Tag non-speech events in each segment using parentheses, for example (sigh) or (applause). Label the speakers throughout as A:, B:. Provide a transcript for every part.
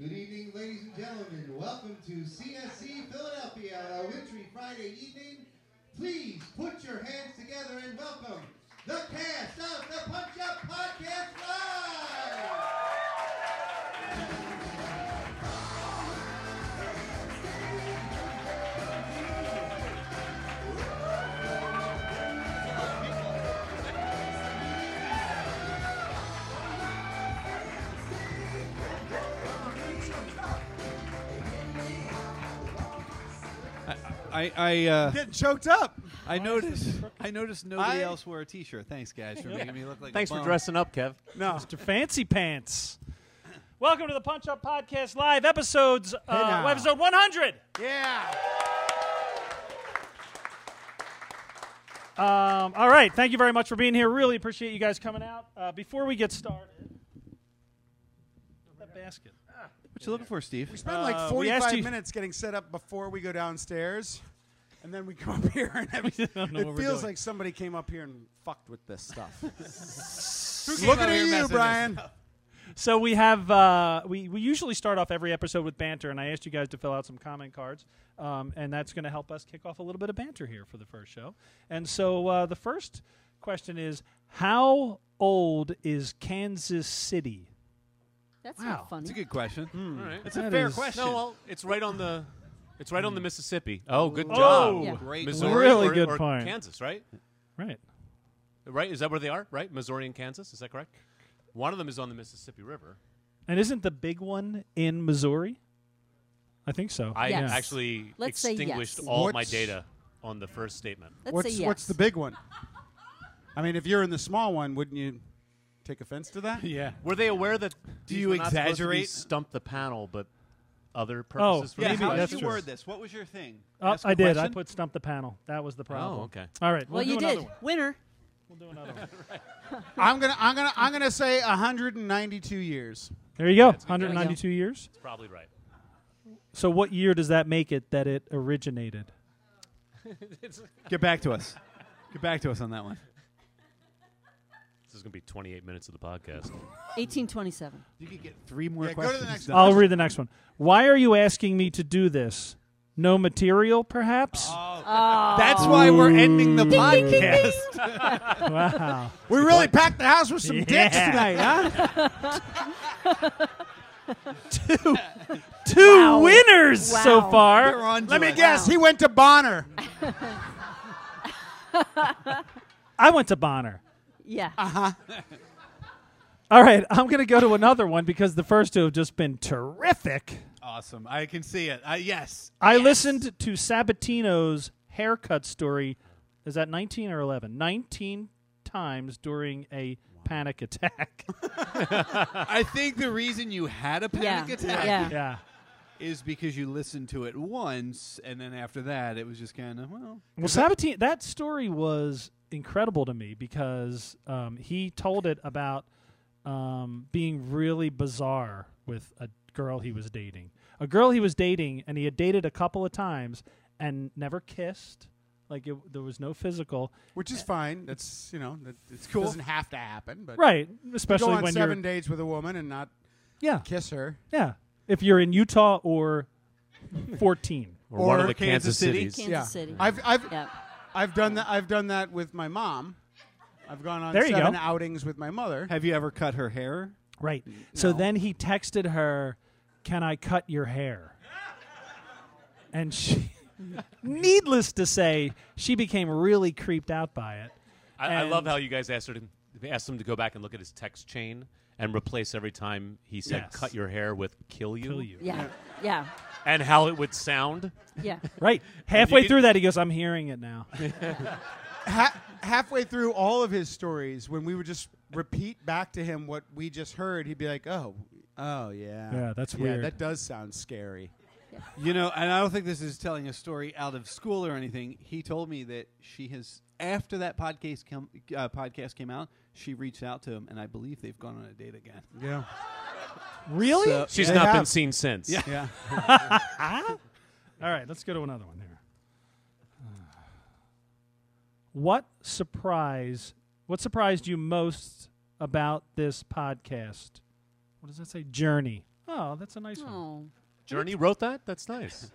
A: Good evening, ladies and gentlemen. Welcome to CSC Philadelphia on a wintry Friday evening. Please put your hands together and welcome the cast of the Punch Up Podcast Live!
B: I I uh,
C: Getting choked up.
B: I noticed I noticed nobody
C: I-
B: else wore a T-shirt. Thanks, guys, for making me look like. a
D: Thanks for
B: bum.
D: dressing up, Kev.
C: No.
E: Mr. uh, Fancy Pants. Welcome to the Punch Up Podcast Live, episodes uh,
C: now.
E: episode 100.
C: Yeah.
E: Um, all right, thank you very much for being here. Really appreciate you guys coming out. Uh, before we get started, that basket.
B: What you looking for, Steve?
C: We spend like
E: Uh, we asked
C: 45
E: you-
C: minutes getting set up before we go downstairs. And then we come up here and everything.
E: don't know
C: it
E: what we're
C: feels
E: doing.
C: like somebody came up here and fucked with this stuff.
B: came
C: Looking
B: up
C: at
B: here messing
C: you,
B: this
C: Brian.
E: So we have uh, we we usually start off every episode with banter, and I asked you guys to fill out some comment cards, um, and that's going to help us kick off a little bit of banter here for the first show. And so uh, the first question is, how old is Kansas City?
F: That's
E: Wow.
F: not funny.
B: It's a good question.
D: All right.
B: It's a
E: That
B: fair
E: is-
B: question.
D: No, well, it's right on the, it's right on the Mississippi. Oh, good
E: Oh.
D: job,
F: Yeah.
B: Great.
D: Missouri.
E: Really
D: or,
E: good
D: or
E: point.
D: Kansas, right?
E: Right.
D: Right? Is that where they are? Right? Missouri and Kansas. Is that correct? One of them is on the Mississippi River.
E: And isn't the big one in Missouri? I think so.
D: I
F: Yes.
D: actually
F: Let's say
D: extinguished
F: yes.
D: all of my
C: What's-
D: data on the first statement.
F: Let's
C: What's,
F: say yes.
C: what's the big one? I mean, if you're in the small one, wouldn't you take offense to that?
E: yeah.
D: Were they aware that? Do
B: you exaggerate?
D: Stump the panel, but other purposes. for
B: yeah,
D: this
B: how
E: Maybe
D: podcast?
B: did
E: Oh, that's
B: you
E: true.
B: word this? What was your thing?
E: Oh,
B: Ask a
E: I did. I
B: question?
E: put stump the panel. That was the problem.
D: Oh, okay.
E: All right.
F: well,
E: we'll
F: you
E: do another
F: did.
E: one.
F: Winner.
E: We'll do another
F: (laughs)
E: one.
C: I'm gonna, I'm gonna, I'm gonna say 192 years.
E: There you go.
F: There we go.
E: 192 years.
D: It's probably right.
E: So what year does that make it that it originated?
B: Get back to us. Get back to us on that one.
D: This is going to be 28 minutes of the podcast.
F: 1827.
B: You could get three more
C: Yeah, go to the
B: questions.
C: next
B: done.
E: I'll read the next one. Why are you asking me to do this? No material, perhaps?
B: That's why we're ending the podcast.
E: (laughs) Wow.
C: We really packed the house with some dicks
E: Yeah.
C: tonight, huh?
E: (laughs) Two winners
F: Wow.
E: so far.
B: We're on to
C: Let me
B: it.
C: guess. He went to Bonner.
E: I went to Bonner.
F: Yeah.
E: All right, I'm going to go to another one because the first two have just been terrific.
B: Awesome. I can see it. Uh, yes.
E: I listened to Sabatino's haircut story. Is that 19 or 11? 19 times during a panic attack. (laughs)
B: I think the reason you had a
F: yeah.
B: panic attack
F: Yeah.
E: yeah.
B: is because you listened to it once, and then after that, it was just kind of well.
E: Well, Sabatini, that story was incredible to me because um, he told it about um, being really bizarre with a girl he was dating. A girl he was dating, and he had dated a couple of times and never kissed. Like it, there was no physical,
C: Which is fine. That's you know, that it's
B: cool.
C: Doesn't have to happen, but
E: right?
C: go
E: Especially
C: on
E: when
C: 7
E: you're,
C: dates with a woman and not
E: yeah,
C: kiss her.
E: yeah. If you're in Utah or 14,
D: Or, one
C: Or
D: of the Kansas,
B: Kansas City.
D: cities.
F: Kansas
C: yeah.
F: City.
C: I've I've
F: yeah.
C: I've done that I've done that with my mom. I've gone on
E: There you
C: seven
E: go.
C: outings with my mother.
B: Have you ever cut her hair?
E: right? So
C: No.
E: then he texted her, "Can I cut
C: (laughs)
E: your hair?" And she, needless to say, she became really creeped out by it.
D: I, I love
E: And-
D: how you guys asked her to asked him to go back and look at his text chain and replace every time he said
E: Yes.
D: "cut your hair" with "kill you,",
E: Kill you.
F: Yeah. Yeah.
D: and how it would sound.
F: Yeah.
E: Right. Halfway
D: could-
E: through that, he goes, "I'm hearing it now."
C: Ha- halfway through all of his stories, when we would just repeat back to him what we just heard, he'd be like, "Oh, oh yeah,
E: Yeah, that's
C: yeah,
E: weird.
C: That does sound scary."
B: You know, and I don't think this is telling a story out of school or anything. He told me that she has, after that podcast come, uh, podcast came out, she reached out to him, and I believe they've gone on a date (laughs) again.
C: Yeah,
E: really?
B: So-
D: She's
C: they
D: not been
C: have.
D: seen since.
B: Yeah.
C: yeah.
E: All right, let's go to another one here. (sighs) What surprise? What surprised you most about this podcast? What does that say? Journey. Oh, that's a nice one.
F: Oh.
D: Journey wrote that?
E: (laughs)
D: That's nice.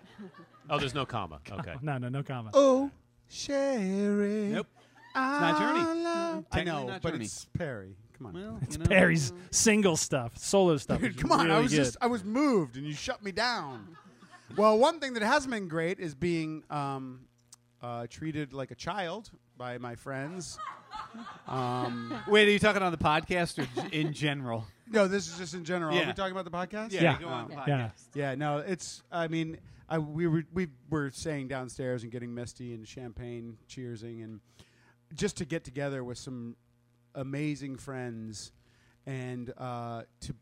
D: Oh, there's no comma. Okay.
E: No, no, no comma.
C: Oh, Sherry.
B: Nope.
C: not
B: Journey.
C: I
B: Technically
C: know,
B: not
C: but
B: Journey.
C: it's Perry. Come on. (laughs)
B: Well,
E: It's
B: you know,
E: Perry's
D: Mm-hmm.
E: single stuff, solo stuff.
D: (laughs)
C: Dude,
E: is
C: come on. I
E: really
C: was
E: good.
C: just I was moved and you shut
B: (laughs)
C: me down. well, one thing that hasn't been great is being um, uh, treated like a child by my friends. Um,
B: Wait, are you talking on the podcast or j- in general?
C: no, this is just in general. Are
B: (laughs) Yeah.
C: we talking about the podcast? Um,
E: Yeah.
B: go on the podcast.
E: yeah.
C: Yeah, no, it's. I mean, I, we were we were saying downstairs and getting misty and champagne, cheersing, and just to get together with some amazing friends, and uh, to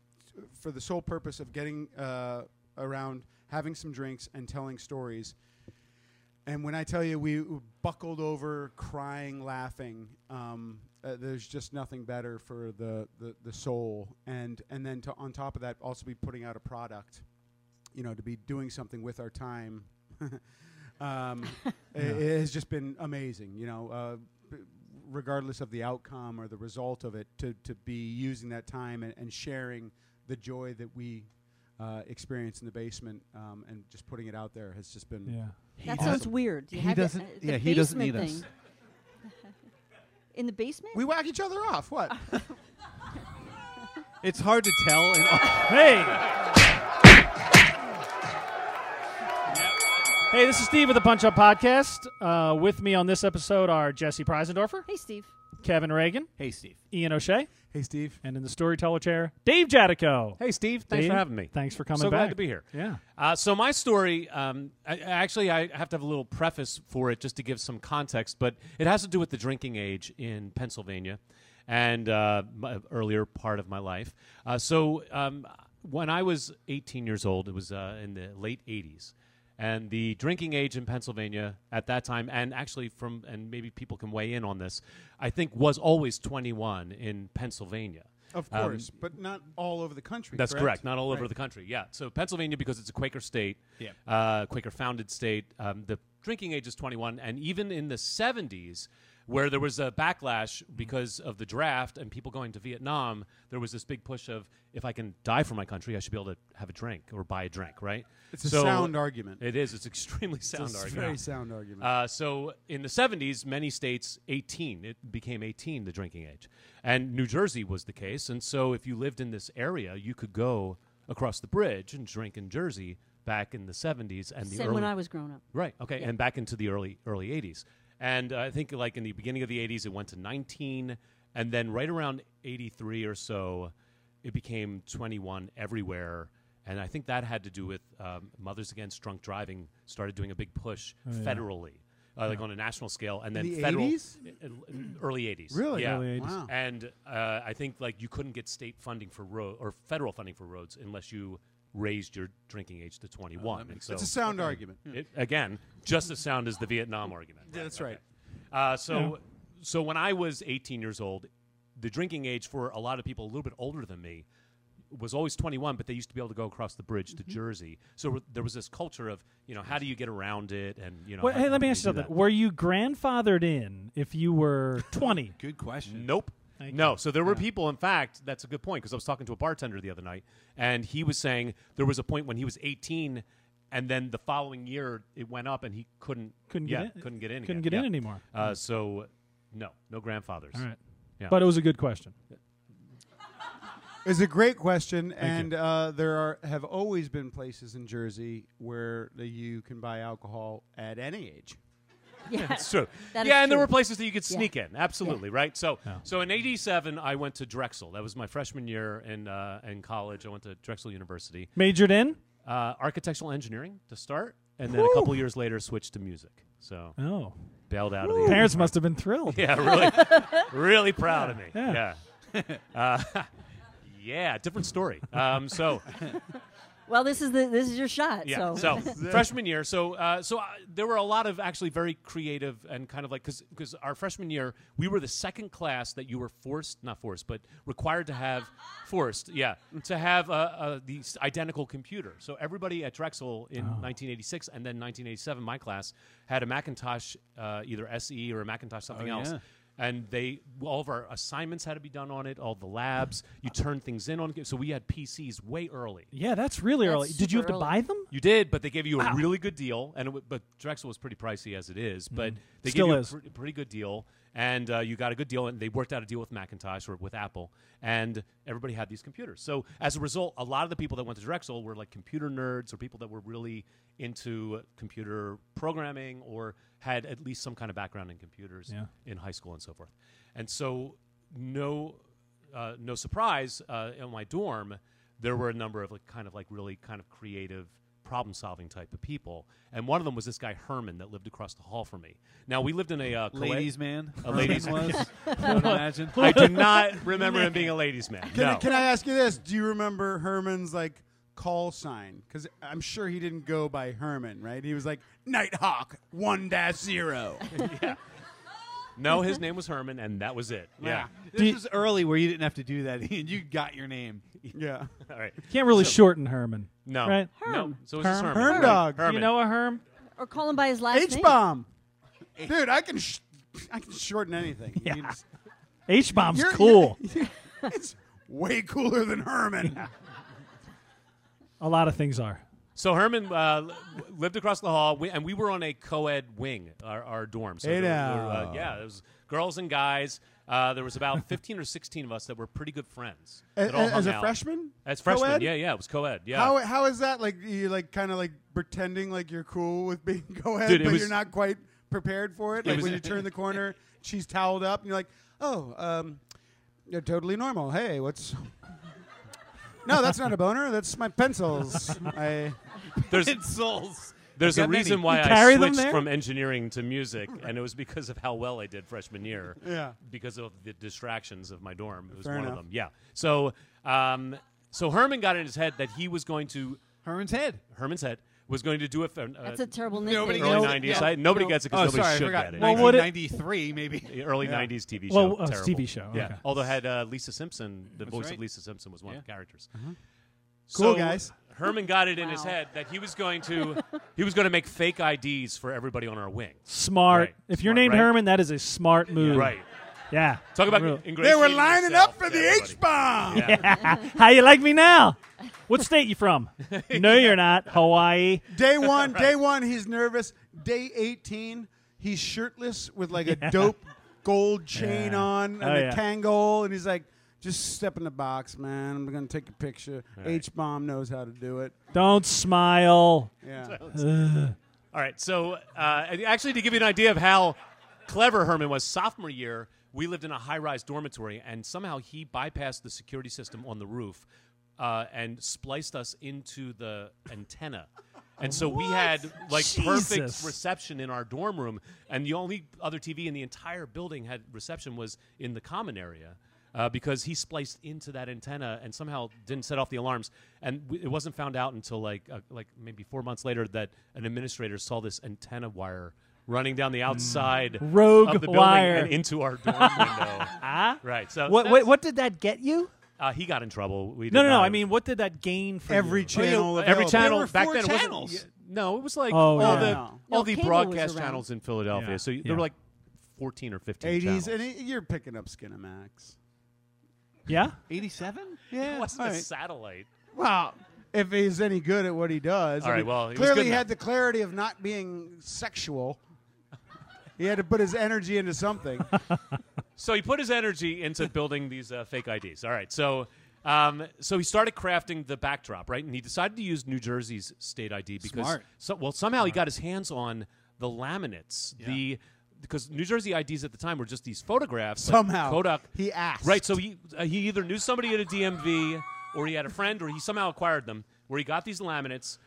C: for the sole purpose of getting uh, around, having some drinks, and telling stories. And when I tell you we buckled over, crying, laughing, um, uh, there's just nothing better for the, the, the soul. And and then to, on top of that, also be putting out a product you know, to be doing something with our time, (laughs) um, i- it has just been amazing. You know, uh, b- regardless of the outcome or the result of it, to to be using that time and, and sharing the joy that we uh, experience in the basement um, and just putting it out there has just been.
E: Yeah.
F: That
B: doesn't-
F: sounds weird. You
B: he
F: have it-
B: doesn't-
F: uh, the
B: yeah, he doesn't
F: basement
B: need us.
F: thing. (laughs) In the basement?
C: We whack each other off. What?
B: It's hard to tell. In (laughs) all-
E: Hey. Hey, this is Steve with the Punch Up Podcast. Uh, with me on this episode are Jesse Preisendorfer,
F: hey, Steve.
E: Kevin Reagan,
B: hey, Steve.
E: Ian O'Shea,
C: hey, Steve.
E: and in the storyteller chair, Dave Jadico.
D: Hey, Steve. Thanks
E: Dave,
D: for having me.
E: Thanks for coming
D: so
E: back.
D: glad to be here.
E: Yeah.
D: Uh, so my story, um, I, I actually, I have to have a little preface for it just to give some context, but it has to do with the drinking age in Pennsylvania and uh, my earlier part of my life. Uh, so um, when I was 18 years old, it was uh, in the late 80s, and the drinking age in Pennsylvania at that time, and actually from, and maybe people can weigh in on this, I think was always 21 in Pennsylvania.
C: Of
D: Um,
C: course, but not all over the country.
D: That's correct.
C: correct.
D: Not all over
C: Right.
D: the country. Yeah. So Pennsylvania, because it's a Quaker state,
B: Yeah.
D: uh, Quaker founded state, um, the drinking age is 21. And even in the 70s, where there was a backlash because of the draft and people going to Vietnam, there was this big push of if I can die for my country, I should be able to have a drink or buy a drink, right?
C: It's a sound argument.
D: It is. It's extremely sound
C: It's a
D: argument.
C: very sound argument.
D: Uh, so in the 70s, many states, 18, it became 18, the drinking age. And New Jersey was the case. And so if you lived in this area, you could go across the bridge and drink in Jersey back in the 70s and the
F: Same
D: early
F: when I was growing up.
D: Right. Okay. And back into the early early 80s. And uh, I think like in the beginning of the 80s it went to 19 and then right around 83 or so it became 21 everywhere. And I think that had to do with um, Mothers Against Drunk Driving started doing a big push
C: Oh,
D: federally, uh, like on a national scale, and then
C: the
D: federal
C: 80s?
D: uh, early 80s.
C: really?
D: Yeah.
E: Early 80s.
C: Wow.
D: And uh, I think like you couldn't get state funding for road or federal funding for roads unless you raised your drinking age to 21. and so
C: It's a sound argument.
D: it, again, just as sound as the Vietnam argument.
C: That's right.
D: Uh, so, so when I was 18 years old, the drinking age for a lot of people a little bit older than me was always 21, but they used to be able to go across the bridge
E: Mm-hmm.
D: to Jersey. So there was this culture of, you know, how do you get around it? And you know,
E: Well,
D: how-
E: hey,
D: how
E: let me
D: do
E: ask you
D: do
E: something.
D: that?
E: Were you grandfathered in if you were
D: (laughs)
E: 20?
B: Good question.
D: Nope.
E: Thank
D: no. So there were people, in fact, that's a good point because I was talking to a bartender the other night and he was saying there was a point when he was 18 and then the following year it went up and he couldn't
E: Couldn't
D: yeah,
E: get in.
D: couldn't get in
E: Couldn't
D: again.
E: get in
D: Yeah.
E: anymore.
D: Uh, so no, no grandfathers.
E: All right.
D: Yeah.
E: But it was a good question.
C: It's a great question, and uh, there are have always been places in Jersey where the, you can buy alcohol at any age.
F: Yeah.
D: It's true.
F: That is
D: yeah, and there
F: true.
D: were places that you could
F: Yeah.
D: sneak in. Absolutely, right? So so in 87 I went to Drexel. That was my freshman year in uh, in college. I went to Drexel University.
E: Majored in?
D: Uh, architectural engineering to start and then a couple years later switched to music. So
E: Oh.
D: bailed out of the
E: Parents must have been thrilled.
D: Yeah, really, really proud of me. Yeah. (laughs) Uh, yeah, different story. Um, so,
F: Well, this is the this is your shot.
B: (laughs)
D: yeah, so, freshman year. So, uh, so uh, there were a lot of actually very creative and kind of like because because our freshman year we were the second class that you were forced, not forced, but required to
B: (laughs)
D: have, forced, yeah, to have uh, uh, the s- identical computer. So everybody at Drexel in
B: Oh.
D: 1986 and then 1987, my class had a Macintosh, uh, either SE or a Macintosh something
B: Oh,
D: else.
B: yeah.
D: and they all of our assignments had to be done on it. All the labs, you turn things in on. So we had PCs way early.
E: Yeah, that's really
F: That's
E: early. Did you have
F: super
E: to buy
F: early.
E: them?
D: You did, but they gave you a really good deal, and it w- but Drexel was pretty pricey as it is, but they
E: Mm-hmm. Still
D: gave you
E: is.
D: a pr- pretty good deal, and uh, you got a good deal, and they worked out a deal with Macintosh or with Apple, and everybody had these computers. So as a result, a lot of the people that went to Drexel were like computer nerds or people that were really into computer programming or had at least some kind of background in computers
E: Yeah.
D: in high school and so forth. And so, no, uh, no surprise, uh, in my dorm, there were a number of like kind of like really kind of creative problem solving type of people. And one of them was this guy Herman that lived across the hall from me. Now we lived in a uh, co-
B: ladies man.
D: A
B: (laughs)
D: ladies-
B: Herman was. I would imagine.
D: (laughs) I do not remember him being a ladies man.
C: Can,
D: no.
C: I, can I ask you this? Do you remember Herman's like call sign? Because I'm sure he didn't go by Herman, right? He was like Nighthawk one dash zero.
D: no, his name was Herman, and that was it. Yeah.
B: This was early where you didn't have to do
C: (laughs)
B: that, and you got your (laughs) name.
C: yeah.
D: All right.
E: Can't really shorten Herman.
D: No.
E: Right?
D: No.
F: Herm.
D: So it was just
E: Herm.
D: Herman.
C: Herm dog.
D: Herman.
E: You know a Herm?
F: Or call him by his last
C: H
F: name.
C: bomb. (laughs) Dude, I can sh- I can shorten anything. You
D: (laughs)
C: just-
E: H bomb's
C: You're-
E: cool.
C: it's way cooler than
D: (laughs)
C: Herman.
E: a lot of things are.
D: So Herman uh, li- lived across the hall, we, and we were on a co-ed wing, our, our dorm. So
C: Hey
D: there-
C: now.
D: there were, uh, yeah, there was girls and guys. Uh, there was about (laughs) 15 or 16 of us that were pretty good friends.
C: A-
D: that all
C: a- as
D: hung
C: a
D: out.
C: freshman?
D: As freshmen,
C: Co-ed?
D: yeah, yeah, it was co-ed. Yeah.
C: How how is that like you like kind of like pretending like you're cool with being (laughs) go ahead,
D: Dude, it
C: but
D: was-
C: you're not quite prepared for it. Like
D: was-
C: when you turn the
D: (laughs)
C: corner, she's toweled up, and you're like, oh, um, you're totally normal. Hey, what's? (laughs) No, that's not a boner. That's my
D: (laughs)
C: pencils. I
D: there's
B: Souls.
D: there's
B: You
D: a
B: got many.
D: reason why
E: You
D: I
E: carry them
D: switched
E: there?
D: from engineering
C: (laughs)
D: to music, and it was because of how well I did freshman year.
C: Yeah.
D: Because of the distractions of my dorm, it was
C: Fair
D: one
C: enough.
D: of them. Yeah. So, um, so Herman got in his head that he was going to
B: Herman's head.
D: Herman's head was going to do it. Uh,
F: That's a terrible nickname.
B: Nobody
D: early
B: No,
D: 90s.
B: no,
D: I, nobody
B: no.
D: gets it
B: Oh,
D: because nobody
B: sorry, I
D: should
B: forgot.
D: get it.
E: Well, what it-
B: 1993, maybe. (laughs)
D: The early 90s TV show.
E: Well, uh,
D: terrible.
E: TV show,
D: Yeah.
E: okay.
D: Although had uh, Lisa Simpson, the
B: That's
D: voice
B: right.
D: of Lisa Simpson, was one of the characters.
C: Cool,
D: So,
C: guys.
D: Herman got it in his
F: Wow.
D: head that he was going to he was going to make fake IDs for everybody on our wing.
E: Smart.
D: Right.
E: If you're
D: Smart,
E: named
D: right?
E: Herman, that is a smart move.
D: Right.
E: Yeah.
D: Talk
E: (laughs)
D: about
E: Real-
D: ingratiating
C: they were lining up
D: yourself
C: for
D: to
C: the
D: everybody.
C: H bomb.
D: Yeah.
E: How you like me now? What state you (laughs) from? No, you're not. Hawaii.
D: (laughs)
C: Day one, day one, he's nervous. Day eighteen, he's shirtless with like a dope gold chain
E: Yeah.
C: on and
E: Oh,
C: a
E: yeah.
C: Kangol, and he's like, "Just step in the box, man. I'm gonna take a picture." H bomb knows how to do it.
E: Don't smile.
C: Yeah,
D: All right. So, uh, and actually, to give you an idea of how clever Herman was, sophomore year, we lived in a high rise dormitory, and somehow he bypassed the security system on the roof uh, and spliced us into the antenna. And so we had like perfect
E: Jesus.
D: reception in our dorm room, and the only other TV in the entire building had reception was in the common area. Uh, because he spliced into that antenna and somehow didn't set off the alarms, and w- it wasn't found out until like uh, like maybe four months later that an administrator saw this antenna wire running down the outside
E: Mm. Rogue
D: of the building
E: wire.
D: and into our dorm window.
E: (laughs) Ah.
D: Right. So
E: What,
D: that's-
E: what? What did that get you?
D: Uh, he got in trouble. We did
E: No, no, no.
D: not-
E: I mean, what did that gain for
C: every
E: Oh, you?
C: channel,
D: Oh, every
C: available.
D: channel
B: were
D: back
B: four
D: then.
B: channels.
D: It wasn't, y- no, it was like
E: Oh,
D: all
E: yeah.
D: the
C: No.
D: all
F: No,
D: the
F: cable was
D: broadcast
F: around.
D: channels in Philadelphia.
E: Yeah.
D: So y- there
E: Yeah.
D: were like fourteen or fifteen.
C: eighties,
D: channels.
C: and it- you're picking up Skinamax.
E: Yeah.
B: 87?
D: it
B: Yeah.
D: wasn't
B: all
D: a
B: right.
D: satellite.
C: Wow. If he's any good at what he does,
D: All
C: I
D: right,
C: mean,
D: well, he was
C: clearly
D: good
C: he
D: now.
C: had the clarity of not being sexual. he had to put his energy into something.
D: (laughs) So he put his energy into building these uh, fake IDs. All right, so um, so he started crafting the backdrop, right? And he decided to use New Jersey's state ID because
B: Smart.
D: so, well, somehow he got his hands on the laminates, the because New Jersey IDs at the time were just these photographs. like
C: Somehow
D: Kodak
C: he asked.
D: Right, so he uh, he either knew somebody at a DMV or he had a friend or he somehow acquired them where he got these laminates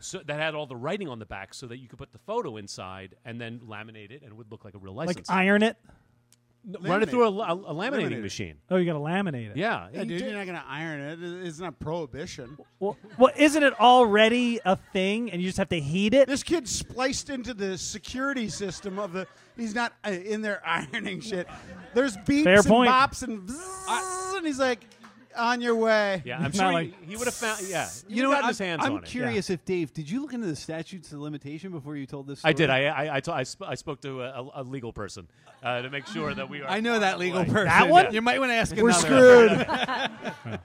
D: so that had all the writing on the back so that you could put the photo inside and then laminate it and it would look like a real
E: Like
D: license.
E: iron it.
D: No, run it
C: Laminate.
D: through a, la- a laminating
C: Laminator.
D: machine.
E: Oh, you got to laminate it.
D: Yeah.
C: Yeah, dude, you're not gonna iron it. It- It's not prohibition.
E: Well, well, isn't it already a thing, and you just have to heat it?
C: This kid spliced into the security system of the. He's not uh, in there ironing shit. There's beeps
E: Fair
C: and
E: point.
C: bops and bzzz, and he's like, on your way.
D: Yeah, I'm
E: Not
D: sure
E: like-
D: he, would have found. Yeah, he
B: You know what?
D: would've gotten
B: I'm,
D: his hands
B: I'm
D: on it.
B: curious if Dave, did you look into the statutes of limitation before you told this?
D: I did.
B: story?
D: I I I, to- I, sp- I spoke to a, a, a legal person uh, to make sure that we are.
B: I know that legal person.
E: That one?
B: You might want to ask.
C: We're
B: another.
C: screwed.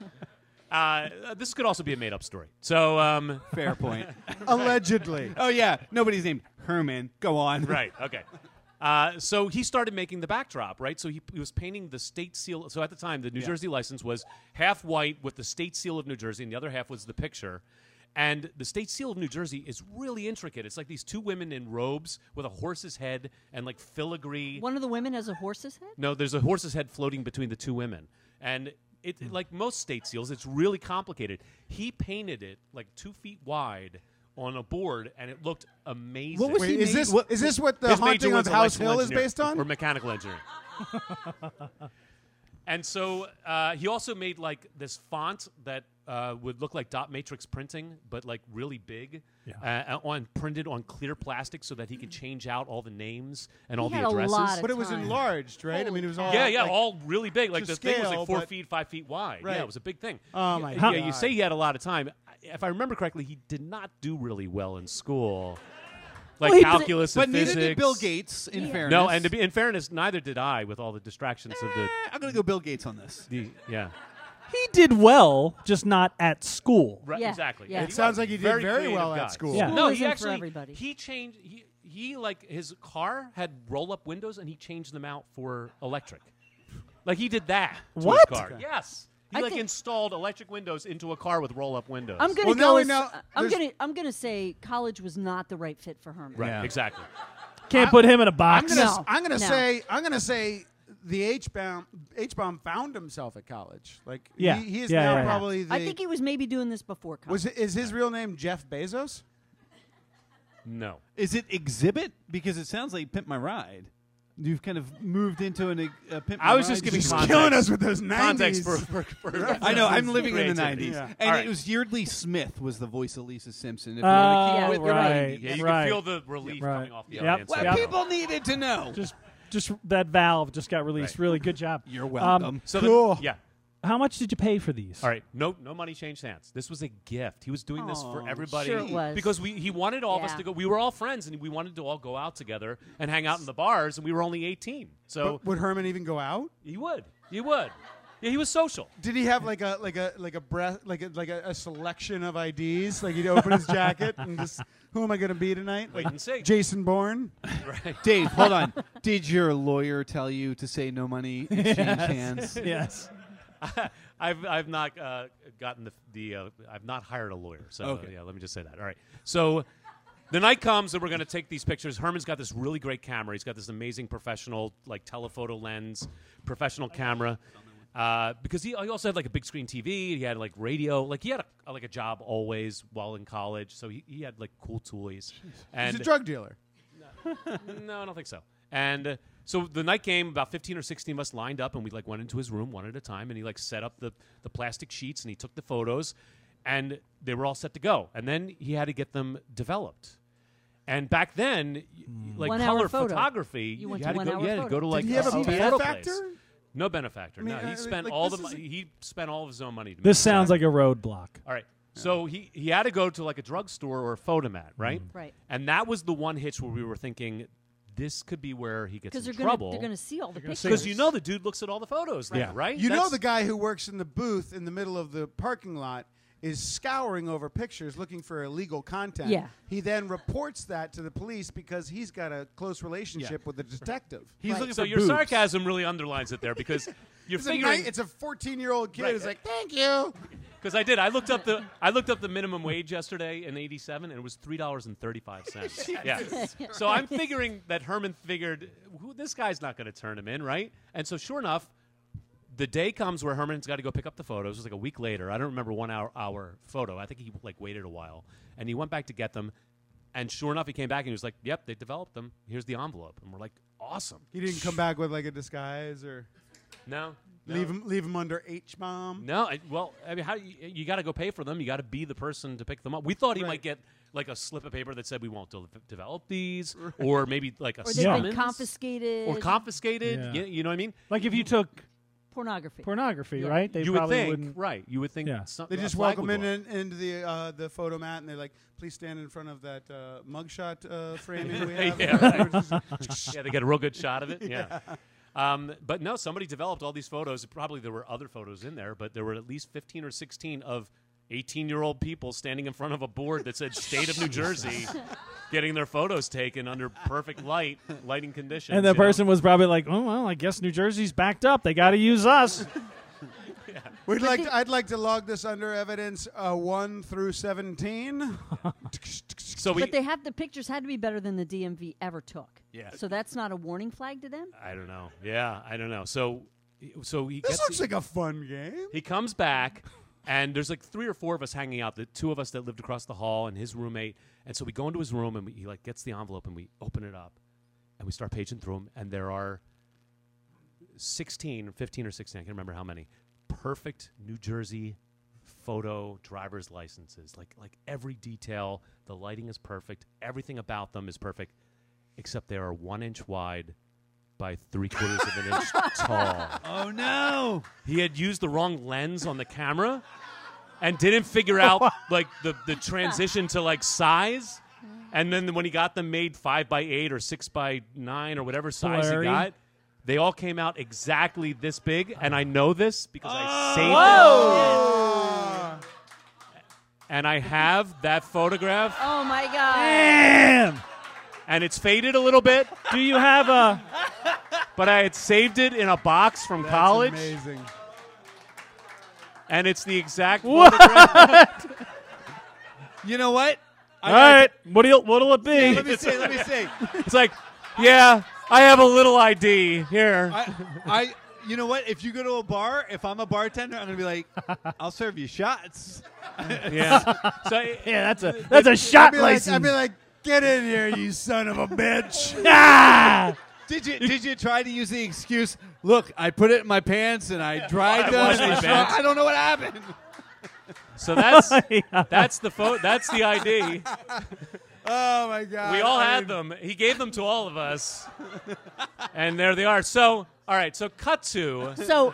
D: Uh, this could also be a made-up story. So, um, (laughs)
B: Fair point.
C: Allegedly.
B: Oh yeah, nobody's named Herman. Go on.
D: right, okay. Uh, so he started making the backdrop, right? So he, he was painting the state seal. So at the time, the New Jersey license was half white with the state seal of New Jersey, and the other half was the picture. And the state seal of New Jersey is really intricate. It's like these two women in robes with a horse's head and like filigree.
F: One of the women has a horse's head.
D: No, there's a horse's head floating between the two women. And it, like most state seals, it's really complicated. He painted it like two feet wide on a board, and it looked amazing.
B: was
C: Wait,
B: he
C: is
B: made-
C: this
B: what-
C: is this what the
D: His major
C: haunting of
D: was
C: House
D: electrical
C: Hill is
D: engineering
C: based on?
D: or mechanical engineering. (laughs) and so uh, he also made like this font that uh, would look like dot matrix printing, but like really big, uh, on printed on clear plastic, so that he could change out all the names and all
F: He
D: the
F: had a
D: addresses.
F: lot of
C: but it was
F: time.
C: enlarged, right? I mean, it was all
D: yeah, yeah,
C: like-
D: all really big. Like
C: to
D: the thing was
C: scale,
D: like four
C: but-
D: feet, five feet wide. Yeah,
C: Right.
D: it was a big thing.
C: Oh, my
D: yeah, Yeah, you
C: God.
D: say he had a lot of time. I- If I remember correctly, he did not do really well in school, like
F: Well, he did-
B: (laughs)
D: calculus
B: But
D: and
B: neither
D: physics.
B: did Bill Gates. In fairness, Eh,
D: No, and to be in fairness, neither did I with all the distractions of the,
B: I'm gonna go Bill Gates on this.
D: the yeah.
E: He did well, just not at school.
D: Right,
F: Yeah,
D: exactly.
F: yeah. It
D: was
C: sounds like he did very
D: creative
C: well at
D: guy.
C: school.
E: Yeah.
D: No,
F: School
D: he
F: isn't for
D: actually
F: everybody.
D: he changed he he like his car had roll up windows and he changed them out for electric. Like he did that to his
E: What?
D: car. Yes. He
F: I
D: like
F: think-
D: installed electric windows into a car with roll up windows.
F: I'm gonna
C: Well, now
F: go.
C: we
F: as-
C: know-
F: I'm
C: there's-
F: gonna. I'm gonna say college was not the right fit for Herman.
D: Right,
B: Yeah.
D: exactly.
E: Can't put him in a
C: I'm
E: box.
C: gonna
F: No,
C: I'm gonna
F: no.
C: say I'm gonna say the H bomb H bomb found himself at college. Like
E: Yeah.
C: he, he is
E: Yeah,
C: now
E: yeah, yeah.
C: probably the
F: I think he was maybe doing this before college.
C: was is his real name Jeff Bezos? (laughs)
D: No.
B: Is it exhibit? Because it sounds like Pimp My Ride. You've kind of moved into an ex- a Pimp.
D: I
B: My
D: was just
B: Ride
D: giving
B: situation.
D: Context.
C: Killing us with those
D: Context
C: nineties.
D: for,
C: (laughs)
D: for, for
B: I know. I'm living in the
D: creativity.
B: '90s,
C: Yeah.
B: and
D: All right.
B: it was Yeardley Smith was the voice of Lisa Simpson. If you
E: Oh,
B: want to keep with the
E: right.
B: 90s.
D: Yeah, you
E: Right.
D: can feel the relief
E: Right.
D: coming off the
E: Yep.
D: audience.
E: Well,
B: What
E: Yeah.
B: people needed to know.
E: just, just that valve just got released.
D: Right.
E: Really good
D: (laughs)
E: job.
B: You're
E: Um,
B: welcome.
D: so
C: Cool.
D: The, yeah.
E: how much did you pay for these?
D: All right, no, no money changed hands. This was a gift. He was doing this for
B: Oh,
D: everybody
F: sure it was.
D: because we he wanted all of us
F: Yeah.
D: to go. We were all friends, and we wanted to all go out together and hang out in the bars. And we were only eighteen, so
C: Would Herman even go out?
D: he would, he would, yeah, he was social.
C: Did he have like a like a like a breath like a like a, a selection of IDs? Like he'd open his jacket and just who am I gonna be tonight?
D: Wait
C: Like
D: and see.
C: Jason Bourne.
B: Dave, hold on. Did your lawyer tell you to say no money
D: (laughs)
B: and change hands?
E: (laughs) Yes.
D: I've I've not uh, gotten the the uh, I've not hired a lawyer. So
B: Okay.
D: yeah, let me just say that. All right. So the night comes and we're going to take these pictures. Herman's got this really great camera. He's got this amazing professional like telephoto lens, professional camera. Uh, because he, he also had like a big screen TV, he had like radio, like he had a, like a job always while in college, so he, he had like cool toys. And
C: He's a drug dealer.
D: no, I don't think so. And uh, so the night came, about fifteen or sixteen of us lined up, and we like went into his room one at a time, and he like set up the the plastic sheets, and he took the photos, and they were all set to go. And then he had to get them developed. And back then, y- y- like
F: One-hour
D: color
F: Hmm. photo.
D: photography,
F: You went to
D: had to, go.
F: one-hour
D: You had to
F: photo.
D: go to like
C: he have a
D: a photo place.
C: benefactor?
D: No benefactor.
C: mean,
D: no,
C: I-
D: he spent
C: like,
D: all the
C: this
D: money.
C: is a-
D: He spent all of his own money. To
E: This
D: make
E: sounds
D: that.
E: like a roadblock.
D: All right. So he, he had to go to like a drugstore or a photomat, right?
F: Right.
D: And that was the one hitch where we were thinking this could be where he gets
F: Because
D: in
F: they're gonna
D: trouble.
F: they're gonna see all the pictures.
D: because you know the dude looks at all the photos, now,
E: Yeah.
D: right?
C: You know
D: That's-
C: the guy who works in the booth in the middle of the parking lot is scouring over pictures looking for illegal content.
F: Yeah.
C: He then reports that to the police because he's got a close relationship with the (laughs) detective.
B: He's
F: Right.
B: looking
D: So
B: for
D: your
B: boobs.
D: sarcasm really underlines it there because you're
C: It's a, night,
D: figuring
C: it's a 14-year-old kid
D: Right.
C: who's like, "Thank you."
D: because I did. I looked up the I looked up the minimum wage yesterday in '87, and it was three dollars and thirty five cents. yeah. So I'm figuring that Herman figured who this guy's not going to turn him in, right? And so sure enough, the day comes where Herman's got to go pick up the photos. It was like a week later. I don't remember one hour hour photo. I think he like waited a while, and he went back to get them. And sure enough, he came back and he was like, "Yep, they developed them. Here's the envelope." And we're like, "Awesome."
C: He didn't come back with like a disguise or
D: No, no.
C: leave him leave him under H bomb.
D: No, I, well, I mean, how you, you got to go pay for them? You got to be the person to pick them up. We thought he
C: Right.
D: might get like a slip of paper that said we won't de- develop
E: (laughs)
D: these, or maybe like a
F: or they've
D: summons,
F: been confiscated.
D: or confiscated.
E: Yeah.
D: You, you know what I mean?
E: Like if you took
F: pornography.
E: pornography, right? They
D: you would
E: probably
D: think,
E: wouldn't.
D: right? You would think
E: Yeah.
D: some-
C: They
D: a
C: just
D: flag
C: welcome
D: would
C: in,
D: go up.
C: in into the uh, the photo mat, and they're like, "Please stand in front of that uh, mugshot uh, framing (laughs)
D: (laughs)
C: we have."
D: Yeah, (laughs) yeah, they get a real good shot of it. Yeah. Um, but no, somebody developed all these photos. Probably there were other photos in there, but there were at least 15 or 16 of 18 year old people standing in front of a board that said State of New Jersey, getting their photos taken under perfect light, lighting conditions.
E: And the
D: you know?
E: person was probably like, "Oh well, I guess New Jersey's backed up. They got to use
D: (laughs)
E: us."
C: We'd like to, I'd like to log this under evidence uh, one through seventeen.
D: So we.
F: but they have the pictures had to be better than the DMV ever took.
B: Yeah.
F: So that's not a warning flag to them.
D: I don't know. Yeah, I don't know. So, so he
C: this
D: gets
C: looks
D: the-
C: like a fun game.
D: He comes back, and there's like three or four of us hanging out. The two of us that lived across the hall and his roommate. And so we go into his room, and we, he like gets the envelope, and we open it up, and we start paging through them. And there are 16 or 15 or 16, I can't remember how many, perfect New Jersey photo driver's licenses. Like like every detail, the lighting is perfect, everything about them is perfect, except they are one inch wide. By three quarters of an inch tall.
B: Oh no!
D: He had used the wrong lens on the camera and didn't figure out like the, the transition to like size. And then when he got them made five by eight or six by nine or whatever size
E: Blurry.
D: he got, they all came out exactly this big. And I know this because I saved it. And I have that photograph
F: Oh my God.
E: Damn.
D: and it's faded a little bit,
E: Do you have a?
D: but I had saved it in a box from college.
C: amazing.
D: And it's the exact photograph.
B: You know what? I
E: All
B: gotta-
E: right. What will what'll it be?
D: (laughs)
B: Let me see. Let me see.
D: It's like, yeah, I have a little ID here.
B: I, I, you know what? If you go to a bar, if I'm a bartender, I'm gonna be like, I'll serve you shots.
D: Yeah. so I-
E: Yeah, that's a that's a shot
C: I'd be, like,
E: license.
C: I'd be like, "Get in here, you son of a bitch!"
E: ah!
B: (laughs) Did you did you try to use the excuse? Look, I put it in my pants and I dried them.
D: washed
B: and
D: my
B: I, shrunk-
D: pants."
B: I don't know what happened.
D: so that's that's the photo. That's the ID.
C: Oh my god!
D: We all
C: I
D: had
C: mean,
D: them. He gave them to all of us, and there they are. So all right. So cut to
F: (laughs) So,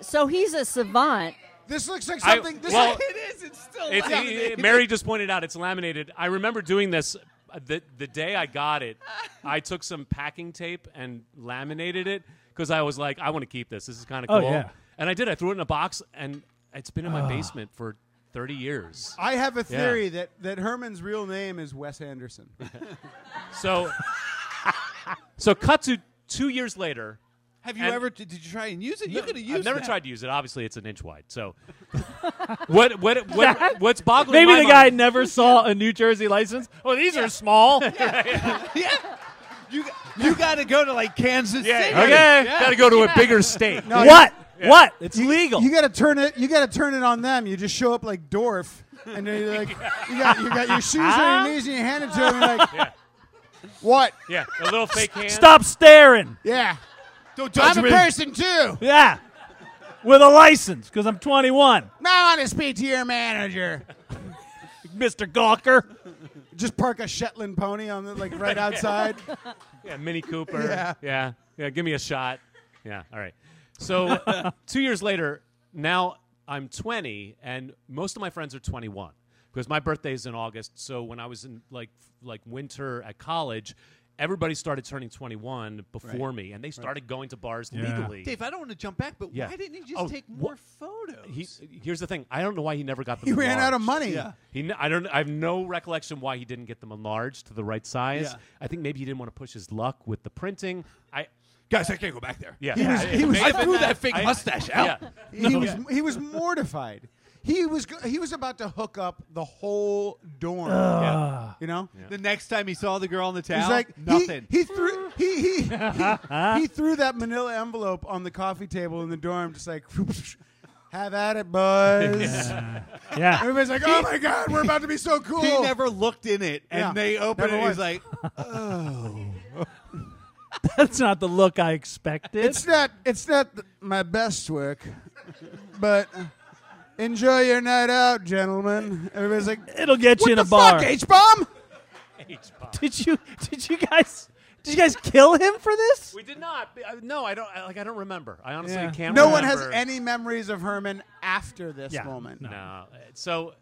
F: so he's a savant.
C: This looks like
D: I-
C: something. this
D: well, (laughs)
C: is-
B: It is. It's still.
D: it's, he- Mary just pointed out it's laminated. I remember doing this. uh, The, the day I got it, I took some packing tape and laminated it because I was like, I want to keep this. This is kind of
E: Oh,
D: cool.
E: yeah.
D: And I did. I threw it in a box, and it's been in my basement for 30 years.
C: I have a theory that that Herman's real name is Wes Anderson.
D: So, so cut to two years later.
B: (laughs) Have you
D: and-
B: ever? Did you try and use it? you could have used.
D: I've never
B: that.
D: tried to use it. Obviously, it's an inch wide. So, what what what what's boggling?
E: Maybe
D: my
E: the
D: mind-
E: guy never saw a New Jersey license. Oh, these are
C: (laughs)
E: small.
B: Yeah. You you got to go to like Kansas City.
D: Okay,
B: Yeah.
D: gotta go to a bigger state.
C: No,
E: what? What? It's legal.
C: You got to turn it. You got to turn it on them. You just show up like Dorf, and then you're like, you got you got your shoes on your knees, and you hand it to
B: (laughs)
C: him. and Like, what?
D: Yeah, a little fake hand.
E: Stop staring.
C: Yeah,
B: Don't
C: I'm
B: touch
C: a
B: me.
C: person too.
E: Yeah. With a license, because I'm 21,
C: Now I want to speak to your manager.
E: Mr. Gawker.
C: Just park a Shetland pony on the like
D: (laughs)
C: right outside.
D: Yeah,
C: (laughs)
D: Mini Cooper. yeah. yeah, Give me a shot. Yeah. All right. So, (laughs) two years later, now I'm 20, and most of my friends are 21 because my birthday is in August. So when I was in like like winter at college. Everybody started turning 21 before me, and they started going to bars
E: Yeah.
D: legally.
B: Dave, I don't want to jump back, but
D: Yeah.
B: why didn't he just
D: Oh,
B: take
D: wha-
B: more photos?
D: He, here's the thing. I don't know why he never got them.
C: He ran out of
D: enlarged.
C: money.
B: Yeah.
D: He, n- I don't. I have no recollection why he didn't get them enlarged to the right size.
B: Yeah.
D: I think maybe he didn't want to push his luck with the printing. I
B: Guys, I can't go back there.
D: yeah.
C: He was-
D: I-
C: he was-
D: it may
B: I
D: have been
B: threw that fake
D: I-
B: mustache
D: Yeah.
B: out.
D: (laughs)
C: He was he was mortified. He was go- he was about to hook up the whole dorm.
D: Yeah.
C: You know.
B: The next time he saw the girl in the towel,
C: He's like
B: nothing.
C: He, he threw he he, he
D: (laughs)
C: he threw that manila envelope on the coffee table in the dorm, just like (laughs) have at it, boys.
E: Yeah. (laughs)
C: Everybody's like, oh my god, we're about to be so cool.
B: He never looked in it, and
C: Yeah.
B: they opened
C: Never
B: it. He's
C: once.
B: like,
E: That's not the look I expected.
C: it's not it's not th- my best work, but enjoy your night out, gentlemen. Everybody's like,
E: It'll get
C: what
E: you in
C: the
E: a bar.
C: fuck, H bomb?
D: H bomb.
E: did you did you guys
G: Did you guys kill him for this?
D: We did not. I- No, I don't. I, like I don't remember. I honestly
E: Yeah.
D: can't.
C: No one has
D: remember.
C: any memories of Herman after this
E: Yeah,
C: moment.
E: no.
D: No. So,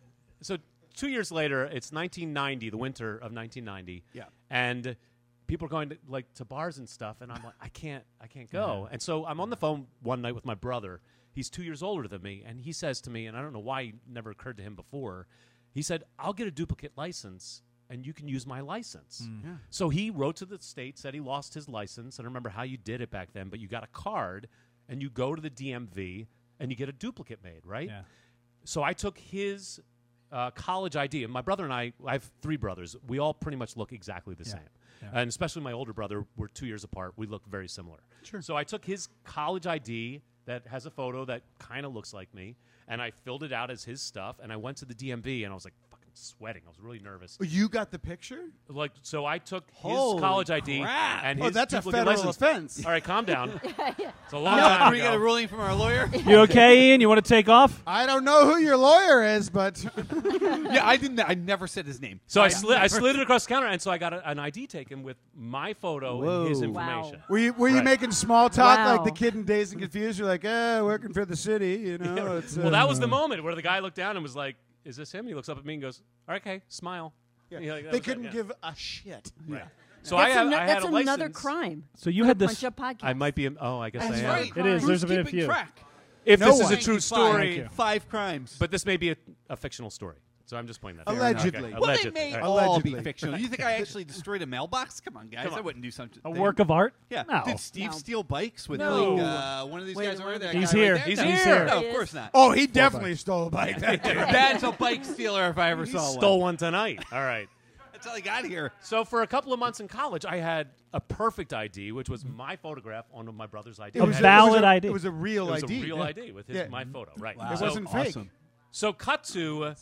D: so two years later, it's 1990, the winter of 1990.
C: Yeah.
D: And people are going to like to bars and stuff, and I'm like, I can't, I can't go. And so I'm on the phone one night with my brother. He's two years older than me, and he says to me, and I don't know why it never occurred to him before. He said, "I'll get a duplicate license." And you can use my license. So he wrote to the state, said he lost his license. I don't remember how you did it back then, but you got a card and you go to the DMV and you get a duplicate made, right?
E: Yeah.
D: So I took his uh, college ID, and my brother and I, I have three brothers. We all pretty much look exactly the same. And especially my older brother, we're two years apart. We look very similar. Sure. So I took his college ID that has a photo that kind of looks like me, and I filled it out as his stuff, and I went to the DMV, and I was like fucking sweating. I was really nervous.
C: Oh, You got the picture?
D: Like, so I took his
G: Holy
D: college ID
G: crap.
D: and
C: Oh,
D: his
C: that's a
D: duplicate
C: federal
D: license.
C: offense.
D: All right, calm down. It's a long
B: Uh,
D: time
B: we got a
D: ago.
B: ruling from our lawyer.
E: You okay, Ian? You want to take off?
C: I don't know who your lawyer is, but
B: yeah, I didn't. I never said his name.
D: So I slid, I slid it across the counter, and so I got a, an ID taken with my photo and his
B: Whoa.
D: information.
F: Wow.
C: were you, were you
D: Right.
C: making small talk
F: Wow.
C: like the kid in Days and Confused? You're like, eh, working for the city, you know? It's,
D: Well, that was the
C: uh,
D: moment where the guy looked down and was like, "Is this him?" He looks up at me and goes, "Okay, smile." Yeah, like, that
C: They
D: was it,
C: couldn't
D: yeah.
C: give a shit.
D: Right. So I
F: That's,
D: have
F: ano-
D: I had
F: that's
D: a license.
F: another crime.
E: So you had this.
F: Punch Up podcast.
D: I might be. a- Oh, I guess I am.
E: It is. There's been a few.
D: If
C: No
D: this
C: one.
D: is a true
E: Thank
D: story,
E: you.
B: Five crimes.
D: but this may be a, a fictional story, so I'm just pointing that. out.
C: Allegedly.
D: Okay,
B: well,
C: Well,
B: they
D: Allegedly.
B: may
D: All right.
B: all be
C: Allegedly.
B: fictional. You think I actually destroyed a mailbox? Come on, guys. I wouldn't do something.
E: A work of art?
B: Yeah.
E: No.
B: Did Steve
F: No.
B: steal bikes with
E: No.
B: like, uh, one of these
F: Wait,
B: guys
F: one
B: over
F: of
B: there?
E: He's
B: That guy
E: here.
B: Right there?
E: He's
B: no,
E: here.
B: No,
F: He
B: of
F: is.
B: course not.
C: Oh, he definitely stole a bike. That dude.
B: That's a bike stealer if I ever saw
D: Stole
B: one.
D: one tonight. All right.
B: That's how he got here.
D: So for a couple of months in college, I had a perfect ID, which was my photograph on my brother's ID.
E: A
D: It
C: a-
D: had-
E: valid
C: a- (laughs)
E: ID.
C: It was a real
D: it was a
C: ID.
D: real
C: Yeah.
D: ID with his
C: Yeah.
D: my photo. Right.
C: It
D: So- uh,
C: wasn't fake.
B: Awesome.
D: So cut to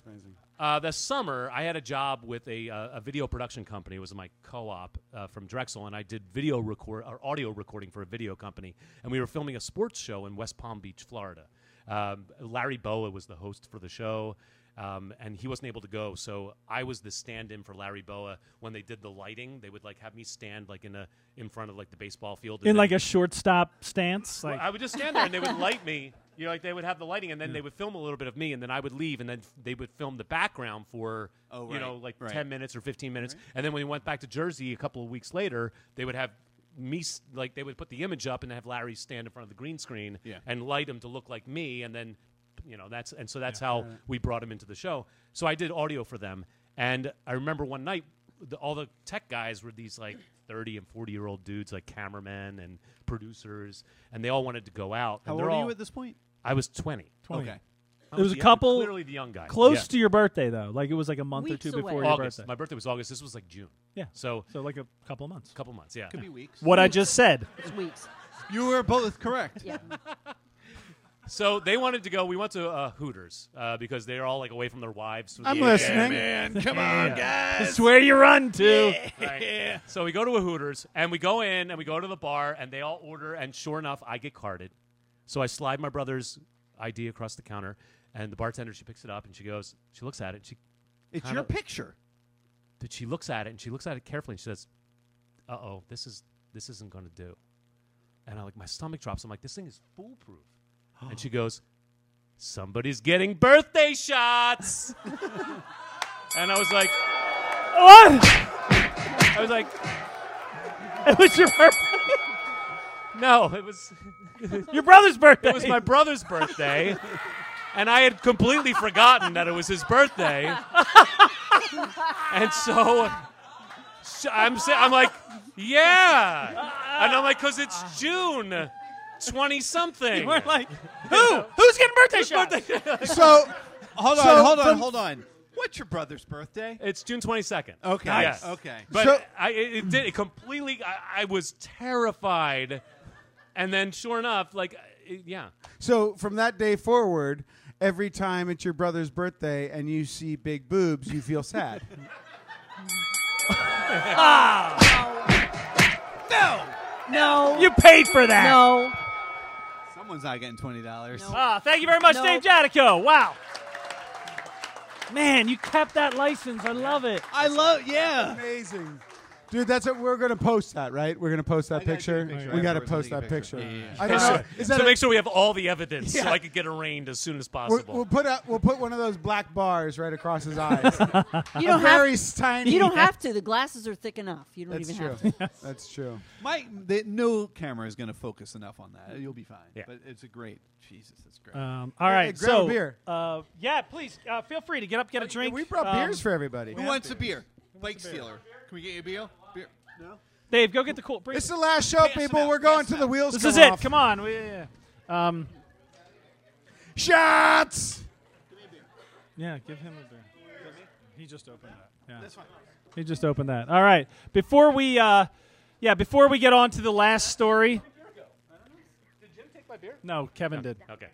D: uh, the summer. I had a job with a, uh, a video production company. It was my co-op uh, from Drexel, and I did video record or audio recording for a video company. And we were filming a sports show in West Palm Beach, Florida. Um, Larry Boa was the host for the show. Um, and he wasn't able to go, so I was the stand-in for Larry Boa. When they did the lighting, they would like have me stand like in a in front of like the baseball field, and
E: In
D: then-
E: like a shortstop stance? Like,
D: well, I would just stand there and they would light me. You know, like they would have the lighting and then they would film a little bit of me and then I would leave and then f- they would film the background for
B: Oh,
D: you
B: right,
D: know like
B: right.
D: 10 minutes or 15 minutes. And then when we went back to Jersey a couple of weeks later, they would have me s- like they would put the image up and have Larry stand in front of the green screen
B: Yeah.
D: and light him to look like me and then you know that's and so that's how we brought him into the show. So I did audio for them and I remember one night the, all the tech guys were these like 30 and 40 year old dudes like cameramen and producers and they all wanted to go out.
B: How
D: and
B: old
D: they're
B: are
D: all,
B: you at this point?
D: 20? I was 20.
B: Okay.
D: I
E: There was a
D: the-
E: couple
D: clearly the young guy.
E: close
D: Yeah.
E: to your birthday, though. Like, it was like a month
F: Weeks
E: or two
F: away.
E: before
D: August.
E: your birthday.
D: My birthday was August. This was like June.
E: yeah.
D: So
E: So, like a couple of months.
D: a couple months. Yeah.
B: Could be weeks.
E: What I just (laughs) said.
F: It's weeks.
B: You were both correct.
F: Yeah.
D: So they wanted to go. We went to uh, Hooters uh, because they're all like away from their wives. for the
C: I'm
D: weekend.
C: listening.
B: (laughs) Come on, guys.
E: It's where you run to.
C: (laughs)
D: Right.
E: (laughs)
D: So we go to a Hooters and we go in and we go to the bar and they all order and sure enough I get carded. So I slide my brother's ID across the counter and the bartender she picks it up and she goes she looks at it and she
B: It's
D: Kinda-
B: your picture.
D: that she looks at it and she looks at it carefully and she says, "Uh oh, this is this isn't going to do." And I like my stomach drops. I'm like, "This thing is foolproof." and she goes, "Somebody's getting birthday shots." (laughs) and I was like,
E: What?
D: I was like,
E: It was your, birth-
D: "No, it was
E: your brother's birthday.
D: it was
E: (laughs)
D: my brother's birthday." And I had completely forgotten that it was his birthday. and so so I'm sa- I'm like, "Yeah." And I'm like, "Cuz it's June 20 something."
E: You
C: (laughs)
E: weren't like, who? Who's getting birthday shots?
C: So,
B: Hold on,
C: So
B: hold on,
C: from-
B: hold on. What's your brother's birthday?
D: It's June twenty second.
B: Okay.
D: Yes.
B: Okay.
D: But
C: So-
D: I, it, it did it completely. I, I was terrified, and then sure enough, like, uh, it, yeah,
C: so from that day forward, every time it's your brother's birthday and you see big boobs, you feel sad.
F: (laughs) No.
E: You paid for that.
F: (laughs) no.
B: Someone's not getting twenty dollars.
F: No.
E: Ah, thank you very much,
F: No.
E: Dave Jadico. Wow. Man, you kept that license. I love it.
B: I love. Yeah.
C: Amazing. Dude, that's what we're gonna post that, right? We're gonna post that
B: gotta take a
C: picture.
B: picture
C: We gotta
B: afterwards.
C: post
B: I'll
C: that
B: take a
C: picture.
B: picture.
C: I don't know. Is that
D: so
C: a-
D: make sure we have all the evidence so
C: Yeah.
D: I could get arraigned as soon as
C: we'll,
D: possible.
C: we'll put a, we'll put one of those black bars right across his eyes.
F: You don't
C: Very
F: have.
C: tiny.
F: You don't have to. The glasses are thick enough. You don't
C: That's
F: even
C: true.
F: have
C: (laughs)
F: to.
C: That's true.
B: My the, no camera is going to focus enough on that. You'll be fine.
D: Yeah.
B: But it's a great Jesus. That's great.
E: Um, all
C: Hey,
E: right,
C: grab a
E: so
C: beer.
E: Uh, yeah, please uh, feel free to get up, get a drink.
C: We brought
E: Um,
C: beers for everybody.
B: Who wants a beer? Blake Steeler. Can we get you a beer? Beer. No.
E: Dave, go get the cool. Bring
C: It's the last show,
B: it
C: people.
B: out,
C: We're going
B: pass
C: to
B: it
C: the
B: out.
C: wheels.
E: this
C: come
E: is it.
C: off.
E: Come on. We, yeah, yeah. Um,
C: Shots.
E: yeah, give him a beer. He just opened that. Yeah. He just opened that. All right. Before we, uh, yeah, before we get on to the last story. No, Kevin did.
D: okay.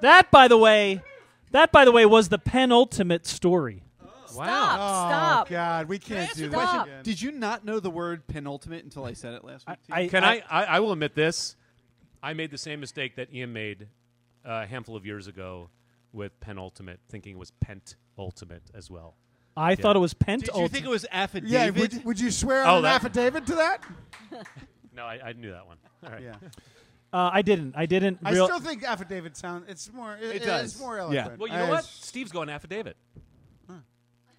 E: That, by the way, that by the way was the penultimate story.
F: Stop. stop.
C: Oh God, we can't
F: Yes,
C: do
F: stop.
C: this again.
B: Did you not know the word penultimate until I said it last week? to you?
E: I,
D: Can I, I? I will admit this. I made the same mistake that Ian made uh, a handful of years ago with penultimate, thinking it was pent ultimate as well.
E: I thought it was
B: Did
E: penultimate.
B: you think it was affidavit?
C: Yeah, would, would you swear
D: Oh,
C: on
D: that-
C: an affidavit to that?
D: No, I, I knew that one. (laughs) All right.
C: Yeah.
E: uh, I didn't. I didn't.
C: I
E: real-
C: still think affidavit sound. It's more. It,
B: does.
C: It's more
B: Yeah.
C: eloquent.
D: Well, you know
C: I-
D: what? Steve's going affidavit.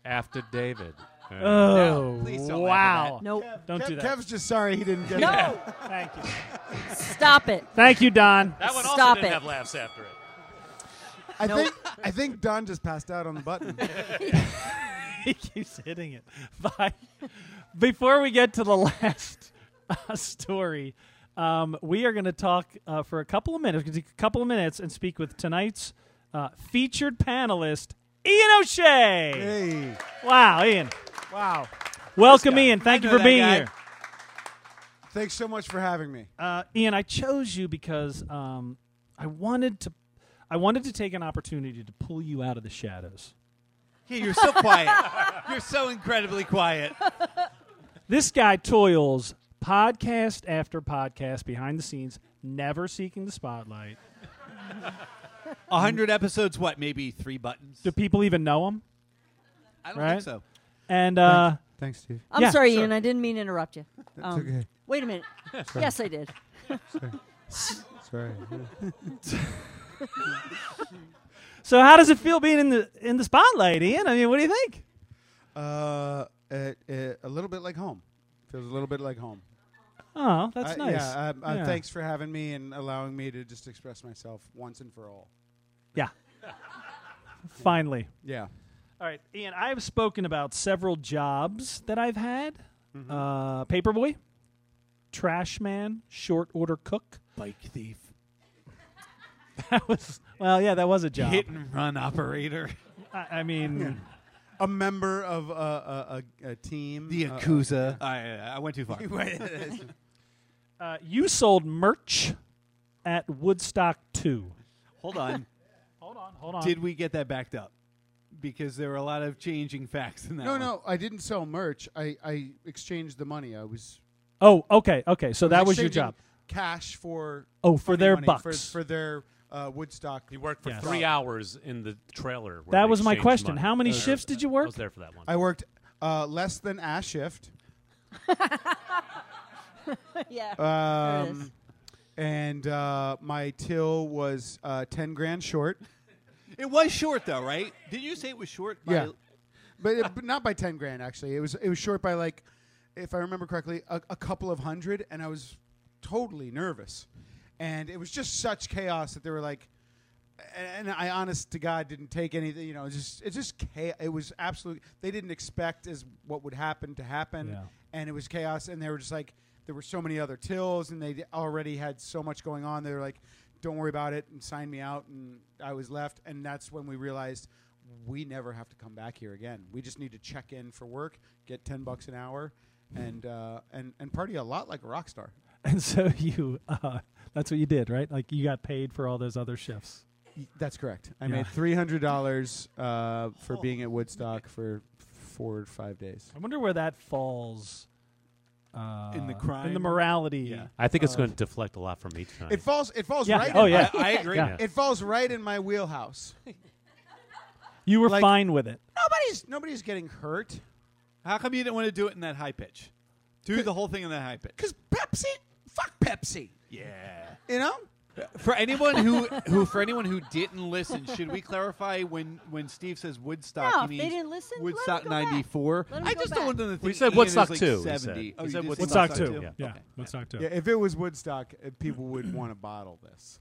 D: After David.
E: oh
B: please don't laugh
E: wow!
B: at
F: Nope.
E: Don't
C: Kev-
E: do that.
C: Kev's just sorry he didn't get it.
F: No.
E: Thank you.
F: Stop it.
E: Thank you, Don.
D: that one also
F: Stop
D: didn't
F: it.
D: have laughs after it.
C: I think I think Don just passed out on the
E: (laughs)
C: button.
E: he keeps hitting it. (laughs) Bye. Before we get to the (laughs) last uh, story, um, we are going to talk uh, for a couple of minutes, a couple of minutes, and speak with tonight's uh, featured panelist, Ian O'Shea.
C: hey.
E: Wow, Ian. Wow. Welcome, Ian. Thank you
B: know
E: for
B: that
E: being
B: guy.
E: here.
C: Thanks so much for having me.
E: Uh, Ian, I chose you because um, I wanted to. I wanted to take an opportunity to pull you out of the shadows.
B: Yeah, you're so quiet. you're so incredibly quiet.
E: This guy toils podcast after podcast behind the scenes, never seeking the spotlight.
B: A hundred episodes. What? Maybe three buttons.
E: Do people even know him?
B: I don't
E: right?
B: think so.
E: And uh,
C: Thanks, Steve.
F: I'm
E: Yeah,
F: sorry,
E: sure.
F: Ian. I didn't mean to interrupt you. Um,
C: okay.
F: Wait
B: (laughs)
F: a minute. yes, I did. (laughs)
C: Sorry.
E: so, how does it feel being in the in the spotlight, Ian? I mean, what do you think?
C: Uh, it, it, a little bit like home. Feels a little bit like home.
E: Oh, that's
C: I-
E: nice.
C: Yeah, I, I,
E: Yeah.
C: Thanks for having me and allowing me to just express myself once and for all.
E: Yeah. Finally.
C: Yeah.
E: All right, Ian. I have spoken about several jobs that I've had:
C: Mm-hmm.
E: uh, paperboy, trash man, short order cook.
B: Bike thief,
E: (laughs) That was well, yeah, that was a job.
B: hit and (laughs) run operator,
E: I, I mean.
C: A member of a, a, a, a team.
B: the
C: Uh, uh,
B: Yakuza. I, I went too far. (laughs)
E: Uh, you sold merch at Woodstock 2.
B: Hold on.
E: Hold on, hold on.
B: Did we get that backed up? Because there were a lot of changing facts in that.
C: (laughs) no,
B: one.
C: no, I didn't sell merch. I, I exchanged the money. I was.
E: oh, okay, okay. So
C: I
E: that was your
C: exchanging
E: job. (laughs)
C: Cash for.
E: Oh, for
C: funny
E: their
C: money, For,
E: bucks.
C: for their uh, Woodstock.
D: He worked for
E: Yes.
D: three hours in the trailer. where
E: That
D: they
E: was my
D: exchanged
E: question.
D: money.
E: How many
D: I was-
E: shifts did you
D: I
E: work?
D: was there for that one.
C: I worked uh, less than a shift.
F: yeah. There it is.
C: Um, and uh, my till was uh, 10 grand short.
B: It was short though, right? Did you say it was short? By
C: Yeah. but, it, but not by 10 grand actually it was it was short by like if i remember correctly a, a couple of hundred and i was totally nervous and it was just such chaos that they were like and and I honest to God didn't take anything. You know, it's just it's just chaos. It was absolute. They didn't expect as what would happen to happen,
E: Yeah.
C: and it was chaos. And they were just like there were so many other tills, and they d- already had so much going on. They were like, "Don't worry about it," and signed me out, and I was left. And that's when we realized we never have to come back here again. We just need to check in for work, get ten bucks an hour, and uh, and and party a lot like a rock star.
E: And so you, uh, that's what you did, right? Like you got paid for all those other shifts.
C: Y- That's correct. I
E: Yeah.
C: made three hundred dollars uh, for being at Woodstock for four or five days.
E: I wonder where that falls. Uh,
B: the
E: in the
B: crime?
E: morality.
B: Yeah.
D: I think it's going to deflect a lot from me tonight.
C: It falls. It falls
E: Yeah.
C: right.
E: Oh
C: in (laughs)
E: yeah.
B: I agree.
E: (laughs) Yeah.
C: My, it falls right in my (laughs) wheelhouse.
E: You were
C: Like-
E: fine with it.
C: Nobody's nobody's getting hurt.
B: How come you didn't want to do it in that high pitch? Do the whole thing in that high pitch.
C: Because Pepsi, fuck Pepsi.
B: Yeah.
C: You know?
B: For anyone who, who for anyone who didn't listen, should we clarify when, when Steve says Woodstock?
F: No,
B: he
F: if they
B: means
F: didn't listen, let 'em
B: Woodstock
F: go back.
B: '94.
F: Let 'em
B: I
F: go
B: just don't
F: back.
B: want them to think
D: said
B: Ian is
D: Woodstock
B: like
D: two, he said.
B: 70.
D: He said
B: you just
D: Woodstock
E: Woodstock
D: Woodstock
E: two.
D: two.
E: Yeah.
D: Yeah.
E: Woodstock two.
C: Yeah, if it was Woodstock, uh, people would (clears throat) want to bottle this.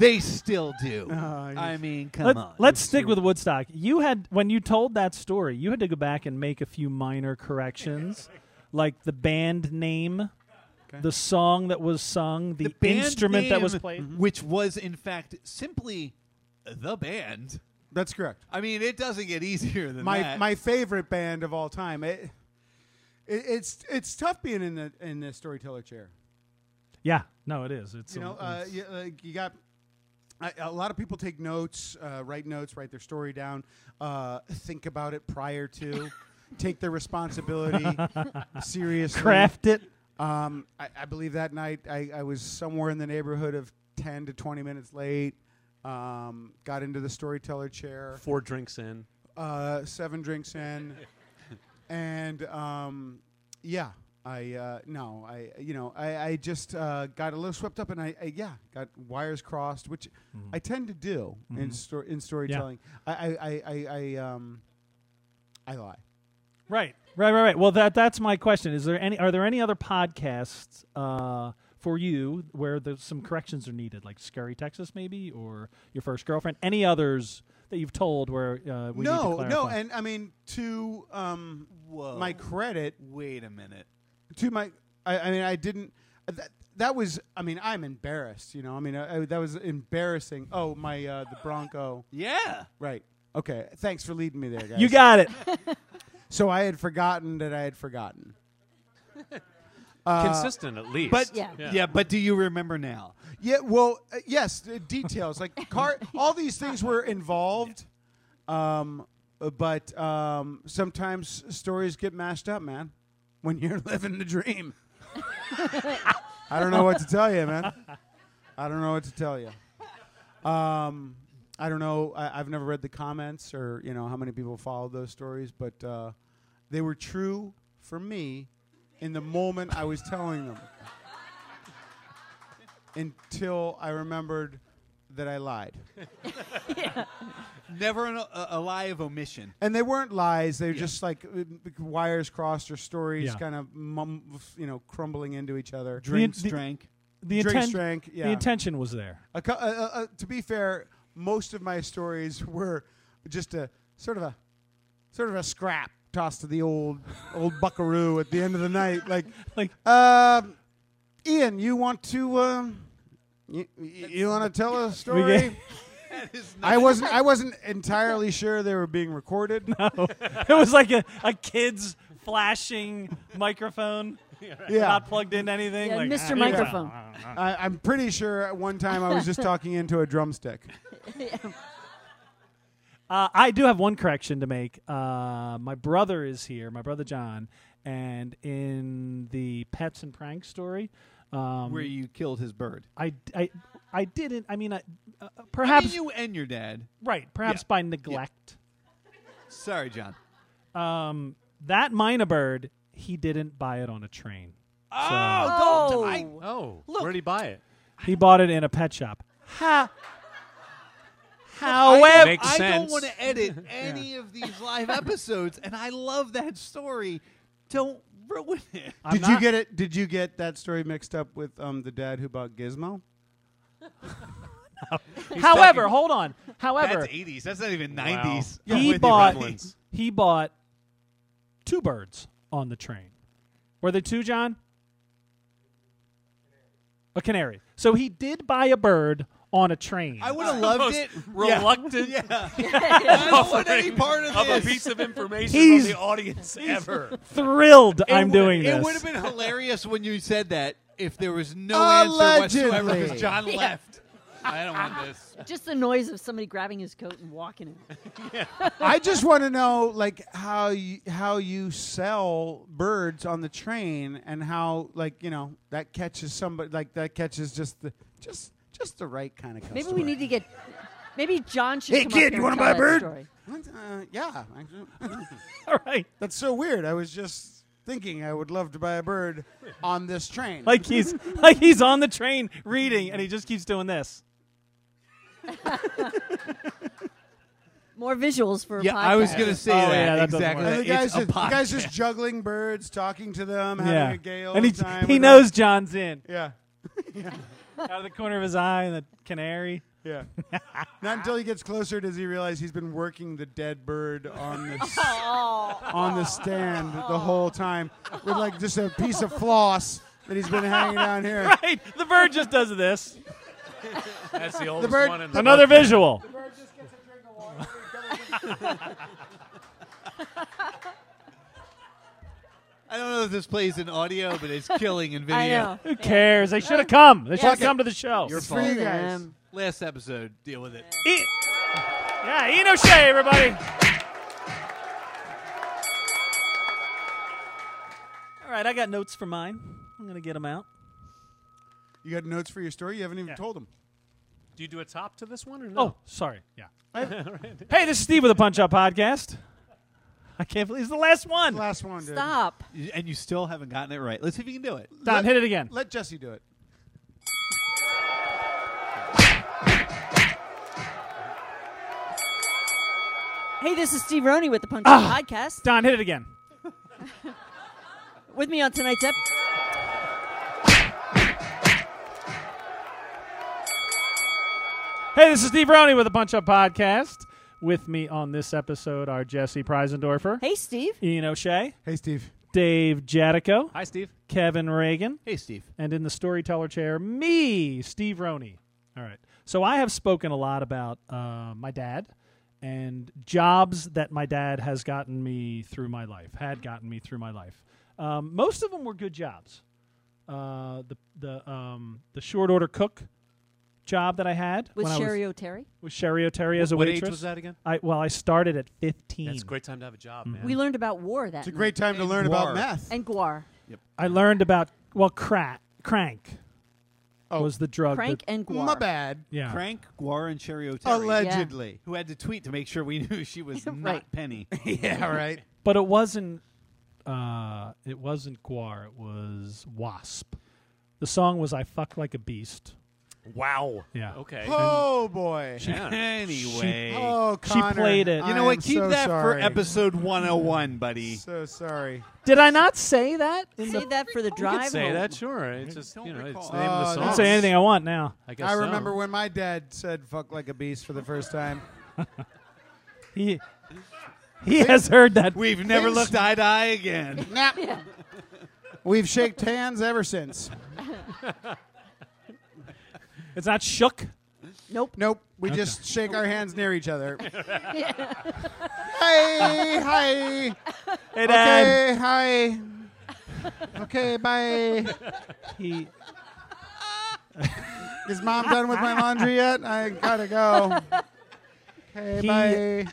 B: They still
E: Oh,
B: do. I
C: yes.
B: mean, come on.
E: Let, us stick with Woodstock. You had when you told that story, you had to go back and make a few
C: (laughs)
E: minor corrections, like the band name, the song that was sung, the,
B: band
E: instrument that was
B: name,
E: played.
C: Mm-hmm.
B: which was in fact simply the band.
C: That's correct.
B: I mean, it doesn't get easier than
C: My
B: that.
C: my favorite band of all time. It, it, it's it's tough being in the in the storyteller chair.
E: Yeah, no, it is. It's
C: You
E: a-
C: know, uh,
E: it's-
C: you, like you got I, a lot of people take notes, uh, write notes, write their story down, uh, think about it prior
E: (laughs)
C: to, take their responsibility seriously.
E: craft it.
C: Um, I, I believe that night I, I was somewhere in the neighborhood of ten to twenty minutes late. Um, got into the storyteller chair,
D: Four drinks in.
C: uh, seven drinks in, and um, yeah, I uh, no, I you know I, I just uh, got a little swept up, and I, I yeah got wires crossed, which I tend to do in sto- in storytelling. I, I, I, I, I um I lie.
E: Right, right, right, right. Well, that that's my question. Is there any? Are there any other podcasts uh, for you where there's some corrections are needed, like Scary Texas, maybe, or your first girlfriend? Any others that you've told where uh, we need to
C: no, no,
E: clarify?
C: and I mean to um
B: Whoa.
C: my credit
B: Wait a minute.
C: to my I, I mean I didn't that, that was I mean I'm embarrassed you know I mean I, I- that was embarrassing oh my uh, the Bronco
B: Yeah.
C: right okay thanks for leading me there guys
E: you got it.
C: so I had forgotten that I had forgotten Uh,
D: Consistent at least.
B: But yeah.
F: Yeah.
B: but do you remember now?
C: yeah well uh, yes uh, details like car all these things were involved um uh, but um sometimes stories get mashed up man when you're (laughs) living the dream I don't know what to tell you man I don't know what to tell you. Um, I don't know. I, I've never read the comments or you know how many people followed those stories, but uh, they were true for me in the moment I was telling them. Until I remembered that I lied,
B: Never an, a, a lie of omission.
C: and they weren't lies. They were just like uh, wires crossed or stories
E: Yeah.
C: kind of mum, you know crumbling into each other.
B: Drinks
E: the-
B: drank.
E: The
C: Drinks
E: intent,
C: drank, yeah.
E: the intention was there. (laughs)
C: A cou- uh, uh, uh, to be fair, most of my stories were just a sort of a sort of a scrap tossed to the old old buckaroo at the end of the night. Like,
E: Like,
C: um, Ian, you want to um, you, you want to tell a
E: (laughs)
C: story?
E: get-
C: I wasn't
E: (laughs)
C: I wasn't entirely sure they were being recorded.
E: it was like a, a kid's flashing microphone,
C: yeah,
E: not plugged in anything.
F: Yeah,
E: like,
F: Mr.
E: ah,
F: Microphone.
C: I, I'm pretty sure at one time I was
E: (laughs)
C: just talking into a drumstick.
E: Uh, I do have one correction to make. Uh, my brother is here, my brother John, and in the pets and pranks story, um,
B: Where you killed his bird.
E: I, I, I didn't. I mean, I, uh,
B: I
E: perhaps
B: mean, you and your dad.
E: right, perhaps by neglect.
B: Sorry, John.
E: Um, that minor bird, he didn't buy it on a train.
B: Oh, don't. I,
D: oh, where'd he buy it?
E: He bought it in a pet shop. Ha.
B: I
E: However,
B: don't-
D: Makes
B: I don't
D: sense.
B: want to
D: (laughs)
B: edit any of these live episodes, and I love that story. Don't ruin it.
E: I'm
C: Did you
E: not-
C: get it? Did you get that story mixed up with um, the dad who bought Gizmo?
E: However, hold on. However,
B: That's 80s. That's not even 90s.
D: 90s.
B: I'm with
E: he
B: you,
E: bought
D: Gremlins.
E: he bought two birds on the train. Were there two, John? A canary. So he did buy a bird on a train.
B: I
A: (laughs)
B: would have loved
D: Most
B: it.
D: Reluctant
B: Yeah. I (laughs)
F: Oh. (laughs)
B: don't want any part of
D: of a
B: this.
D: piece of information
E: He's-
D: from the audience ever.
E: Thrilled
B: It
E: I'm
B: would-
E: doing
B: It
E: this. (laughs)
B: would have been hilarious when you said that if there was no answer
C: Allegedly.
B: whatsoever because John left. I don't want this.
F: Just the noise of somebody grabbing his coat and walking it.
C: I just want to know, like, how you how you sell birds on the train, and how, like, you know, that catches somebody, like, that catches just the just just the right kind of customer.
F: Maybe we need to get Maybe John should.
C: Hey,
F: come
C: kid,
F: up here
C: you wanna
F: and tell
C: buy a
F: that
C: bird?
F: Story.
C: What? Uh, yeah. (laughs) actually.
E: All right.
C: That's so weird. I was just thinking I would love to buy a bird on this train.
E: Like he's like he's on the train reading and he just keeps doing this.
F: More visuals for.
B: Yeah,
F: a podcast.
B: I was gonna say
E: Oh,
B: that,
E: yeah, that doesn't
B: exactly.
E: work.
C: And the guy's,
B: It's a
C: just, the guy's
B: podcast.
C: just juggling birds, talking to them, having
E: yeah.
C: a gay old
E: and he
C: time.
E: he
C: with
E: knows John's
B: (laughs)
E: in
C: Them. Yeah.
E: out of the corner of his eye and the canary. (laughs)
C: Yeah. Not until he gets closer does he realize he's been working the dead bird on the
E: (laughs)
C: s-
F: Oh,
C: on the stand the whole time with like just a piece of floss that he's been hanging down here.
E: Right. The bird just does this.
D: That's the
C: The
D: oldest
C: bird-
D: one in the
E: Another visual.
C: bird just gets a drink of water.
B: I don't know if this plays in audio, but
F: (laughs)
B: it's killing in video.
F: I know.
E: Who cares? They should have come. They should have
C: Okay.
E: come to the show.
B: Your
C: for you
B: fault.
C: guys.
F: Um,
B: Last episode, deal with it.
E: E- yeah, Ian O'Shea, everybody. All right, I got notes for mine. I'm gonna get them out.
C: You got notes for your story? You haven't even
E: Yeah.
C: told him.
D: Do you do a top to this one or no?
E: Oh, sorry. Yeah. (laughs) hey, this is Steve with the Punch Out Podcast. I can't believe it's the last one.
C: Last one, dude.
F: stop.
B: Y- And you still haven't gotten it right. Let's see if you can do it.
E: Don, hit it again.
C: Let Jesse do it.
F: Hey, this is Steve Roney with the Punch
E: Ah.
F: Podcast.
E: Don, hit it again.
F: With me on tonight's episode.
E: Hey, this is Steve Roney with the Punch Up Podcast. With me on this episode are Jesse Preisendorfer,
F: Hey, Steve.
E: Ian O'Shea,
C: Hey, Steve.
E: Dave Jadico,
D: Hi, Steve.
E: Kevin Reagan,
B: Hey, Steve.
E: and in the storyteller chair, me, Steve Roney. All right. So I have spoken a lot about uh, my dad and jobs that my dad has gotten me through my life, had gotten me through my life. Um, most of them were good jobs. Uh, the the um, the short order cook job that I had
F: With
E: when I
F: Sherry
E: was,
F: O'Terry.
E: with Sherry O'Terry as a
D: what
E: waitress.
D: age was that again?
E: I well, I started at fifteen.
D: That's a great time to have a job, man.
F: We learned about war that
C: It's a
F: night.
C: great time to
B: Hey,
C: learn about
B: Guar.
C: math.
F: and Guar.
E: I learned about well, crack, crank
C: Oh.
E: was the drug.
F: Crank
E: that-
F: and Guar.
C: My bad.
E: yeah.
B: Frank, Guar, and Sherry O'Terry,
C: Allegedly.
B: who had to tweet to make sure we (laughs) knew she
C: (laughs)
B: was
F: Right.
B: not Penny.
C: Yeah, right.
E: But it wasn't. Uh, it wasn't Guar. It was Wasp. The song was "I Fuck Like a Beast."
D: Wow.
E: Yeah.
D: Okay.
C: Oh, boy.
D: Yeah.
B: (laughs) anyway,
C: Oh, Connor.
E: played it.
B: you know
C: I
B: what?
C: am
B: Keep
C: so
B: that
C: sorry.
B: for episode 101, buddy.
C: So sorry.
E: Did I not say that? In the,
F: Save that for the
D: You could
F: drive.
D: say
F: home.
D: that, sure. It's just
B: don't
D: you know, it's
B: recall.
D: the name
C: Oh,
D: of the
E: I
D: song.
E: can say anything I want now.
D: I guess
C: I
D: so.
C: remember when my dad said fuck like a beast for the first time.
E: He he has heard that.
B: We've never
C: Things-
B: looked eye to eye again.
C: (laughs) Nah. We've shaked hands ever since.
E: It's not shook.
F: Nope.
C: Nope. We just shake our hands near each other. hi, hi.
E: Hey, Dad.
C: Okay, hi. Okay, bye.
E: He
C: Is mom done with my laundry yet? I gotta go. Okay,
E: He-
C: bye.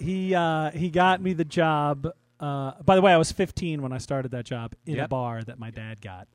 E: he uh, he got me the job. Uh, by the way, I was 15 when I started that job in a
D: Yep.
E: bar that my dad got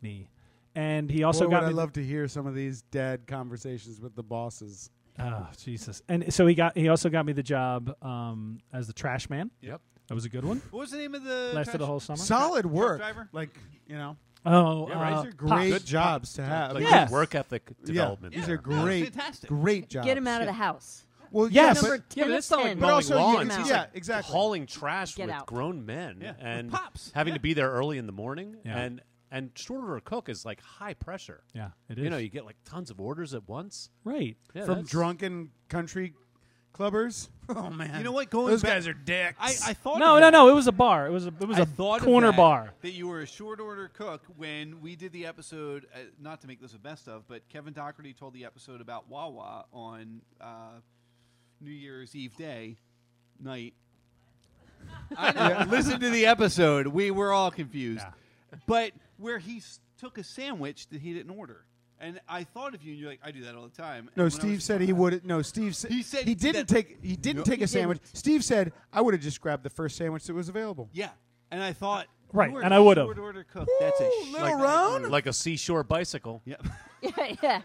E: me, and he also
C: Boy,
E: got
C: would I
E: me. the-
C: love to hear some of these dad conversations with the bosses.
E: oh Jesus! And so he got he also got me the job um, as the trash man.
D: Yep.
E: That was a good one.
B: What was the name of the
E: Lasted the
B: trash-
E: whole summer.
C: Solid work.
B: driver?
C: Like, you know,
E: Oh,
D: Yeah, right.
E: uh,
D: These are
E: Pop.
C: great jobs to have.
D: Like
E: Yeah.
D: good
E: Yes.
D: work ethic development.
C: These
D: there.
C: are great,
B: fantastic.
C: great jobs.
F: Get him out of the house.
C: Well,
E: Yes.
C: yeah,
F: Number
C: but,
F: 10
D: but
F: of
D: that's not like
F: 10.
C: but
D: mowing
C: also
D: lawns.
C: you
F: Get
C: can,
F: him
C: see- yeah,
F: out.
C: exactly.
D: hauling trash
F: Get
D: with
F: out.
D: grown men
B: Yeah.
D: and
B: With pops.
D: having to be there early in the morning
E: Yeah.
D: and and short order cook is like high pressure.
E: Yeah, it is.
D: You know, you get like tons of orders at once.
E: right.
D: Yeah,
C: From
D: that's-
C: drunken country clubbers. (laughs) Oh man,
B: You know what? Going
C: those
B: back-
C: guys are dicks.
B: I, I thought
E: No,
B: of
E: no,
B: that.
E: no. It was a bar. It was a it was
B: I
E: a
B: thought of
E: corner
B: that,
E: bar.
B: that you were a short order cook when we did the episode. Uh, not to make this a best of, but Kevin Doherty told the episode about Wawa on uh, New Year's Eve day night. I know. Listen to the episode. We were all confused, but where he s- took a sandwich that he didn't order, and I thought of you, and you're like, I do that all the time. And
C: no,
B: when I
C: Steve
B: was-
C: said he would. No, Steve said
B: He said
C: he didn't
B: that-
C: take. He didn't
B: No,
C: take
F: he
C: a sandwich. Steve said I would have just grabbed the first sandwich that was available.
B: Yeah, and I thought
H: Right,
B: You are
H: and
B: a
H: I would've.
B: short order cook. That's a sh-
E: Little Roan?
D: Like a seashore bicycle.
B: Yep.
F: yeah, (laughs) yeah.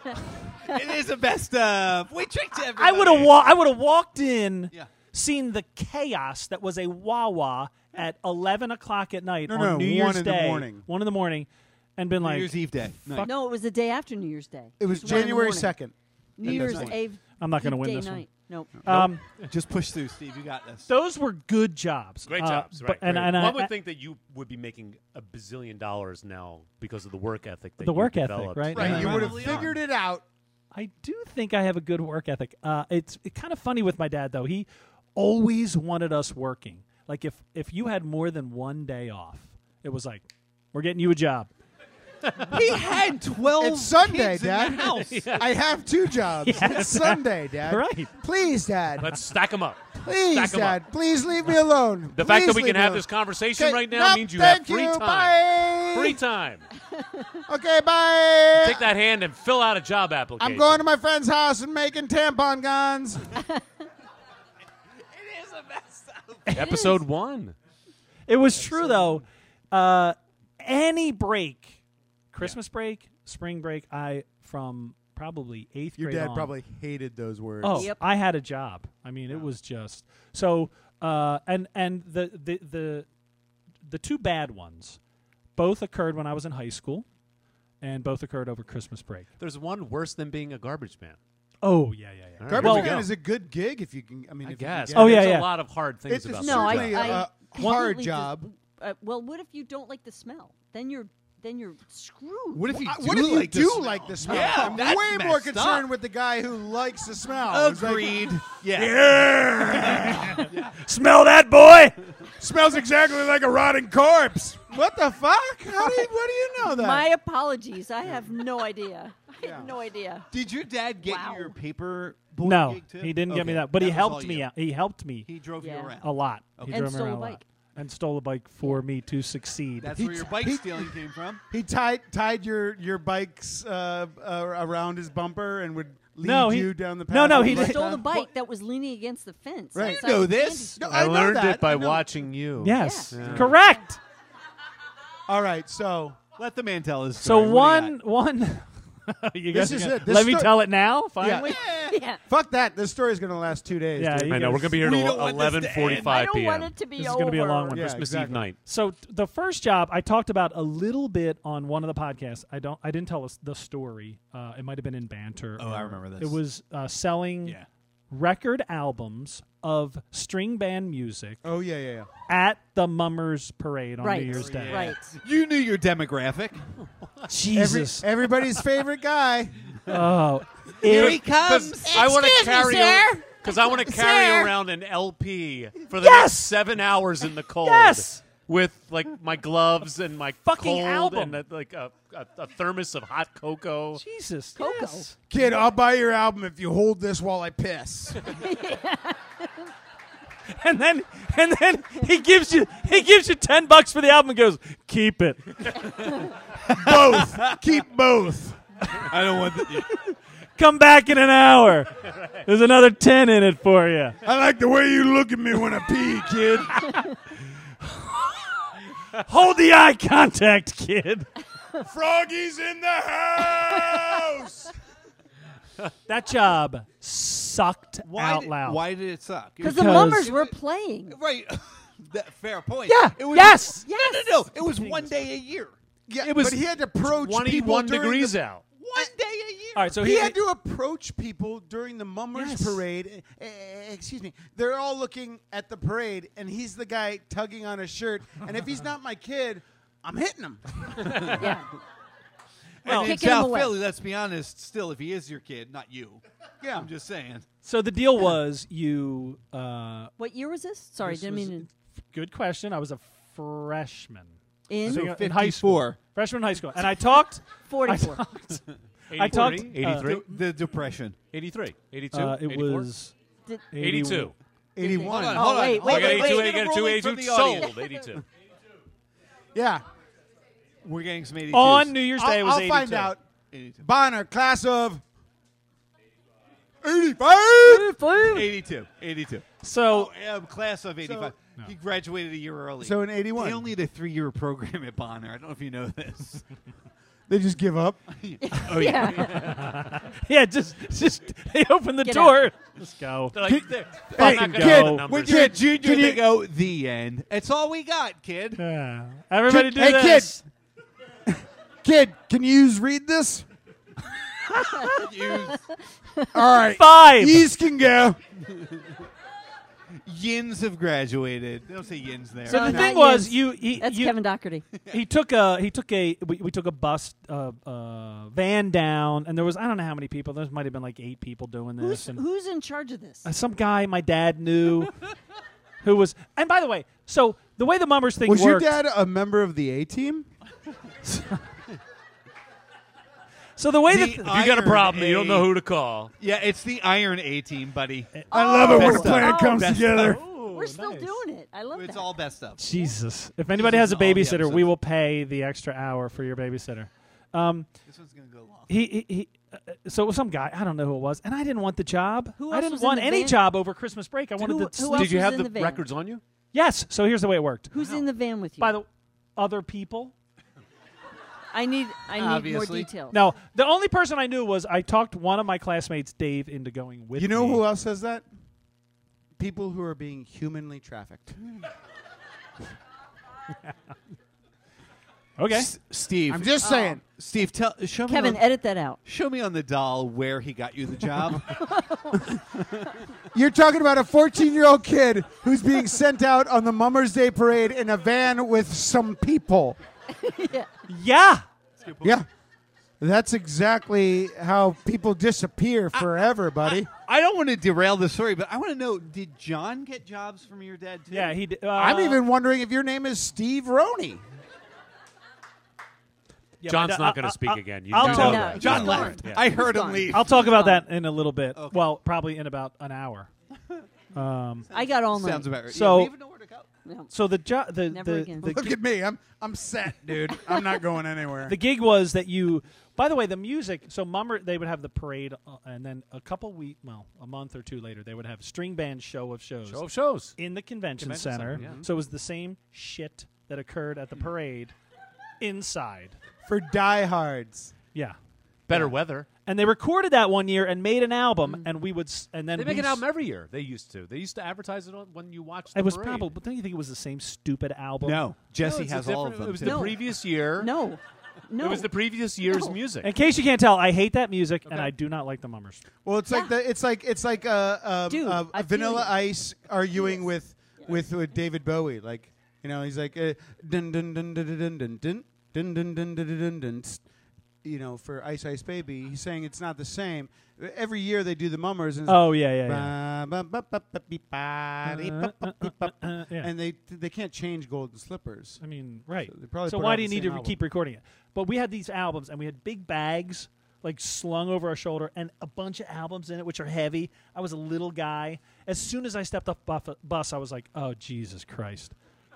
B: it is the best of. We tricked everybody.
E: I would have wa- I would have walked in,
B: Yeah.
E: seen the chaos that was a Wawa at eleven o'clock at night
C: No,
E: on
C: no,
E: New Year's
C: one in the
E: Day,
C: morning.
E: one in the morning, and been
B: New
E: like
B: Year's Eve day. Night.
F: No, it was the day after New Year's Day.
C: It was
F: Just one in the
C: January
F: morning.
C: second.
F: New Year's
C: point.
F: Eve.
H: I'm not gonna
F: Eve
H: win
F: day
H: this one.
F: night. Nope.
E: Um,
B: Just push through, Steve. You got this.
E: those were good jobs.
D: Great
E: Uh,
D: jobs,
E: but-
D: right?
E: and
D: great.
E: and
D: One
E: I,
D: would think that you would be making a bazillion dollars now because of the work ethic. That
E: The
D: you
E: work ethic,
D: developed.
E: right?
C: Right,
E: Yeah.
C: you would have
B: Probably
C: figured it out.
E: I do think I have a good work ethic. Uh, it's it kind of funny with my dad though. He always wanted us working. Like if if you had more than one day off, it was like we're getting you a job.
B: He had twelve.
C: It's Sunday,
B: kids in the
C: Dad.
B: (laughs) house.
C: I have two jobs. It's Sunday,
D: (laughs)
C: Dad.
E: Right.
C: Please, Dad.
D: Let's stack them up.
C: Please,
D: Stack 'em
C: Dad.
D: up.
C: Please leave me alone.
D: The fact that
C: Please
D: we
C: leave
D: can
C: me
D: have
C: alone.
D: this conversation
C: Okay,
D: right now
C: nope,
D: means you
C: thank
D: have free
C: you,
D: time.
C: Bye.
D: Free time.
C: Okay, bye.
D: Take that hand and fill out a job application.
C: I'm going to my friend's house and making tampon guns.
D: episode one.
E: It was true though. Uh, any break, Christmas break, spring break, I from probably eighth
C: Your
E: grade.
C: dad
E: on-
C: probably hated those words.
E: Oh,
F: Yep.
E: I had a job. I mean, it was just so. Uh, and and the the the the two bad ones, both occurred when I was in high school, and both occurred over Christmas break.
D: There's one worse than being a garbage man.
E: Oh yeah yeah yeah.
D: All right,
C: Garbage
D: here we
C: man
D: go.
C: is a good gig if you can. I mean,
D: I
C: if you can
D: guess.
C: get
E: Oh,
D: but
E: yeah,
D: there's
E: yeah.
D: a lot of hard things
C: It's a
D: about
F: No,
D: that
F: I,
D: job.
C: Certainly,
F: I
C: uh,
F: completely
C: hard
F: dis-
C: job.
F: uh, well, what if you don't like the smell? Then you're then you're screwed.
B: What if you
C: I-
B: do
C: uh, what if you
B: like the
C: do
B: smell?
C: like the smell?
B: Yeah,
C: I'm
B: that's
C: way more
B: messed up.
C: concerned with the guy who likes the smell. It's like,
B: Agreed. Yeah.
E: Smell that boy.
C: (laughs) Smells exactly like a rotting corpse. What the fuck? (laughs) How do you, what do you know that?
F: My apologies. I have no idea. I have no idea.
B: Did your dad get
F: Wow.
B: you your paper? Boy
E: No,
B: gig too?
E: he didn't get me
B: Okay.
E: that, but he
B: was all
E: helped
B: you.
E: me out. He helped me
B: He drove
F: Yeah.
B: you around.
E: a lot. He
F: And
E: drove me
F: stole
E: around
F: a
E: lot.
F: bike.
E: And stole a bike for me to succeed.
B: That's
C: He-
B: where your bike
C: he-
B: (laughs) stealing came from.
C: he tied tied your your bikes uh, uh, around his bumper and would lead
E: No, he-
C: you down the path.
E: no, no, he
C: and
E: didn't.
C: like
F: Stole
C: that?
F: the bike that was leaning against the fence.
C: Right. You
F: outside
B: know
F: the candy
B: this.
F: store. (laughs)
C: No, I, know that. I know.
D: watching you.
E: yes,
F: Yeah.
E: correct.
C: All right, so
B: Let the man tell his
E: So
B: story. What do you
E: one, one. (laughs) you
C: This
E: guys are
C: is
E: gonna-
C: it. This
E: let me
C: sto-
E: tell it now. Finally,
F: Yeah.
C: (laughs) fuck that. This story's gonna last two days.
E: Yeah,
C: dude.
E: you
D: I know
E: guys-
D: we're gonna be here
B: We
D: till
B: don't want this to end.
F: I
D: 11:45
F: don't
D: p.m.
F: want it to be
E: This is
F: over.
E: gonna be a long one.
C: Yeah,
D: Christmas Eve
C: exactly.
D: night.
E: So t- the first job I talked about a little bit on one of the podcasts. I don't. I didn't tell us the story. Uh, it might have been in banter.
B: Oh, I
E: or-
B: remember this.
E: It was uh, selling
B: Yeah.
E: record albums of string band music
C: Oh yeah, yeah, yeah.
E: at the Mummers Parade on
F: Right.
E: New Year's Day.
F: Right.
B: got. You knew your demographic.
C: Every,
E: Jesus.
C: everybody's favorite guy.
E: oh,
B: Here
E: it-
B: he comes.
D: I want to
F: Excuse me,
D: carry
F: sir.
D: because I want to carry
F: Sir.
D: around an LP for the
E: Yes.
D: next seven hours in the cold.
E: Yes.
D: With like my gloves and my
E: Fucking
D: cold
E: album.
D: and a, like a, a, a thermos of hot cocoa.
E: Jesus.
F: Coco.
E: yes.
C: Kid, I'll buy your album if you hold this while I piss.
E: (laughs) and then and then he gives you he gives you ten bucks for the album and goes keep it.
C: both. Keep both.
B: I don't want the.
E: Come back in an hour. There's another ten in it for you.
C: I like the way you look at me when I pee, kid.
E: Hold the eye contact, kid.
C: Froggy's in the house.
E: (laughs) That job sucked
B: Why
E: out
B: did,
E: loud.
B: Why did it suck? It was-
F: Because the
E: Because-
F: mummers were playing.
B: right. (laughs) that, fair point.
E: Yeah.
B: It was,
E: yes.
F: Yes.
B: No, no, no. It was one day a year.
C: Yeah,
E: It was
C: but he had to approach people
D: 21
C: during
D: degrees
C: the,
D: out.
B: One day a year.
E: All right. So
C: he
E: he,
C: had to approach people during the Mummers
E: Yes.
C: Parade. Eh, eh, excuse me. They're all looking at the parade, and he's the guy tugging on his shirt. And if he's not my kid, I'm hitting him.
F: Yeah.
B: And in
F: Kicking him
B: South
F: away.
B: Philly, let's be honest, still, if he is your kid, not you.
C: Yeah.
B: I'm just saying.
E: so the deal was you. Uh,
F: What year was this? Sorry,
E: this
F: didn't
E: was-
F: mean
E: Good question. I was a freshman.
F: to- in
E: So in high school.
B: 54.
E: Freshman in high school, and I talked. I
F: 44.
E: talked.
D: 83,
E: I talked, uh,
D: 83,
B: The, the depression.
D: 83, 82,
E: Uh, it
D: 84,
E: was
F: Did-
D: 82.
B: Hold on,
F: Oh,
B: hold on.
F: wait,
B: hold
D: I
B: on.
D: got
F: wait,
D: 82,
F: wait.
D: I got 82,
B: Rolling from
D: 82,
B: the audience.
D: sold, 82.
C: Yeah.
B: We're getting some 82s.
E: on New Year's
C: I'll,
E: Day. it was
C: I'll find
E: 82.
C: out.
B: 82.
C: Bonner, class of 85.
B: 82. 82.
E: So
B: Oh, um, class of 85. He graduated a year early.
C: So in 81.
B: They only had a three year program at Bonner. I don't know if you know this.
C: They just give up.
B: oh, yeah.
E: yeah, just (laughs) just they open the
F: Get
E: door. Let's go.
D: They're like, they're,
C: Hey,
D: not gonna
C: kid,
D: know the numbers.
C: we're
B: You're a
C: Kid,
B: junior,
C: can
B: they
C: you-
B: go, the end. It's all we got, kid.
E: Yeah. Everybody
C: Kid-
E: do
C: hey, kid.
E: this.
C: Kid, can you use read this?
B: Use
C: All right.
E: Five.
C: Yeast can go.
B: yins have graduated. They don't say yins there.
E: So the
F: No,
E: thing
F: not
E: was,
F: used.
E: you he,
F: That's
E: you,
F: Kevin Doherty.
E: he took a he took a we, we took a bus uh, uh, van down, and there was I don't know how many people. There might have been like eight people doing this.
F: Who's
E: and
F: who's in charge of this?
E: uh, some guy my
C: (laughs)
E: dad knew who was and by the way so the way the mummers thing
C: Was your
E: worked
C: dad a member of the A team?
E: so the way
B: The
E: that
B: iron
D: you got a problem, you don't know
B: A-
D: who to call.
B: Yeah, it's the Iron A team, buddy.
C: I love it when a
B: Best
C: plan
B: of.
C: comes
B: Best
C: together.
B: of.
F: We're still doing it. I love
B: It's
F: that.
B: all best up.
E: jesus if anybody has a
B: All the
E: babysitter we
B: episodes.
E: will pay the extra hour for your babysitter um,
B: This one's gonna go long.
E: he, he, he uh, uh, so it was some guy i don't know who it was and i didn't want the job
F: Who
E: i
F: else
E: didn't
F: was in
E: want
F: the
E: any
F: van?
E: job over christmas break i wanted
F: Who-
E: to
F: who
E: sleep.
F: else
D: Did you
F: was
D: have
F: in
D: the,
F: the van?
D: records on you?
E: yes so here's the way it worked
F: Who's in the van with you?
E: by the other people
F: I need I need more
B: Obviously.
F: details.
E: no the only person i knew was i talked one of my classmates dave into going with
C: You know
E: me.
C: who else says that? People who are being humanly trafficked.
E: okay
B: S- Steve.
C: I'm just saying.
B: Steve, tell show me
F: Kevin,
B: on,
F: edit that out.
B: show me on the doll where he got you the job. (laughs)
C: You're talking about a 14 year old kid who's being sent out on the Mummers Day parade in a van with some people.
E: yeah
C: Yeah. That's exactly how people disappear forever, buddy.
B: I don't want to derail the story, but I want to know: Did John get jobs from your dad too?
E: Yeah, he. d- Uh,
C: I'm even wondering if your name is Steve Roney.
E: yeah,
D: John's
E: but, uh,
D: not going
E: uh,
D: to speak
E: uh,
D: again. You
E: I'll
D: do
E: tell-
D: know
F: No,
D: that.
B: John
F: He's
B: left.
F: gone.
B: I heard
F: He's
B: him
F: gone.
B: leave.
E: I'll talk about
F: Fine.
E: that in a little bit.
B: Okay.
E: Well, probably in about an hour. Um,
F: I got all night.
B: Sounds about right.
E: So-
B: yeah, we even know where to go.
F: No.
E: so the jo- the
F: Never
E: the,
F: again.
E: the
C: Look at me. I'm I'm set, dude. I'm not (laughs) going anywhere.
E: the gig was that you. By the way, the music. So Mummer, they would have the parade, uh, and then a couple week, well, a month or two later, they would have string band show of shows
D: Show of shows.
E: in the convention,
D: Convention
E: center.
D: center, yeah.
E: So it was the same shit that occurred at the parade inside.
C: For diehards.
E: Yeah.
D: Better weather.
E: And they recorded that one year and made an album, and we would, s- and then
D: Mm. They make
E: we
D: an
E: s-
D: album every year. They used to. They used to advertise it on when you watched. The
E: It was
D: parade.
E: probably, but don't you think it was the same stupid album?
B: No,
D: No,
B: Jesse
D: it's a
B: has all of
D: different-
B: them.
D: It was
B: too.
D: the
F: No.
D: previous year.
F: No. No.
D: it was the previous year's
F: No.
D: music.
E: In case you can't tell, I hate that music and
D: Okay.
E: I do not like the Mummers.
C: Well, it's like
F: Yeah.
C: the it's like it's like uh, um,
F: Dude,
C: uh,
F: I feel
C: Vanilla
F: you.
C: Ice arguing
F: Yes.
C: with, with with David Bowie. Like you know, he's like uh, dun dun dun dun dun dun dun dun dun dun dun dun dun dun. s- You know, for Ice Ice Baby, he's saying it's not the same. Every year they do the Mummers, and it's
E: Oh yeah, yeah, yeah.
C: ba- ba- ba- ba- ba- be- ba- dee- ba- ba- be- ba-
E: Uh, yeah.
C: and they they can't change Golden Slippers.
E: I mean, right.
C: So they probably
E: So
C: put
E: why
C: out
E: do
C: the
E: you need to
C: same album.
E: keep recording it? But we had these albums and we had big bags like slung over our shoulder and a bunch of albums in it which are heavy. I was a little guy. As soon as I stepped off buff- bus, I was like, "Oh Jesus Christ.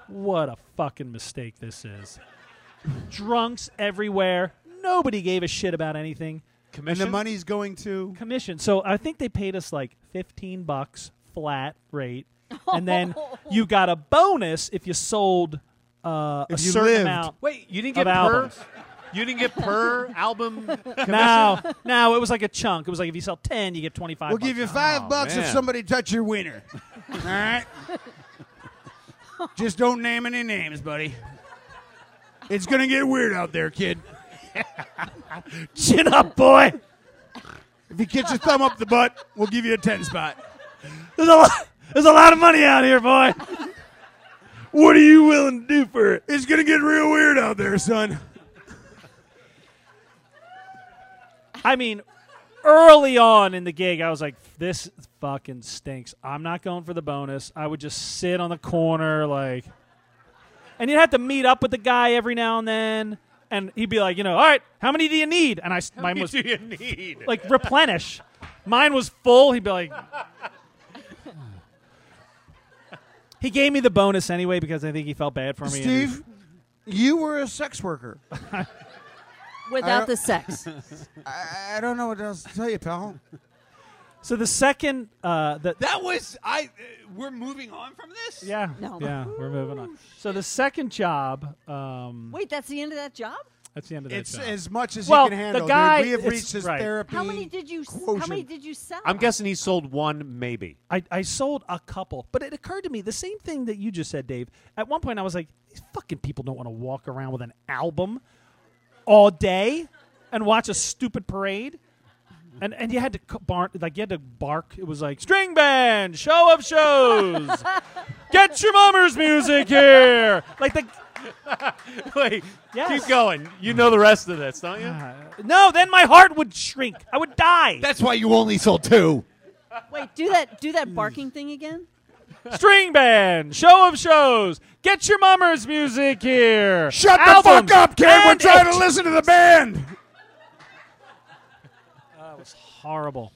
E: What a fucking mistake this is." (laughs) Drunks everywhere. Nobody gave a shit about anything.
C: And the money's going to
E: commission. So I think they paid us like 15 bucks flat rate. And then you got a bonus if you sold uh, a
C: If you
E: certain
C: lived.
E: amount.
D: Wait, you didn't
E: Of
D: get per.
E: albums.
D: You didn't
E: (laughs)
D: get per album.
E: Now, now it was like a chunk. It was like if you sell 10, you get 25
C: We'll
E: bucks.
C: give you five
D: Oh,
C: bucks if
D: man.
C: somebody touch your
E: (laughs)
C: wiener. All right. Just don't name any names, buddy. It's gonna get weird out there, kid.
E: (laughs) Chin up, boy.
C: If you get your thumb up the butt, we'll give you a ten spot.
E: There's a, lot, there's a lot of money out here, boy.
C: What are you willing to do for it? It's gonna get real weird out there, son.
E: I mean, early on in the gig, I was like, this fucking stinks. I'm not going for the bonus. I would just sit on the corner, like. And you'd have to meet up with the guy every now and then. And he'd be like, you know, all right, how many do you need? And I, s-
D: (laughs)
E: mine was
D: do you need?
E: like, replenish. Mine was full. He'd be like, he gave me the bonus anyway because I think he felt bad for me. and he-
C: Steve, you were a sex worker.
F: Without
C: I-
F: the sex.
C: I, I don't know what else to tell you, pal.
E: So the second, uh, the,
B: That was I. Uh, we're moving on from this.
E: yeah,
F: No.
E: yeah, we're moving
F: Ooh,
E: on. So the second job, um,
F: Wait, that's the end of that job?
E: that's the end of that
C: It's
E: job.
C: as much as
E: Well,
C: you can
E: the
C: handle. dude.
E: guy-
C: we have
E: it's-
C: reached his
E: right.
C: therapy.
F: How many did you s- how
C: quotient.
F: many did you sell?
D: I'm guessing he sold one, maybe.
E: I, I sold a couple, but it occurred to me the same thing that you just said, Dave. At one point, I was like, these fucking people don't want to walk around with an album all day and watch a stupid parade. And and you had to c- bark, like you had to bark. It was like string band, show
C: (laughs)
E: up shows, get your mummer's music here. Like the
D: (laughs) Wait,
E: Yes. Uh,
D: keep going. You know the rest of this, don't you?
E: no, then my heart would shrink. I would die.
B: That's why you only sold two.
F: Wait, do that do that barking thing again?
E: (laughs) String band, show of shows, get your mummer's music here.
C: Shut
E: Albums,
C: the fuck up, kid. We're
E: and
C: trying
E: it-
C: to listen to the band.
E: horrible.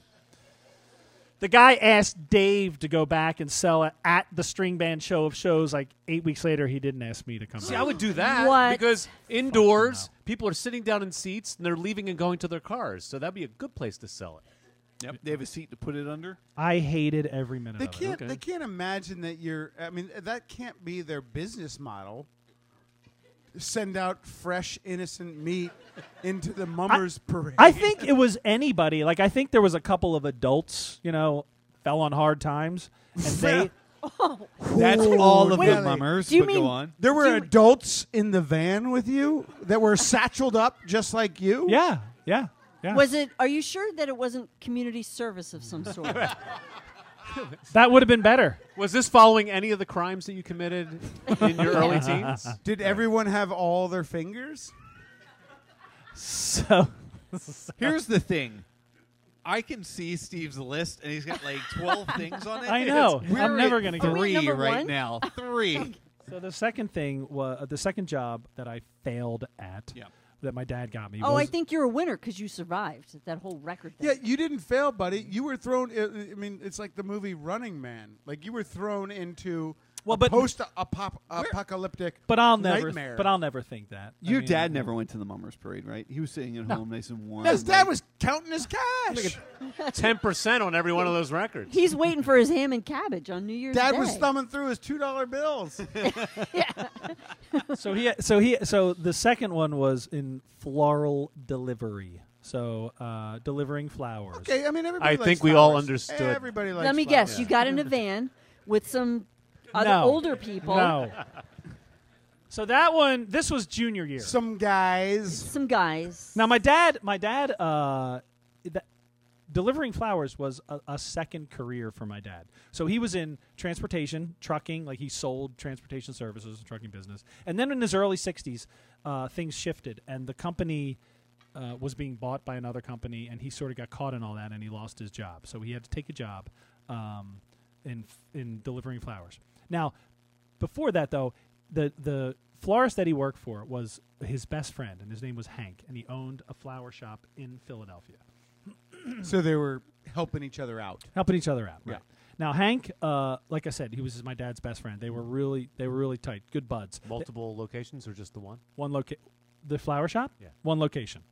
E: The guy asked Dave to go back and sell it at the string band show of shows. Like eight weeks later, he didn't ask me to come.
D: See,
E: back.
D: I would do that
F: What?
D: because indoors, people are sitting down in seats and they're leaving and going to their cars. So that'd be a good place to sell it.
B: Yep. They have a seat to put it under.
E: I hated every minute
C: They
E: of
C: can't.
D: okay.
C: They can't imagine that you're. I mean, that can't be their business model. Send out fresh, innocent meat into the mummers parade.
E: it. I think it was anybody. Like I think there was a couple of adults, you know, fell on hard times, and they
B: That's all of
C: wait.
B: the mummers.
F: Do you
B: but
F: mean-
B: go on.
C: there were
F: Dude.
C: adults in the van with you that were satcheled up just like you.
E: yeah, yeah, yeah.
F: Was it are you sure that it wasn't community service of some sort?
E: that would have been better.
D: Was this following any of the crimes that you committed in
E: (laughs)
D: your early teens?
C: Did everyone have all their fingers?
E: So
B: Here's the thing. I can see Steve's list, and he's got like
E: (laughs)
B: twelve things on it.
E: I know.
B: It's- we're
E: I'm never
B: at
E: gonna get it.
F: Are we at
B: three
F: number
B: right
E: (laughs)
F: one?
B: now. Three.
E: So the second thing was the second job that I failed at.
B: Yeah.
E: That my dad got me.
F: oh,
E: was,
F: I think you're a winner cuz you survived that whole record thing.
C: Yeah, you didn't fail, buddy. You were thrown. uh, I I mean, it's like the movie Running Man. Like you were thrown into
E: Well,
C: a
E: but-
C: post-apocalyptic.
E: But I'll never.
C: Nightmare.
E: But I'll never think that. I
B: Your
E: mean,
B: dad never went to the mummers parade, right? He was sitting at home, nice and warm.
C: His dad
B: like-
C: was counting his cash.
D: Ten percent on every one of those records.
F: He's waiting for his ham and cabbage on New Year's
C: Dad
F: Day.
C: was thumbing through his two dollar
E: (laughs)
C: bills.
E: So he. So he. So the second one was in floral delivery. So uh, delivering flowers.
C: okay, I mean everybody.
D: I
C: likes
D: think we all
C: flowers.
D: understood.
C: Everybody likes.
F: Let me
C: flowers.
F: guess, you got in a van with some other
E: No.
F: older people,
E: No. so that one. This was junior year.
C: Some guys.
F: some guys.
E: now my dad. My dad. Uh, that, delivering flowers was a, a second career for my dad. So he was in transportation, trucking, like he sold transportation services, trucking business. And then in his early 60s, uh, things shifted, and the company uh, was being bought by another company, and he sort of got caught in all that, and he lost his job. So he had to take a job um, in in delivering flowers. Now, before that though, the the florist that he worked for was his best friend, and his name was Hank, and he owned a flower shop in Philadelphia
C: So they were helping each other out.
E: helping each other out.
C: Yeah.
E: Right. Now Hank, uh, like I said, he was my dad's best friend. They were really they were really tight, good buds.
D: Multiple locations or just the one?
E: One loca- the flower shop.
D: Yeah.
E: One location.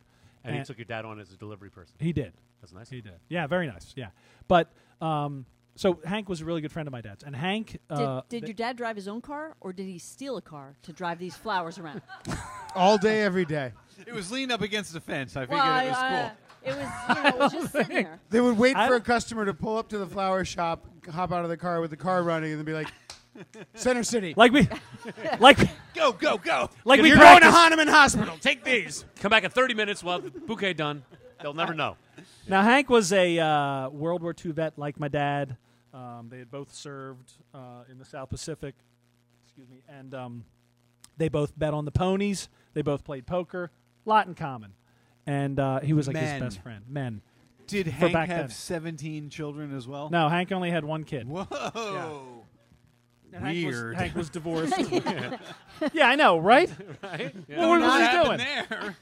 D: And, he
E: And-
D: took your dad on as a delivery person.
E: He did.
D: That's nice.
E: He did. Yeah, very nice. Yeah. But um, so Hank was a really good friend of my dad's, and Hank.
F: Did,
E: Uh,
F: did your dad drive his own car, or did he steal a car to drive these flowers around?
C: All day, every day.
B: It was leaned up against the fence. I figured it was
F: I-
B: cool.
F: I- it was, you know, it was
E: (laughs)
F: just sitting there.
C: They would wait
E: I-
C: for a customer to pull up to the flower shop, hop out of the car with the car running, and then be
E: (laughs)
C: like, "Center City,
E: like
F: (laughs)
E: we, like
B: Go, go, go.
E: like we
C: you're going to
E: practiced.
C: Hahnemann Hospital."
D: Take these. Come back in 30 minutes. We'll have the bouquet done. They'll never know.
E: Now Hank was a uh, World War II vet, like my dad. Um, they had both served uh, in the South Pacific. Excuse me, and um, they both bet on the ponies. They both played poker. Lot in common, and uh, he was like
B: Men.
E: his best friend. Men.
B: Did Hank
E: back
B: have
E: then.
B: 17 children as well?
E: No, Hank only had one kid.
B: Whoa.
E: And Hank was-
B: Weird.
E: Hank
B: (laughs)
E: was, divorced. (laughs) yeah, I know, (laughs) right? What was
B: What
E: he
B: happened
E: doing? (laughs)
B: there?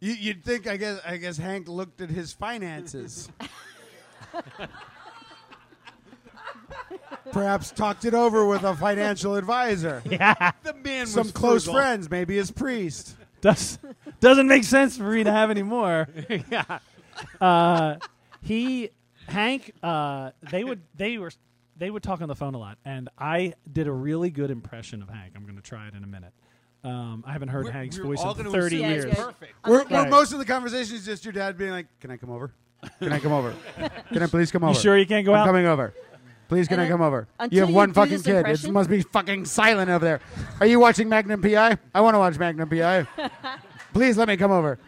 C: You, you'd think, I guess, I guess Hank looked at his
E: (laughs)
C: finances. Perhaps talked it over with a financial advisor,
E: (laughs)
B: The man
C: some
B: was
C: close
B: frugal.
C: friends, maybe his priest.
E: Does
B: (laughs)
E: doesn't make sense for me to have anymore.
D: yeah.
E: Uh, he Hank, uh, they would they were they would talk on the phone a lot, and I did a really good impression of Hank. I'm going to try it in a minute. Um, I haven't heard
B: We're-
E: Hank's
B: we're
E: voice
B: all
E: in
B: gonna
E: 30
B: assume
F: Yeah,
E: years.
B: it's
F: yeah.
B: Perfect.
C: We're, we're
E: Right.
C: most of the conversation is just your dad being like, "Can I come over? Can I come over? Can I please come over?
E: You sure you can't go
C: I'm
E: out?
C: coming over. Please, can
F: And
C: I
F: I-
C: come over? You
F: until
C: have
F: you
C: one
F: do
C: fucking
F: this
C: kid. It
F: impression-
C: must be fucking silent over there. Are you watching Magnum PI? I want to watch Magnum
E: (laughs)
C: PI. Please let me come over.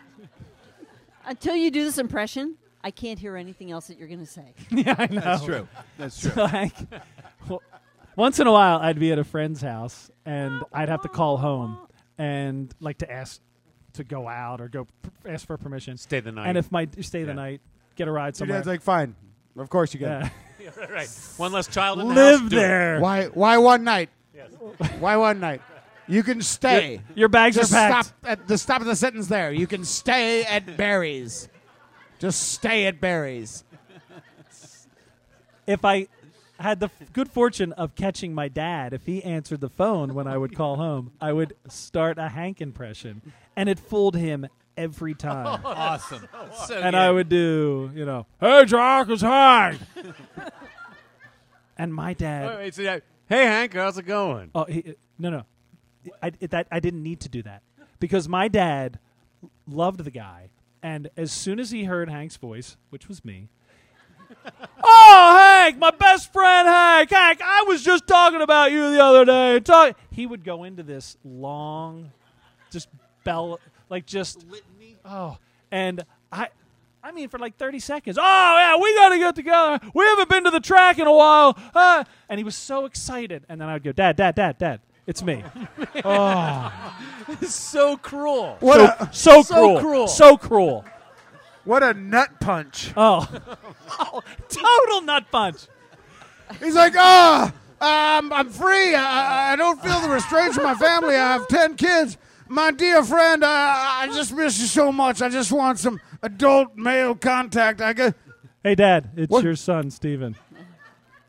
F: Until you do this impression, I can't hear anything else that you're going to say.
E: (laughs) yeah, I know.
B: That's true. That's true.
E: like well, once in a while i'd be at a friend's house and i'd have to call home and like to ask to go out or go p- ask for permission
D: Stay the night.
E: and if my stay the
D: Yeah.
E: night get a ride
C: Your
E: somewhere
C: dad's like, fine. Of course you can.
E: Yeah.
D: right. One less child in the house.
E: live
D: do
E: (laughs)
D: it.
E: there
C: Why? Why one night? Why one night? You can stay.
E: your bags
C: Just
E: are packed
C: stop at the stop of the sentence there. You can stay at Barry's. Just stay at Barry's.
E: if i had the f- good fortune of catching my dad if he answered the phone when i would call home i would start a hank impression and it fooled him
C: (laughs)
E: every time
C: Oh,
B: Awesome. So
E: and
B: good.
E: I would do, you know, hey Jack, it's
C: (laughs)
E: Hank. and my dad,
D: Wait, wait, so, yeah. Hey Hank, how's it going?
E: oh he, no, no, I it- that I didn't need to do that because my dad loved the guy, and as soon as he heard Hank's voice, which was me. oh, Hank, my best friend, Hank. Hank, I was just talking about you the other day. Talk-" He would go into this long, just bell, like just
B: Litany.
E: Oh, and I, I mean, for like thirty seconds. Oh yeah, we gotta get together. We haven't been to the track in a while. Ah. And he was so excited, and then I would go, Dad, Dad, Dad, Dad, it's me.
D: It's so cruel.
C: (laughs) What a
E: So,
D: So
E: cruel,
D: cruel.
E: so cruel.
C: what a nut punch.
E: Oh, (laughs) total nut punch.
C: He's like, ah, um, I'm free. I, I- I don't feel the restraints of my family. I have 10 kids. My dear friend, I, I just miss you so much. I just want some adult male contact. I guess.
E: Hey, Dad, it's
C: What?
E: your son, Steven.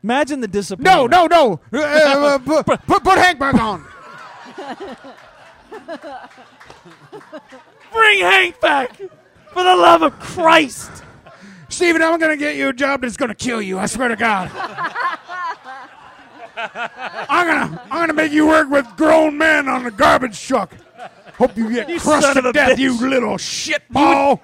E: Imagine the
C: No,
E: disappointment.
C: no, no. Uh, uh, put, put, put Hank back on.
E: Bring Hank back for the love of Christ.
C: Steven, I'm going to get you a job that's going to kill you. I swear to God. I'm going to I'm gonna make you work with grown men on the garbage truck. Hope you get crushed
E: son
C: to
E: of a
C: death,
E: bitch.
C: you little shitball.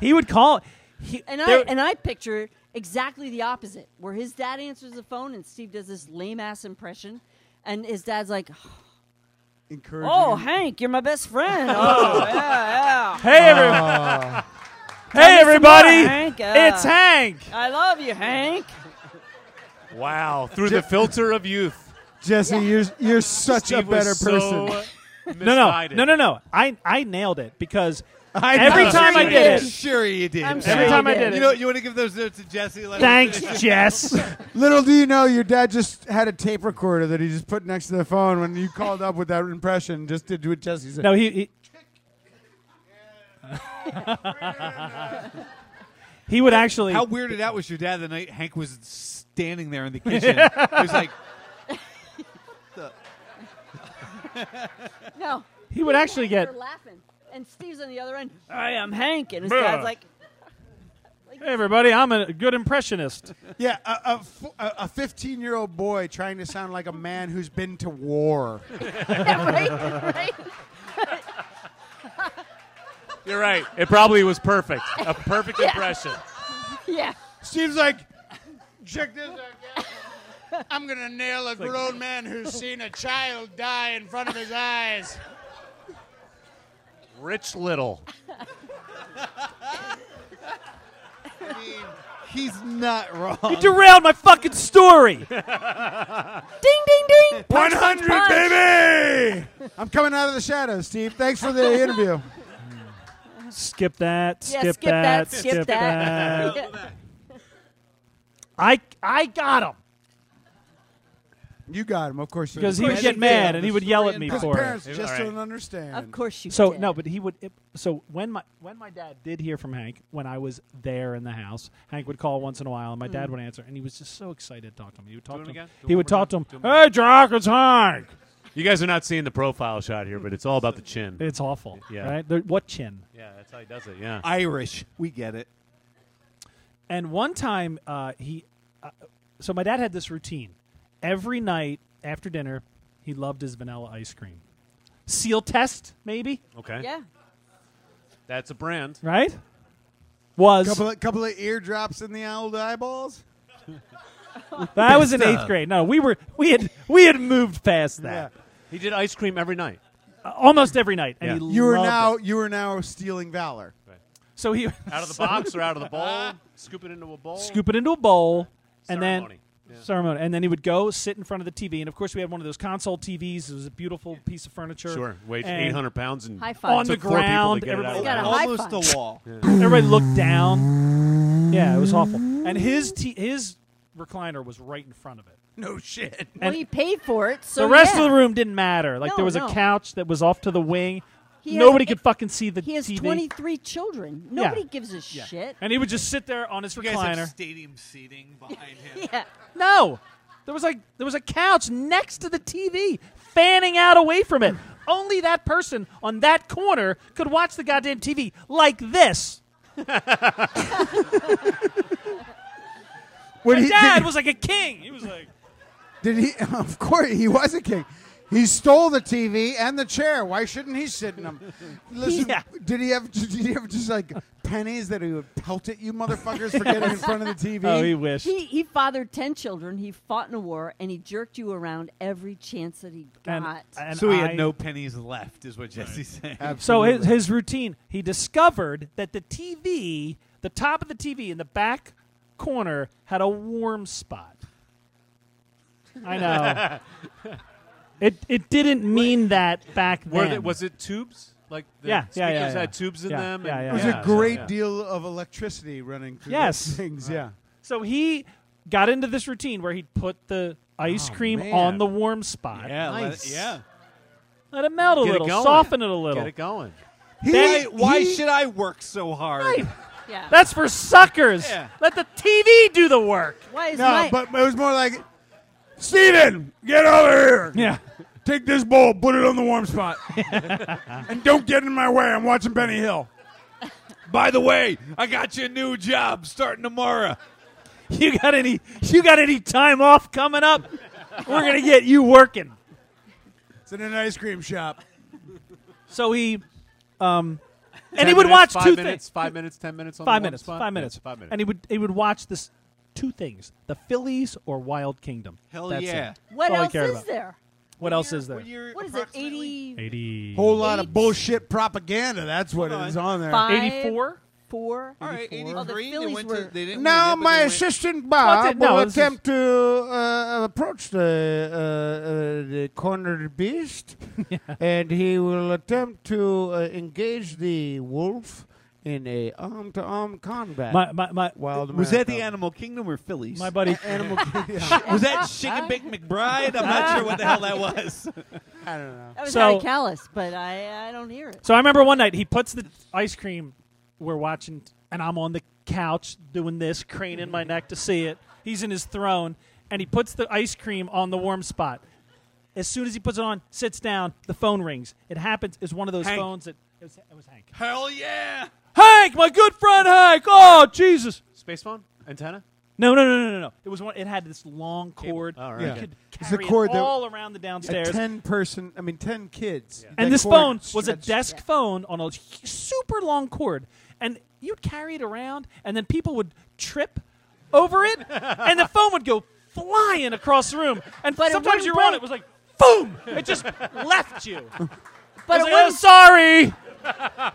E: He would call. He,
F: And I
E: there-
F: and I picture exactly the opposite, where his dad answers the phone and Steve does this lame ass impression, and his dad's like,
C: Encouraging.
F: "Oh, Hank, you're my best friend. Oh, yeah, yeah.
E: hey, everybody.
C: Ah.
E: (laughs) hey,
F: Come on,
E: everybody.
F: Hank. Uh,
E: It's Hank.
F: I love you, Hank.
D: Wow. Through the filter of youth.
C: Jesse, you're
D: (laughs)
C: you're such
D: Steve
C: a better
D: was
C: person.
D: So
E: No, no, no, no, no. I I nailed it because every
C: know.
E: time (laughs) I
B: Sure
E: did
B: you
E: it,
B: Sure you did.
F: I'm
E: every
F: sure
E: time
F: you
E: I
F: did.
E: did
B: You know,
E: it.
B: you want to give those notes to Jesse? Let him
E: (laughs) Thanks,
B: finish it.
E: Jess.
C: Little do you know, your dad just had a tape recorder that he just put next to the phone when you called up with that impression. Just did what Jesse said.
E: No, he. he (laughs) He would actually.
B: How weirded out was your dad the night Hank was standing there in
E: (laughs)
B: the kitchen? he was like,
F: No,
E: He would actually
F: they're
E: get.
F: laughing, and Steve's on the other end. Hi, I'm Hank, and his dad's like,
E: Hey, everybody! I'm a good impressionist.
C: Yeah, a, a, a 15 year old boy trying to sound like a man who's been to war.
F: right, right.
D: You're right. It probably was perfect. A
E: (laughs)
D: perfect impression.
F: yeah,
C: Steve's like, check this out. guys. I'm gonna nail a grown man who's seen a child die in front of
A: (laughs)
C: his eyes.
D: Rich Little.
B: I mean, he's not wrong.
E: He derailed my fucking story.
F: ding, ding, ding.
C: 100,
F: punch.
C: baby! I'm coming out of the shadows, Steve. Thanks for the interview.
E: Skip that. Skip,
F: Yeah, skip that, skip
E: Skip
F: that.
E: that. I I got him
C: You got him, of course. you
E: because
C: did.
E: he would get
B: did.
E: mad and he would yell
B: Historian
E: at me
C: His
B: His
E: for it.
C: parents just
D: All right.
C: don't understand.
F: (laughs) Of course you.
E: So
F: did.
E: no, but he would. It, so when my when my dad did hear from Hank when I was there in the house, Hank would call once in a while, and my dad would answer, and he was just so excited to talk to me. He would talk
B: it
E: to him.
B: again. Do it
E: He
B: one
E: would
B: more
E: talk to him.
B: time. Do it one
E: Hey, Jack, it's Hank.
D: You guys are not seeing the profile shot here, but it's all about the chin.
E: It's awful.
D: Yeah.
E: Right? There- what chin?
D: (laughs) yeah, that's how he does it. Yeah.
B: Irish. We get it.
E: And one time, uh, he, uh, so my dad had this routine. Every night after dinner, he loved his vanilla ice cream. Seal test, maybe,
D: Okay.
F: Yeah.
D: That's a brand.
E: right? Was
C: Couple of, couple of eardrops in the old eyeballs.
B: (laughs)
E: that was in eighth grade? No, we were we had we had moved past that
D: He did ice cream every night.
E: Uh, almost every night, and
D: Yeah.
E: he
C: You are
E: loved
C: now
E: it.
C: you are now stealing valor.
E: so he (laughs)
D: Out of the box or (laughs) out of the bowl. Scoop it into a bowl.
E: scoop it into a bowl, and then
D: Ceremony. Yeah.
E: ceremony, and then he would go sit in front of the TV, and of course we had one of those console TVs. It was a beautiful piece of furniture.
D: Sure. Weighed
E: And
D: 800 pounds and
F: High five.
E: on the
D: took four people to
E: ground.
D: get it out
E: everybody-
D: of
F: Got a high
B: Almost
F: five.
B: the wall.
E: Everybody looked down. Yeah, it was awful. And his t- his recliner was right in front of it.
C: No shit.
F: Well,
E: and-
F: he paid for it, so
E: the rest
F: Oh, yeah.
E: of the room didn't matter. Like
F: No,
E: there was
F: no.
E: a couch that was off to the wing.
F: He has-
E: Nobody could fucking see the
F: He has
E: TV.
F: 23 children.
E: Yeah.
F: Nobody gives a shit.
E: And he would just sit there on his
B: You guys have
E: recliner.
B: stadium seating behind him. (laughs)
F: (laughs) Yeah.
E: No, there was like there was a couch next to the TV, fanning out away from it. Only that person on that corner could watch the goddamn TV like this.
C: What
E: My
C: he,
E: dad
C: did,
E: was like a king. He was like,
C: did he? (laughs) Of course, he was a king. He stole the TV and the chair. Why shouldn't he sit in
E: (laughs)
C: them? Listen,
E: Yeah.
C: did he have? Did he have just like pennies that he would pelt at you motherfuckers for getting in front of the TV?
E: "Oh, he wished."
F: He, he fathered 10 children. He fought in a war, and he jerked you around every chance that he
E: And-
F: got.
E: and
B: so he
E: I-
B: had no pennies left, is what Jesse's saying.
E: So his, his routine, he discovered that the TV, the top of the TV in the back corner, had a warm spot. I
D: (laughs)
E: know. it it didn't mean that back then.
D: Were they, was it tubes? Like the
E: Yeah, yeah, yeah,
D: speakers
E: yeah.
D: had tubes in
E: Yeah,
D: them.
E: yeah,
C: It
D: and-
C: was
E: yeah.
C: a great
D: so, yeah.
C: deal of electricity running through
E: Yes.
C: those things. Yeah.
E: So he got into this routine where he'd put the ice
D: Oh,
E: cream
D: man.
E: on the warm spot.
B: Yeah, let-
D: Nice.
B: yeah.
E: Let it melt a
D: Get it
E: little,
D: going.
E: soften it a little.
D: Get it going.
C: He-
B: Why, (laughs) why
C: he-
B: should I work so hard?
F: yeah.
E: That's for suckers.
B: Yeah.
E: Let the TV do the work.
F: Why is
C: No,
F: my,
C: but it was more like, Steven, get over here.
E: Yeah.
C: Take this bowl, put it on the
A: (laughs)
C: warm spot, and don't get in my way. I'm watching Benny Hill.
B: By the way, I got you a new job starting tomorrow.
E: (laughs) You got any you got any time off coming up? We're gonna get you working.
C: It's in an ice cream shop.
E: So he, um, and he would
D: minutes,
E: watch
D: five
E: two
D: minutes,
E: things.
D: Five minutes, ten minutes. On the
E: Five
D: warm
E: minutes.
D: spot?
E: Five
D: Yeah,
E: minutes.
D: Five minutes.
E: And he would he would watch this two things: the Phillies or Wild Kingdom.
B: Hell
E: That's
B: yeah.
E: It.
F: what
E: all I
F: else
E: care
F: is
E: about.
F: there?
E: What else is there?
B: When you're
F: What is it,
B: approximately-
F: 80,
E: Eighty.
C: Whole lot
F: Eight.
C: of bullshit propaganda. That's what
B: Hold
C: it is
B: on.
C: on there.
F: Five,
E: 84?
F: Four?
B: All right, 83.
F: Oh, the
B: they
F: Phillies
B: went
F: were-
B: to, they didn't
C: Now
B: win it, but
C: my
B: they went-
C: assistant
E: Well,
C: Bob
E: did- no,
C: will
E: this is-
C: attempt to uh, approach the, uh, uh, the cornered
E: (laughs)
C: beast, and he will attempt to uh, engage the wolf in a arm-to-arm combat.
E: My my my,
C: Wild
B: Was that the
C: America.
B: Animal Kingdom or Phillies?
E: my buddy.
C: animal?
B: was that Chicken (laughs) Bake McBride? I'm not sure what the hell (laughs) that was.
C: I don't know.
F: That was
E: So-
F: Harry Callis, but I, I don't hear it.
E: So I remember one night he puts the ice cream. We're watching, and I'm on the couch doing this, craning my neck to see it. He's in his throne, and he puts the ice cream on the warm spot. As soon as he puts it on, sits down, the phone rings. It happens. It's one of those
B: Hank.
E: phones that it was, it was Hank.
B: Hell yeah!
E: Hank, my good friend Hank. Oh Jesus!
D: Space phone antenna.
E: No, no, no, no, no, no. It was one. It had this long cord.
D: All right.
E: You
C: Yeah.
E: could
C: It's the
E: carry
C: cord
E: it
C: that-
E: all around the downstairs.
C: A ten-person. I mean, ten kids.
E: And
C: That
E: this
C: cord
E: phone was a
C: stretched-
E: desk
F: Yeah.
E: phone on a h- super long cord, and you'd carry it around, and then people would trip over
D: (laughs)
E: it, and the phone would go flying across the room. And
F: But it
E: sometimes
F: wouldn't
E: you're on it, it
F: break.
E: was like, boom! It just left you. But
F: (laughs) But,
E: I was like,
F: it
E: oh,
F: wouldn't,
E: sorry,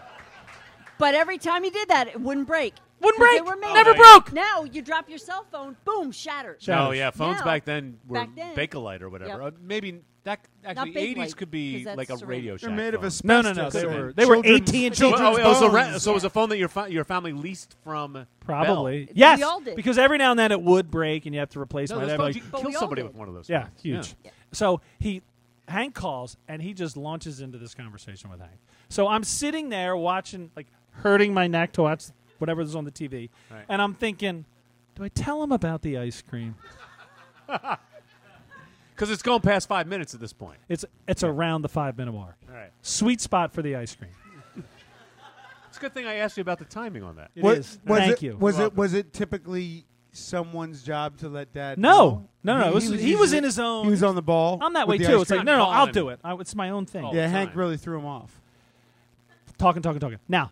F: but every time he did that, it wouldn't break.
E: wouldn't
F: 'Cause
E: break,
F: They were made.
E: never
D: Oh, yeah.
E: broke.
F: Now you drop your cell phone, boom, shatters.
E: Shatters.
D: Oh yeah, phones
F: Now-
D: back then were
F: back then.
D: Bakelite or whatever.
F: Yep.
D: Uh, maybe that actually
F: Bakelite,
D: eighties could be
F: 'cause that's
D: like a
F: ceramic.
D: radio show.
C: They're made of asbestos.
E: No, no, no. They
D: Could've
E: were
D: been.
E: they were
C: Children's-
E: AT and
D: Oh,
E: T.
C: Children's
D: oh, it was a re-
C: bones.
D: so it was a phone that your fa- your family leased from
E: Probably
F: Bell.
E: yes,
F: We all did.
E: because every now and then it would break, and you have to replace
D: Bell.
E: my
D: No, those
E: dad,
D: phones,
E: like,
D: you could
F: But
D: kill
F: we all
D: somebody
F: did.
D: with one of those.
E: Yeah,
D: phones.
E: huge. So he, Hank calls and he just launches into this conversation with Hank. So I'm sitting there watching, like hurting my neck to watch whatever was on the TV,
D: Right.
E: and I'm thinking, do I tell him about the ice cream?
D: Because it's going past five minutes at this point.
E: It's it's around the five minute mark,
D: All right.
E: sweet spot for the ice cream.
D: It's a good thing I asked you about the timing on that.
E: It
C: Wa-
E: is.
C: Was
E: Thank
C: it,
E: you.
C: Was
D: You're
C: it was it typically someone's job to let dad?
E: No, no, no.
C: He-
E: it was-
C: he
E: He,
C: was
E: was,
C: usually-
E: in his own.
C: He was on the ball.
E: I'm that way
C: with the
E: too.
C: ice
E: It's like
C: cream.
E: no, no.
D: Calling
E: I'll
D: him.
E: do it. I, it's my own thing.
D: Oh. all
C: yeah,
D: the
C: Hank
D: time.
C: really threw him off.
E: Talking, talking, talking. Now,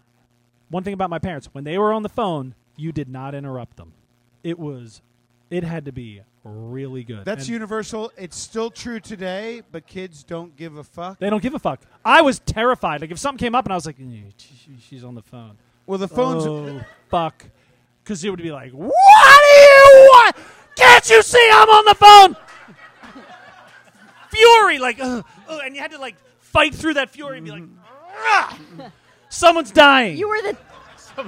E: one thing about my parents: when they were on the phone, you did not interrupt them. It was, it had to be really good.
C: That's
E: And
C: universal. It's still true today, but kids don't give a fuck.
E: They don't give a fuck. I was terrified. Like if something came up and I was like, "Mm, she- she- she's on the phone.
C: Well, the phones.
E: Oh, fuck. Because it would be like, what do you want? Can't you see I'm on the phone? fury, like, ugh, ugh, and you had to like fight through that fury and be like, "Rah! someone's dying.
F: You were the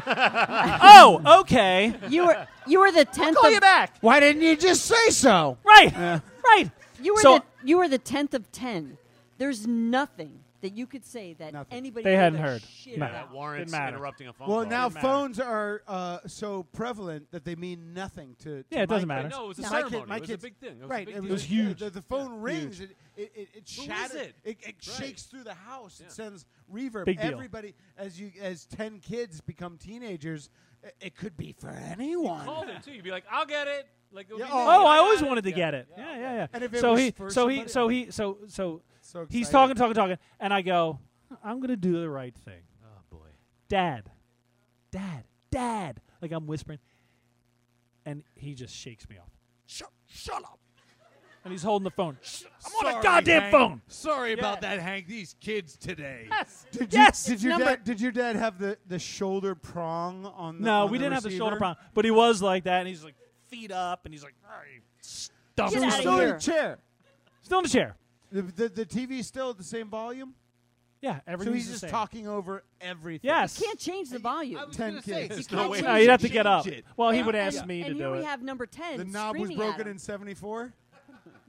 E: oh, okay.
F: you were you were the tenth.
E: Call
F: of,
E: you back.
C: Why didn't you just say so?
E: Right, right.
F: You were
E: So-
F: the you were the tenth of ten. There's nothing that you could say that
C: Nothing.
F: anybody
E: They
F: gave
E: hadn't
F: a
E: heard.
F: Shit
E: No.
F: about.
D: warrants
E: Didn't matter.
D: interrupting a phone
C: Well,
D: call.
C: now
E: matter.
C: phones are uh, so prevalent that they mean nothing to. to
E: Yeah, it doesn't
C: my
E: matter.
C: kid.
D: No, it was a
C: My
D: ceremony.
C: kid- my
D: it was
C: kids-
D: a big thing. It was
C: right,
D: a big
C: it
D: deal.
C: was
E: huge.
C: The, the phone rings. It it it, it
D: Who is
C: shatters.
D: it?
C: It, it
D: Right.
C: shakes through the house.
D: Yeah.
C: It sends reverb.
E: Big deal.
C: Everybody, as you as ten kids become teenagers, it, it could be for anyone.
D: Called it too. You'd be like, "I'll get it." Like, it would
C: Yeah,
D: be
C: oh,
D: me.
E: Oh, I
D: got
E: always wanted to
D: Yeah.
E: get it.
D: Yeah.
E: Yeah, yeah, yeah.
C: And if it
E: so
C: was
E: he,
C: for
E: so he,
C: somebody
E: so
C: else.
E: he, so so
C: So
E: he's
C: excited.
E: talking, talking, talking, and I go, I'm gonna do the right thing.
D: Oh boy.
E: dad, dad, dad. Like I'm whispering. And he just shakes me off. Shut, shut up. And he's holding the phone. Shh, I'm on a goddamn phone.
I: Sorry about that, Hank. These kids today.
C: Did
E: Yes,
C: you, did
E: it's
C: your
E: number-
C: dad did your dad have the, the shoulder prong on the
E: No,
C: on
E: we didn't have the shoulder
C: receiver?
E: problem. But he was like that. And he's like, feet up. And he's like, "Hey, stomp.
F: Get
C: It was
F: outta
C: still in
F: here.
C: the chair.
E: Still in the chair.
C: The, the, the TV's still at the same volume,
E: Yeah,
C: so
E: everything's
C: he's
E: the
C: just
E: same.
C: talking over everything.
E: Yes.
F: Can't change the volume.
I: I was
C: Ten
I: gonna say,
C: kids.
I: there's
F: You
I: no
F: can't
I: way
F: change
E: No,
I: we
E: you'd
I: can
E: have to get
I: change
E: up.
I: it.
E: Well, he
F: And-
E: would ask
F: and-
E: me to
F: and
E: do
F: here we
E: it.
F: have number ten.
C: The knob was
F: screaming at
C: broken
F: him.
C: in '74.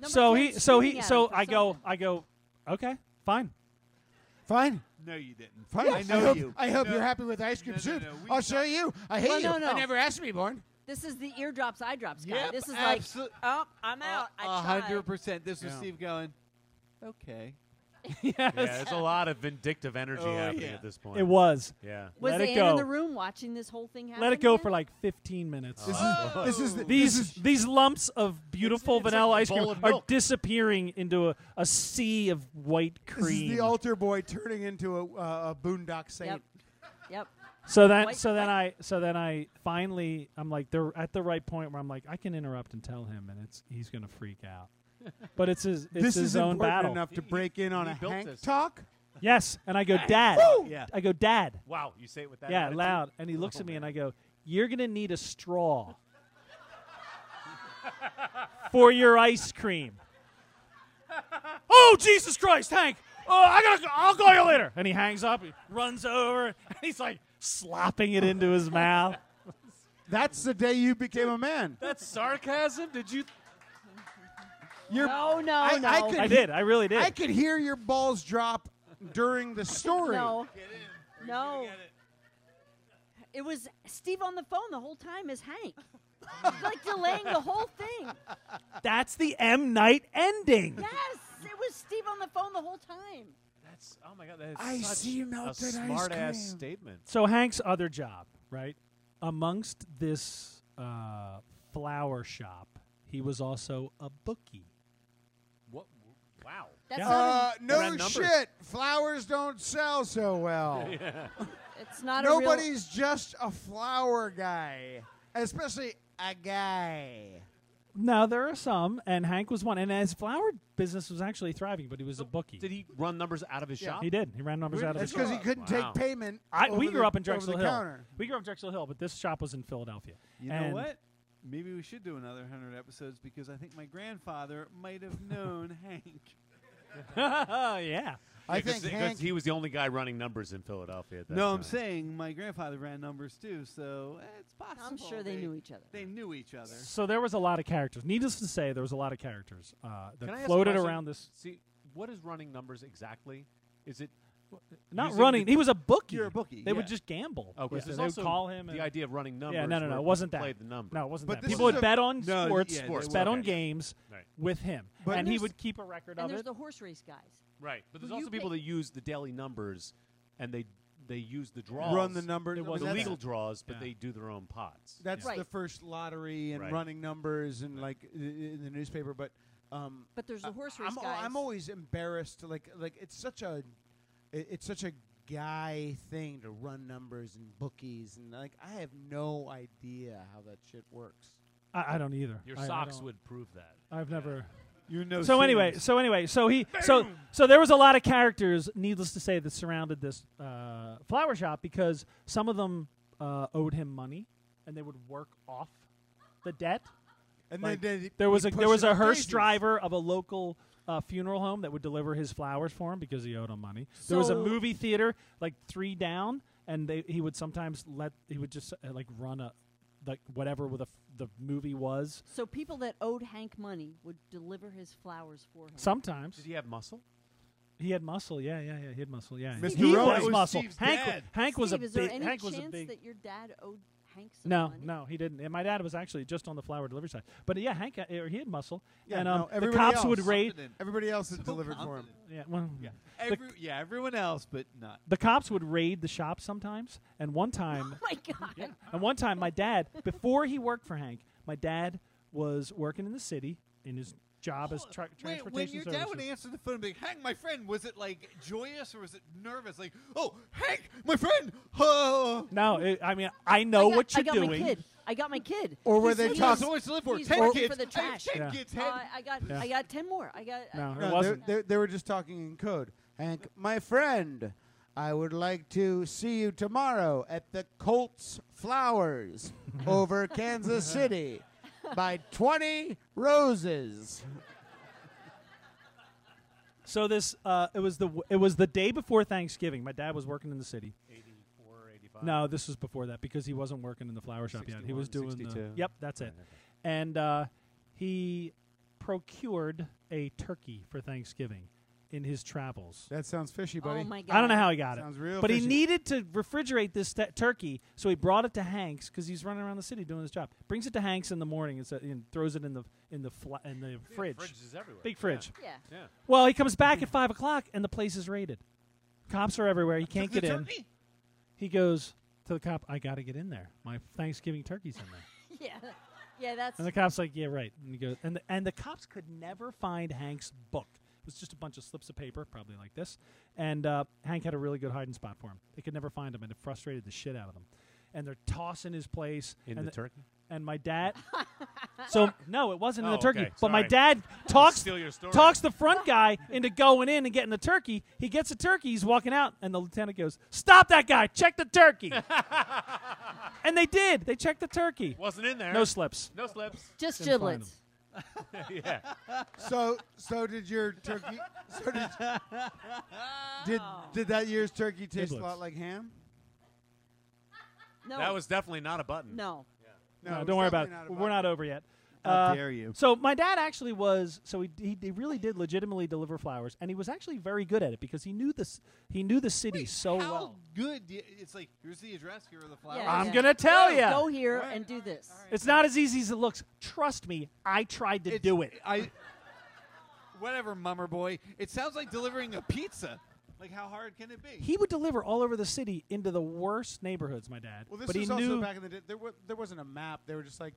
F: Number
E: so
F: 10
E: he, so
F: screaming
E: he,
F: at
E: so
F: him for
E: I go,
F: something.
E: I go, okay, fine. (laughs)
C: Fine.
B: No, you didn't.
C: Fine.
B: I know
C: hope,
B: you.
C: I hope
B: No.
C: you're happy with ice cream
B: No, no,
C: soup.
B: no, we
C: I'll show you. I hate
F: Well,
C: you.
F: no, no.
C: I never asked to be born.
F: This is the eardrops, eye drops guy.
B: Yep,
F: this is
B: absolu-
F: like, oh, I'm out. I
B: A
F: tried.
B: hundred percent. This was
C: Yeah.
B: Steve going. Okay.
D: Yeah, there's a lot of vindictive energy
B: Oh,
D: happening
B: yeah.
D: at this point.
E: It was.
D: Yeah.
F: Was
E: Let
F: Ann
E: it go.
F: in the room watching this whole thing happen?
E: Let it go
F: again?
E: for like 15 minutes.
C: This
B: Oh.
C: is this is the,
E: These
C: this is
E: these lumps of beautiful
D: It's- it's
E: vanilla
D: like a
E: ice cream
D: bowl of
E: are
D: milk.
E: disappearing into a, a sea of white
C: this is
E: cream.
C: the altar boy turning into a, uh, a boondock saint.
F: Yep. Yep.
E: so then
F: White-
E: so then I so then I finally I'm like they're at the right point where I'm like I can interrupt and tell him and it's he's gonna freak out. But it's his it's
C: This
E: his
C: is
E: own
C: important
E: battle.
C: enough to
D: He-
C: break in on
D: he
C: a
D: built
C: Hank
D: this.
C: talk.
E: Yes, and I go dad.
D: Yeah.
E: I go dad.
D: Wow. You say it with that.
E: Yeah,
D: attitude?
E: loud. And he looks at me and I go, "You're gonna need a straw (laughs) for your ice cream." oh Jesus Christ, Hank! Oh, I gotta. Go. I'll call you later. And he hangs up. He runs over. And he's like slopping it into his mouth.
C: That's the day you became a man.
D: That's sarcasm. Did you?
C: You're
F: No, no,
C: I-
F: no.
C: I could-
E: I did. I really did.
C: I could hear your balls drop during the story.
F: No. No. It was Steve on the phone the whole time
E: (laughs)
F: as Hank. It's like delaying the whole thing.
E: That's the M Night ending.
F: Yes, it was Steve on the phone the whole time.
D: That's. Oh my God. That is
C: I
D: such
C: see
D: a
C: melted ice
D: smart ass
C: cream.
D: statement.
E: So Hank's other job, right? Amongst this uh, flower shop, he was also a bookie.
D: What? Wow.
F: That's
C: Uh,
F: not.
C: no
D: Round numbers.
C: shit. Flowers don't sell so
D: (laughs)
C: well.
E: Uh,
F: A, it's not a real.
C: Nobody's just a flower guy, especially a guy.
E: No, there are some, and Hank was one. And his flower business was actually thriving, but he was a bookie.
D: Did he run numbers out of his shop?
E: He did. He ran numbers out of
C: That's
E: his.
C: because he
D: Wow.
C: couldn't
D: Wow.
C: take payment.
E: I,
C: over
E: we grew
C: the-
E: up in
C: over
E: Drexel
C: the
E: Hill.
C: counter.
E: We grew up in Drexel Hill, but this shop was in Philadelphia.
B: You
E: And
B: know
E: (laughs)
B: what? Maybe we should do another hundred episodes because I think my grandfather might
E: (laughs)
B: have known Hank.
E: yeah.
C: I
D: Because-
C: think
D: because
C: Hank.
D: he was the only guy running numbers in Philadelphia. At that
B: No, I'm
D: time.
B: saying my grandfather ran numbers too, so eh, it's possible.
F: I'm sure they knew each other.
B: They knew each other.
E: So there was a lot of characters. Needless to say, there was a lot of characters uh,
D: Can I
E: that
D: ask a
E: floated
D: question?
E: around this.
D: See, what is running numbers exactly? Is it
E: Not
D: Using
E: running.
D: the-
E: He was a bookie.
B: You're a bookie,
E: They would
B: yeah.
E: just gamble.
D: okay?
E: with
D: There's
E: it. They would
D: also
E: call him.
D: the
E: and-
D: idea of running numbers.
E: yeah, no, no,
D: where
E: no. It
D: people
E: wasn't that.
D: Played the number.
E: No, it wasn't
C: But
E: that.
C: this
E: People
C: is
E: would
C: a-
E: bet on
B: No,
E: sports,
B: yeah, they
E: sports,
B: would.
E: bet on
D: Okay.
E: games
D: Right.
E: with him,
C: But-
E: and he
F: there's-
E: would keep a record
F: And
E: of
F: there's
E: it.
F: the horse race guys.
D: Right, but there's
F: Who
D: also
F: you
D: people
F: pick?
D: that use the daily numbers and they they use the draws.
C: Run the number- I
D: It
C: mean,
D: was
C: that's-
D: legal draws, but
C: Yeah.
D: they do their own pots.
C: That's
F: Right.
C: the first lottery and
D: Right.
C: running numbers and like i- i- in the newspaper. But um,
F: But there's
E: Uh,
F: the horse race
C: I'm, al-
F: guys.
C: I'm always embarrassed. Like like it's such a it- it's such a guy thing to run numbers and bookies and like I have no idea how that shit works.
E: I, I don't either.
D: Your
E: I- I
D: socks
E: don't.
D: would prove that.
E: I've never.
C: You
B: Oh,
C: know.
E: so anyway, so anyway, so he, so so there was a lot of characters, needless to say, that surrounded this uh, flower shop because some of them uh, owed him money, and they would work off the debt.
C: and
E: like,
C: then,
E: There was a there was a hearse driver of a local uh, funeral home that would deliver his flowers for him because he owed him money. there was a
F: So-
E: movie theater like three down, and they he would sometimes let he would just uh, like run a like whatever the f- the movie was.
F: So people that owed Hank money would deliver his flowers for him.
E: Sometimes
D: Did he have muscle?
E: he had muscle. Yeah, yeah, yeah. He had muscle. Yeah,
C: Mr.
E: he
C: Rowan.
E: was
C: That was
E: muscle.
I: Steve's
E: Hank,
I: dad.
E: Hank was a
F: Steve, is there
E: big.
F: any
E: Hank was a
F: chance
E: big.
F: that your dad owed Hank some
E: no,
F: money?
E: no, he didn't. And my dad was actually just on the flower delivery side. But yeah, Hank, uh, er, he had muscle.
C: Yeah,
E: and um,
C: no,
E: the
C: everybody
E: cops
C: else.
E: would raid.
B: Confident.
C: Everybody else is
B: So
C: delivered for him.
B: confident.
E: Yeah, well,
B: Yeah. Every, yeah, everyone else, but not.
E: the cops would raid the shop sometimes. And one time,
F: (laughs) (laughs) Oh my God.
E: Yeah. And one time, my dad, before he worked for Hank, my dad was working in the city in his job as tra-
B: Wait,
E: transportation
B: when your dad would
E: services.
B: answer the phone and be like, Hank, my friend, was it like joyous or was it nervous? Like, oh, Hank, my friend, (laughs) oh.
E: No, it, I mean I know
F: I got,
E: what you're
F: I got
E: doing.
F: my kid. I got my kid.
C: Or were
F: He's-
C: they
F: he's-
B: He's
C: talking-
B: always to live for.
F: he's
B: Ten
F: looking
B: kids.
F: for the
B: Hey,
F: trash.
B: ten
E: Yeah.
B: kids.
F: Uh,
B: Hank.
F: I got
E: Yeah.
F: I got ten more. I got uh,
E: No,
F: I,
E: it
C: No, they-
E: wasn't.
C: They, they were just talking in code. Hank, my friend, I would like to see you tomorrow at the Colts Flowers over Kansas City by 20 roses.
E: So this, uh, it was the w- it was the day before Thanksgiving. My dad was working in the city.
D: 84, 85.
E: No, this was before that because he wasn't working in the flower shop yet. He was
D: 61,
E: doing the
D: 62.
E: yep, that's it.
D: Right, okay.
E: And uh, he procured a turkey for Thanksgiving in his travels.
C: That sounds fishy, buddy.
F: oh my god.
E: I don't know how he got
C: Sounds
E: it,
C: real
E: but
C: fishy.
E: he needed to refrigerate this t- turkey, so he brought it to Hanks because he's running around the city doing his job. Brings it to Hanks in the morning and, sa- and throws it in the in the fla- in the fridge,
D: Fridges everywhere.
E: big fridge.
F: Yeah. (laughs)
D: Yeah.
E: Well, he comes back at five o'clock, and the place is raided. Cops are everywhere. He can't
B: The
E: get in.
B: turkey?
E: He goes to the cop. I got to get in there. My Thanksgiving turkey's in there.
F: Yeah. Yeah, that's
E: And the cop's like, "Yeah, right." And he goes, and the, and the cops could never find Hank's book. It was just a bunch of slips of paper, probably like this. And uh, Hank had a really good hiding spot for him. They could never find him, and it frustrated the shit out of them. And they're tossing his place.
D: In
E: and
D: the turkey?
E: And my
D: (laughs)
E: dad. so no, it wasn't in the
D: Oh,
E: turkey.
D: okay.
E: But my
D: Sorry. (laughs)
E: dad talks
D: steal your story.
E: talks the front guy into going in and getting the turkey. He gets a turkey. He's walking out, and the lieutenant goes, "Stop that guy! Check the
D: (laughs)
E: turkey." and they did. They checked the turkey.
D: Wasn't in there.
E: No slips.
D: no slips.
F: just
E: Couldn't find
F: giblets.
E: him.
D: (laughs) yeah.
C: So, so did your
F: (laughs)
C: turkey? So did, did did that year's turkey taste a
E: Giblets.
C: lot like ham?
F: No.
D: That was definitely not a button.
F: no.
E: No,
C: it's
E: don't worry about it.
C: definitely a
E: We're not
C: button.
E: over yet.
B: How
E: Uh,
B: dare you?
E: So my dad actually was so he, he he really did legitimately deliver flowers, and he was actually very good at it because he knew this he knew the city
B: Wait,
E: so
B: how
E: well.
B: good. do you- it's like, here's the address, here are the flowers.
F: Yeah,
E: I'm
F: yeah.
E: gonna tell
F: Go-
E: ya.
F: Go here and do this.
E: It's not as easy as it looks. Trust me, I tried to
B: It's-
E: do it.
B: I. Whatever, mummer boy. It sounds like delivering a pizza. Like, how hard can it be?
E: He would deliver all over the city into the worst neighborhoods. My dad,
C: Well, this
E: but he
C: was
E: knew.
C: also back in the day. There, wa- there wasn't a map. They were just like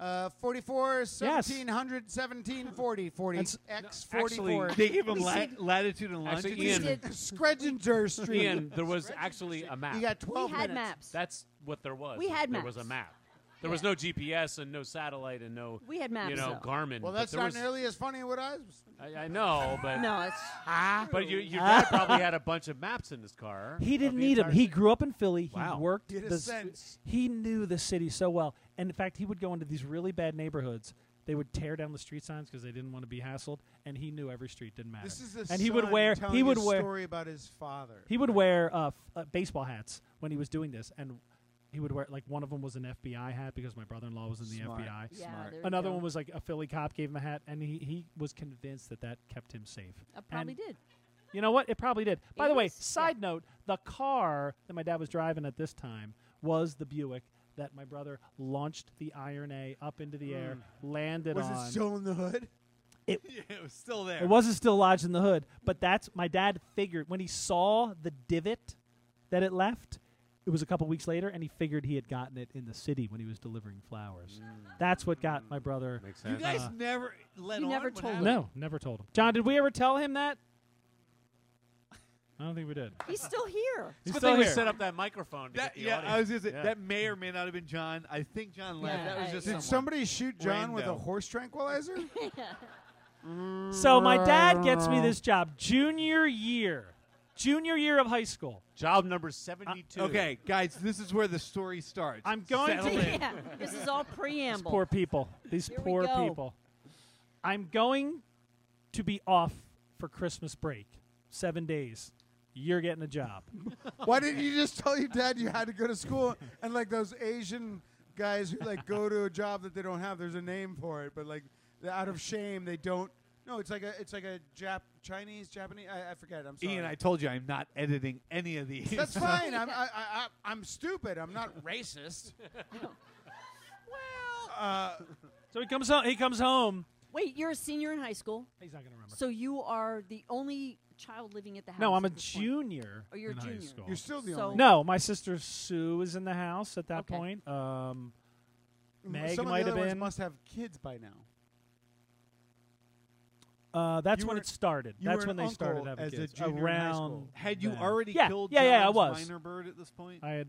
C: uh, 44, 1700, 1740, 40,
E: That's-
C: X
D: actually,
C: 44.
B: They gave him
F: We
B: la-
F: said-
B: latitude and
D: Actually,
B: longitude.
D: Ian-
F: did-
C: Scredinger Street. (laughs)
D: Ian, there was actually a map.
C: You got 12
F: we had
C: minutes.
F: maps.
D: That's what there was.
F: We had
D: there
F: maps.
D: was a map. There was no GPS and no satellite and no
F: We had maps,
D: You know,
F: though.
D: Garmin.
C: Well,
D: but
C: that's
D: there
C: not
D: was-
C: nearly as funny what I was.
D: I, I know, but
F: no, it's
D: but you, your dad probably had a bunch of maps in his car.
E: He didn't
D: of the
E: need him.
D: entire
E: He
D: city.
E: grew up in Philly.
D: Wow.
E: He worked.
C: Get a
E: the s-
C: sense.
E: He knew the city so well. And in fact, he would go into these really bad neighborhoods. They would tear down the street signs because they didn't want to be hassled, and he knew every street didn't matter.
C: This is the
E: and he would
C: son
E: wear.
C: telling
E: He would
C: a
E: wear.
C: story about his father.
E: He would wear uh, f- uh, baseball hats when he was doing this, and he would wear like one of them was an FBI hat because my brother-in-law was in the
B: Smart.
E: FBI.
F: yeah,
B: Smart.
F: there you
E: Another
F: go.
E: one was like a Philly cop gave him a hat, and he, he was convinced that that kept him safe.
F: I Uh, probably
E: And-
F: did.
E: You know what? It probably did. By
F: It
E: the way,
F: was- yeah.
E: side note, the car that my dad was driving at this time was the Buick that my brother launched the Iron A up into the air, landed
C: was
E: on.
C: it still in the
E: (laughs)
C: hood?
B: yeah, it was still there.
E: it wasn't still lodged in the hood, but that's my dad figured when he saw the divot that it left. It was a couple weeks later, and he figured he had gotten it in the city when he was delivering flowers. That's what got my brother.
D: Makes
B: You
D: sense.
B: guys
E: Uh,
B: never let
F: you
B: on.
F: never
B: what
F: told
B: happened?
J: No, never told him.
E: John, did we ever tell him that? (laughs) I don't think we did.
F: He's still here.
E: He's
D: It's a good
E: still
D: thing we
E: here.
D: set up that microphone. To
B: That,
D: get the
B: yeah,
D: audience.
B: I was just
D: Yeah.
B: that may or may not have been John. I think John left.
F: Yeah,
B: that was
F: I-
B: just
C: Did
B: someone.
C: somebody shoot John with a
B: Rando.
C: horse tranquilizer?
E: So my dad gets
F: Uh.
E: me this job junior year, junior year of high school.
D: Job number seventy-two.
B: Uh, Okay, guys, this is where the story starts.
E: I'm going
B: Settle in.
E: to
F: (laughs) yeah, this is all
E: these
F: preamble.
E: poor people. These
F: Here we
E: poor
F: go.
E: people. I'm going to be off for Christmas break. Seven days. You're getting a job.
F: (laughs)
C: Why didn't you just tell your dad you had to go to school? And like those Asian guys who like go to a job that they don't have, there's a name for it, but like they're out of shame they don't. No, it's like a it's like a Jap Chinese Japanese. I, I forget. I'm sorry.
B: Ian, I told you I'm not editing any of these. (laughs)
C: That's
E: (laughs)
C: fine. I'm I, I, I, I'm stupid. I'm not racist.
E: So he comes home. He comes home.
F: Wait, you're a senior in high school,
E: He's not gonna remember.
F: so you are the only child living at the house.
E: No, I'm a
F: at this point.
E: junior
F: Oh, you're
E: in
F: a
E: high
F: junior.
E: school.
C: You're still the
F: So-
C: only.
E: no, my sister Sue is in the house at that
F: Okay.
E: point. Um, Meg
C: Some of the
E: might
C: other
E: have
C: ones
E: been.
C: must have kids by now.
E: uh, that's
C: You
E: when
C: were-
E: it started.
C: you
E: That's
C: were
E: when
C: an
E: they started
C: uncle
E: having
C: as a
E: kids.
C: junior in high school.
E: Around
K: Had you
E: then.
K: already
E: Yeah,
K: killed
E: yeah, yeah, I
K: John's
E: was.
K: minor bird at this point?
E: I had.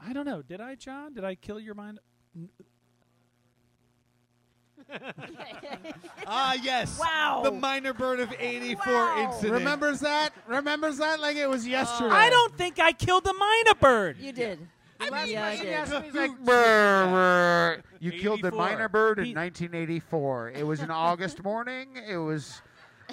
E: I don't know. Did I, John? Did I kill your mind?
F: (laughs)
B: Ah, yes.
F: Wow.
B: The minor bird of 84
F: Wow.
B: incident.
C: Remembers that? Remembers that like it was yesterday.
E: I don't think I killed the minor bird.
F: You did. yeah, I did.
C: (laughs) you killed the
D: 84.
C: minor bird in
E: He-
C: 1984. It was an August morning. It was.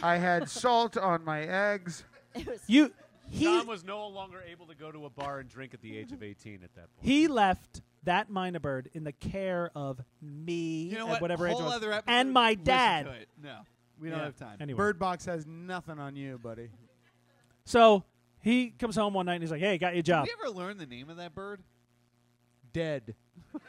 C: I had salt on my eggs.
F: It was-
E: You he
D: John was no longer able to go to a bar and drink at the age of eighteen. At that point,
E: he left that minor bird in the care of me
B: You know
E: at
B: what?
E: whatever
B: Whole
E: age I was.
B: other episode,
E: and my
B: listen
E: dad.
B: to it. No, we don't
E: Yeah.
B: have time.
E: Anyway,
C: Bird Box has nothing on you, buddy.
E: so he comes home one night and he's like, "Hey, got you a
B: Did
E: job?"
B: we ever learn the name of that bird?
C: Dead.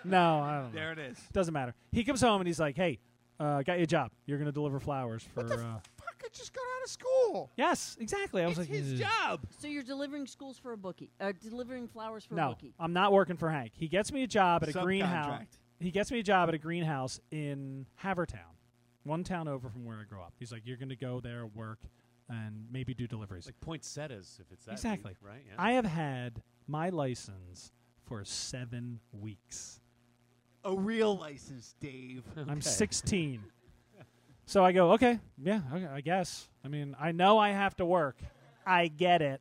E: no, I don't know.
B: There it is.
E: Doesn't matter. He comes home and he's like, "Hey, uh, got you a job. You're gonna deliver flowers for." uh,
C: Fuck! I just got out of school.
E: yes, exactly. I was
B: It's
E: like,
B: his
E: "Ugh."
B: job.
F: so you're delivering schools for a bookie, uh, delivering flowers for a
E: No,
F: bookie.
E: I'm not working for Hank. He gets me a job at a greenhouse.
B: Subcontract.
E: He gets me a job at a greenhouse in Havertown, one town over from where I grew up. He's like, "You're going to go there, work, and maybe do deliveries."
D: like poinsettias, if it's that
E: exactly
D: deep, right? Yeah.
E: I have had my license for seven weeks.
B: A real license, Dave.
E: I'm 16, so I go, "Okay, yeah, okay, I guess." I mean, I know I have to work. I get it.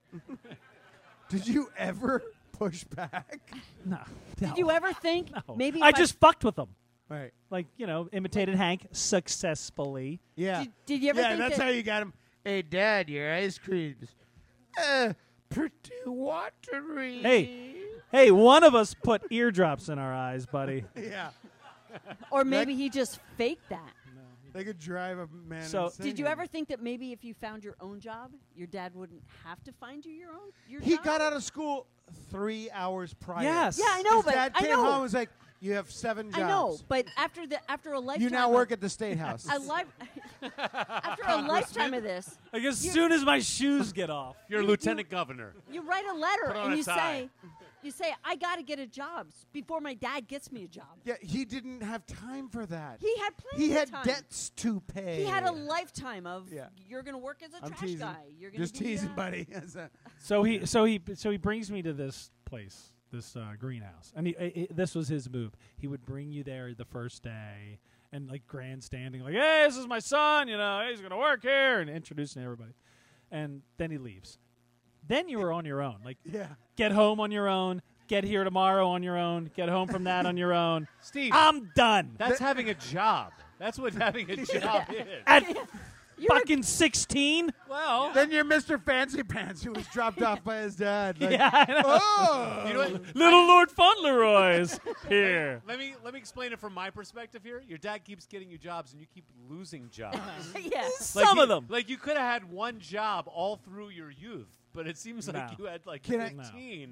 C: Did you ever push back?
E: No,
F: Did you ever think maybe
E: I
F: if
E: just fucked with them.
C: Right.
E: Like you know, imitated Hank successfully.
C: Yeah.
F: Did, did you ever
C: yeah,
F: think
C: that's
F: that,
C: how you got him. Hey, Dad, your ice creams. Uh, pretty watery.
E: Hey, hey, one of us put eardrops in our eyes, buddy.
C: Yeah.
F: or maybe he just faked that?
C: They could drive a man.
E: So-
C: insane.
F: Did you ever think that maybe if you found your own job, your dad wouldn't have to find you your own? Your
C: He
F: job?
C: got out of school three hours prior.
E: Yes.
F: Yeah, I know,
C: His
F: but
C: dad
F: I
C: came
F: know.
C: home and was like, "You have seven jobs.
F: I know, but after the after a lifetime,
C: you now
F: of-
C: work at the
F: (laughs)
C: state house."
F: a life after a lifetime of this,
E: Like as soon as my shoes get off.
D: You're lieutenant governor.
F: you write a letter
D: Put on
F: and
D: a
F: you
D: tie.
F: say, you say, I got to get a job s- before my dad gets me a job.
C: yeah, he didn't have time for that.
F: He had plenty.
C: He
F: of
C: had
F: time.
C: debts to pay.
F: He had a lifetime of
C: Yeah.
F: you're gonna work as a
C: I'm
F: trash
C: teasing.
F: guy. You're gonna
C: Just
F: be,
C: teasing,
F: uh,
C: buddy. (laughs) That's
F: (laughs)
C: a-
E: So he, so he, so he brings me to this place, this uh, greenhouse, and he, i i this was his move. He would bring you there the first day and like grandstanding, like, "Hey, this is my son. You know, hey, he's gonna work here," and introducing everybody, and then he leaves. Then you were on your own. Like,
C: yeah.
E: get home on your own. Get here tomorrow on your own. Get home from that on your own.
D: Steve,
E: I'm done.
D: that's having a job. That's what having a job is.
E: At
F: You're a-
E: fucking 16?
D: Well,
C: Then you're Mr. Fancy Pants, who was dropped off by his
E: (laughs)
C: dad. Like,
E: Yeah, I know.
C: (laughs) Oh,
D: you know what?
E: Little Lord Fauntleroy's here.
D: Let me let me explain it from my perspective here. Your dad keeps getting you jobs, and you keep losing
E: (laughs)
D: jobs.
F: (laughs)
C: (laughs)
F: yeah.
D: Like
E: Some
D: you-
E: of them.
D: Like you could have had one job all through your youth, but it seems
E: No.
D: like you had like
C: Can I-
D: fifteen.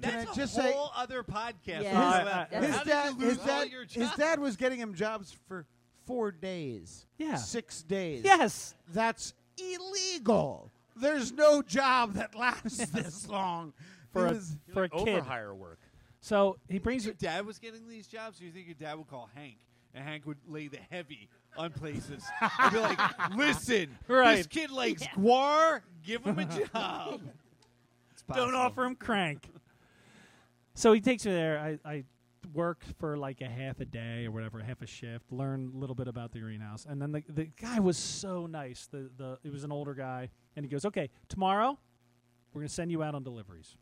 C: Can
B: That's
C: I
B: a
C: just say-
B: whole other podcast.
F: Yeah.
E: Uh, uh,
F: His- (laughs) Yeah.
C: his
B: How did
C: dad,
B: you lose
C: his
B: all
C: dad,
B: your
C: his
B: jobs?
C: dad was getting him jobs for four days.
E: Yeah.
C: six days.
E: Yes.
C: that's illegal. There's no job that lasts this long
E: for
C: It
E: a
C: was-
E: for a kid.
D: Overhire work.
E: So he brings
B: Your dad was getting these jobs. Do you think your dad would call Hank, and Hank would lay the heavy on places? and be (laughs) like, "Listen, this
E: Right.
B: kid likes (laughs)
F: Yeah.
B: guar. Give him a job.
E: Don't offer him crank. so he takes me there. I, I work for like a half a day or whatever, half a shift, learn a little bit about the greenhouse. And then the, the guy was so nice. The, the It was an older guy. And he goes, okay, tomorrow we're going to send you out on deliveries.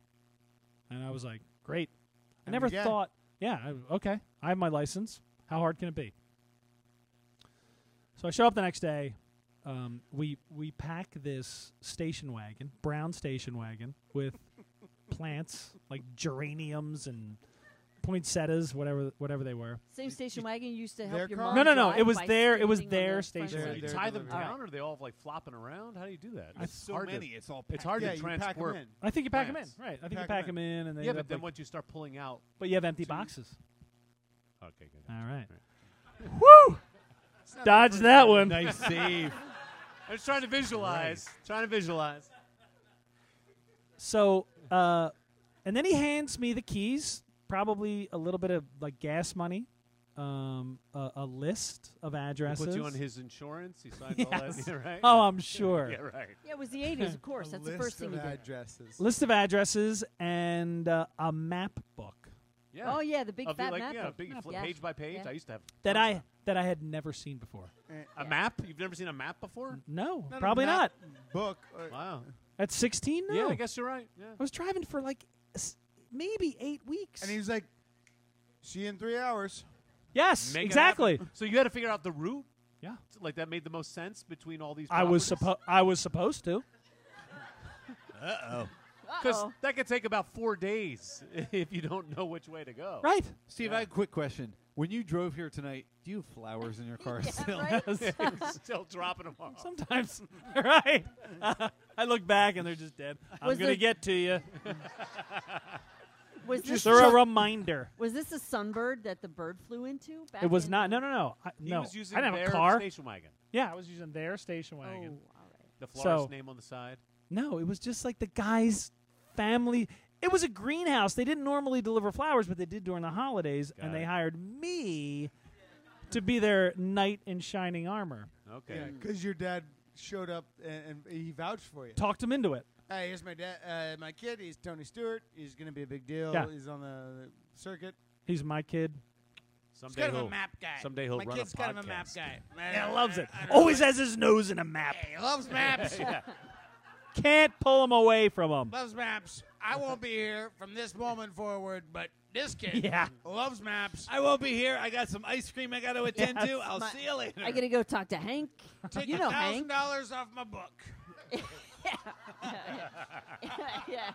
E: And I was like, great. I
C: And
E: never
C: again.
E: thought, yeah, I- okay, I have my license. How hard can it be? So I show up the next day. Um, we we pack this station wagon, brown station wagon, with (laughs) plants like geraniums and poinsettias, whatever whatever they were.
F: Same station wagon used to help
C: Their
F: your
C: car?
F: mom.
E: No, no, no,
F: drive
E: it was
F: by
E: their- it was
F: standing on
E: their
F: the
E: station
F: front
C: wagon.
F: seat.
D: Do you
C: They're
D: tie them
C: delivered.
D: down, or are they all like flopping around? How do you do that?
E: I-
D: It's
B: So
D: hard to-
B: many. It's all.
D: it's hard
C: yeah,
D: to
C: you pack 'em
D: transport.
C: in.
E: I think you pack
D: Plants.
E: them in, right? I think you
C: Pack
E: pack
C: 'em
E: them in, and they
D: yeah,
E: end
D: but
E: up
D: then
E: like-
D: once you start pulling out,
E: but you have empty
D: two-
E: boxes.
D: okay, good.
E: All right,
G: Woo!
E: dodge that one.
D: Nice save. I was trying to visualize. Trying to visualize.
E: (laughs) So, uh, and then he hands me the keys, probably a little bit of like gas money, um, a, a list of addresses.
D: Puts you on his insurance. He signed all that.
E: Yes.
D: Yeah, (laughs) right.
E: Oh, I'm sure.
D: (laughs) Yeah, right.
F: Yeah, it was the 80s, of course.
C: A
F: That's the
C: list
F: first thing
C: of
F: you did.
C: addresses.
E: List of addresses and uh, a map book
D: Yeah.
F: Oh, yeah, the big
D: Of the,
F: fat
D: like,
F: map.
D: yeah,
F: book.
D: big
F: Map,
D: flip
F: yeah.
D: page by page.
F: Yeah.
D: I used to have
E: that I that I had never seen before.
D: a
F: Yeah.
D: map. You've never seen a map before?
E: No,
C: Not a
E: probably
C: map
E: not.
C: Book. or-
D: Wow.
E: At 16, no.
D: Yeah, I guess you're right. Yeah.
E: I was driving for like s- maybe eight weeks.
C: and he's like, "See you in three hours."
E: yes,
D: Make it
E: exactly.
D: happen. So you had to figure out the route.
E: Yeah.
D: Like that made the most sense between all these.
E: I was
D: properties?
E: supposed I was supposed to.
D: Because
F: Uh-oh.
D: that could take about four days (laughs) if you don't know which way to go. (laughs)
E: Right.
B: Steve, I have a quick question. When you drove here tonight, do you have flowers in your car
C: (laughs)
B: still?
F: (laughs) Yeah, right?
D: Still dropping them off.
E: (laughs) Sometimes, (laughs) right? I look back and they're just dead. I'm
F: Was
E: gonna
F: there-
E: get to you.
F: Was this,
E: Just a reminder.
F: was this a sunbird that the bird flew into? Back
E: It was
F: in-
E: not. No, no, no. I,
D: He
E: no,
D: was using
E: I didn't
D: their
E: have a car.
D: station wagon.
E: Yeah, I was using their station
F: Oh, all
E: wagon.
F: right.
D: The florist
E: So-
D: name on the side.
E: No, it was just like the guy's family. It was a greenhouse. They didn't normally deliver flowers, but they did during the holidays,
D: Got
E: and they
D: it.
E: hired me to be their knight in shining armor.
D: Okay.
C: Yeah, because your dad showed up and, and he vouched for you.
E: Talked him into it.
C: Hey, here's my dad. Uh, my kid. He's Tony Stewart. He's gonna be a big deal.
E: Yeah.
C: He's on the circuit.
E: He's my kid.
D: Someday he'll,
C: guy.
D: someday he'll run a podcast.
C: guy.
E: Yeah, loves it. Always has his nose in a map.
C: He loves maps.
E: Can't pull him away from him.
C: loves maps. I won't be here from this moment forward, but this kid
E: (laughs) Yeah.
C: loves maps.
B: I won't be here. I got some ice cream I got to attend to. I'll
F: My-
B: see you later.
F: I got to go talk to Hank. you know Hank.
C: dollars off my book.
F: (laughs) yeah.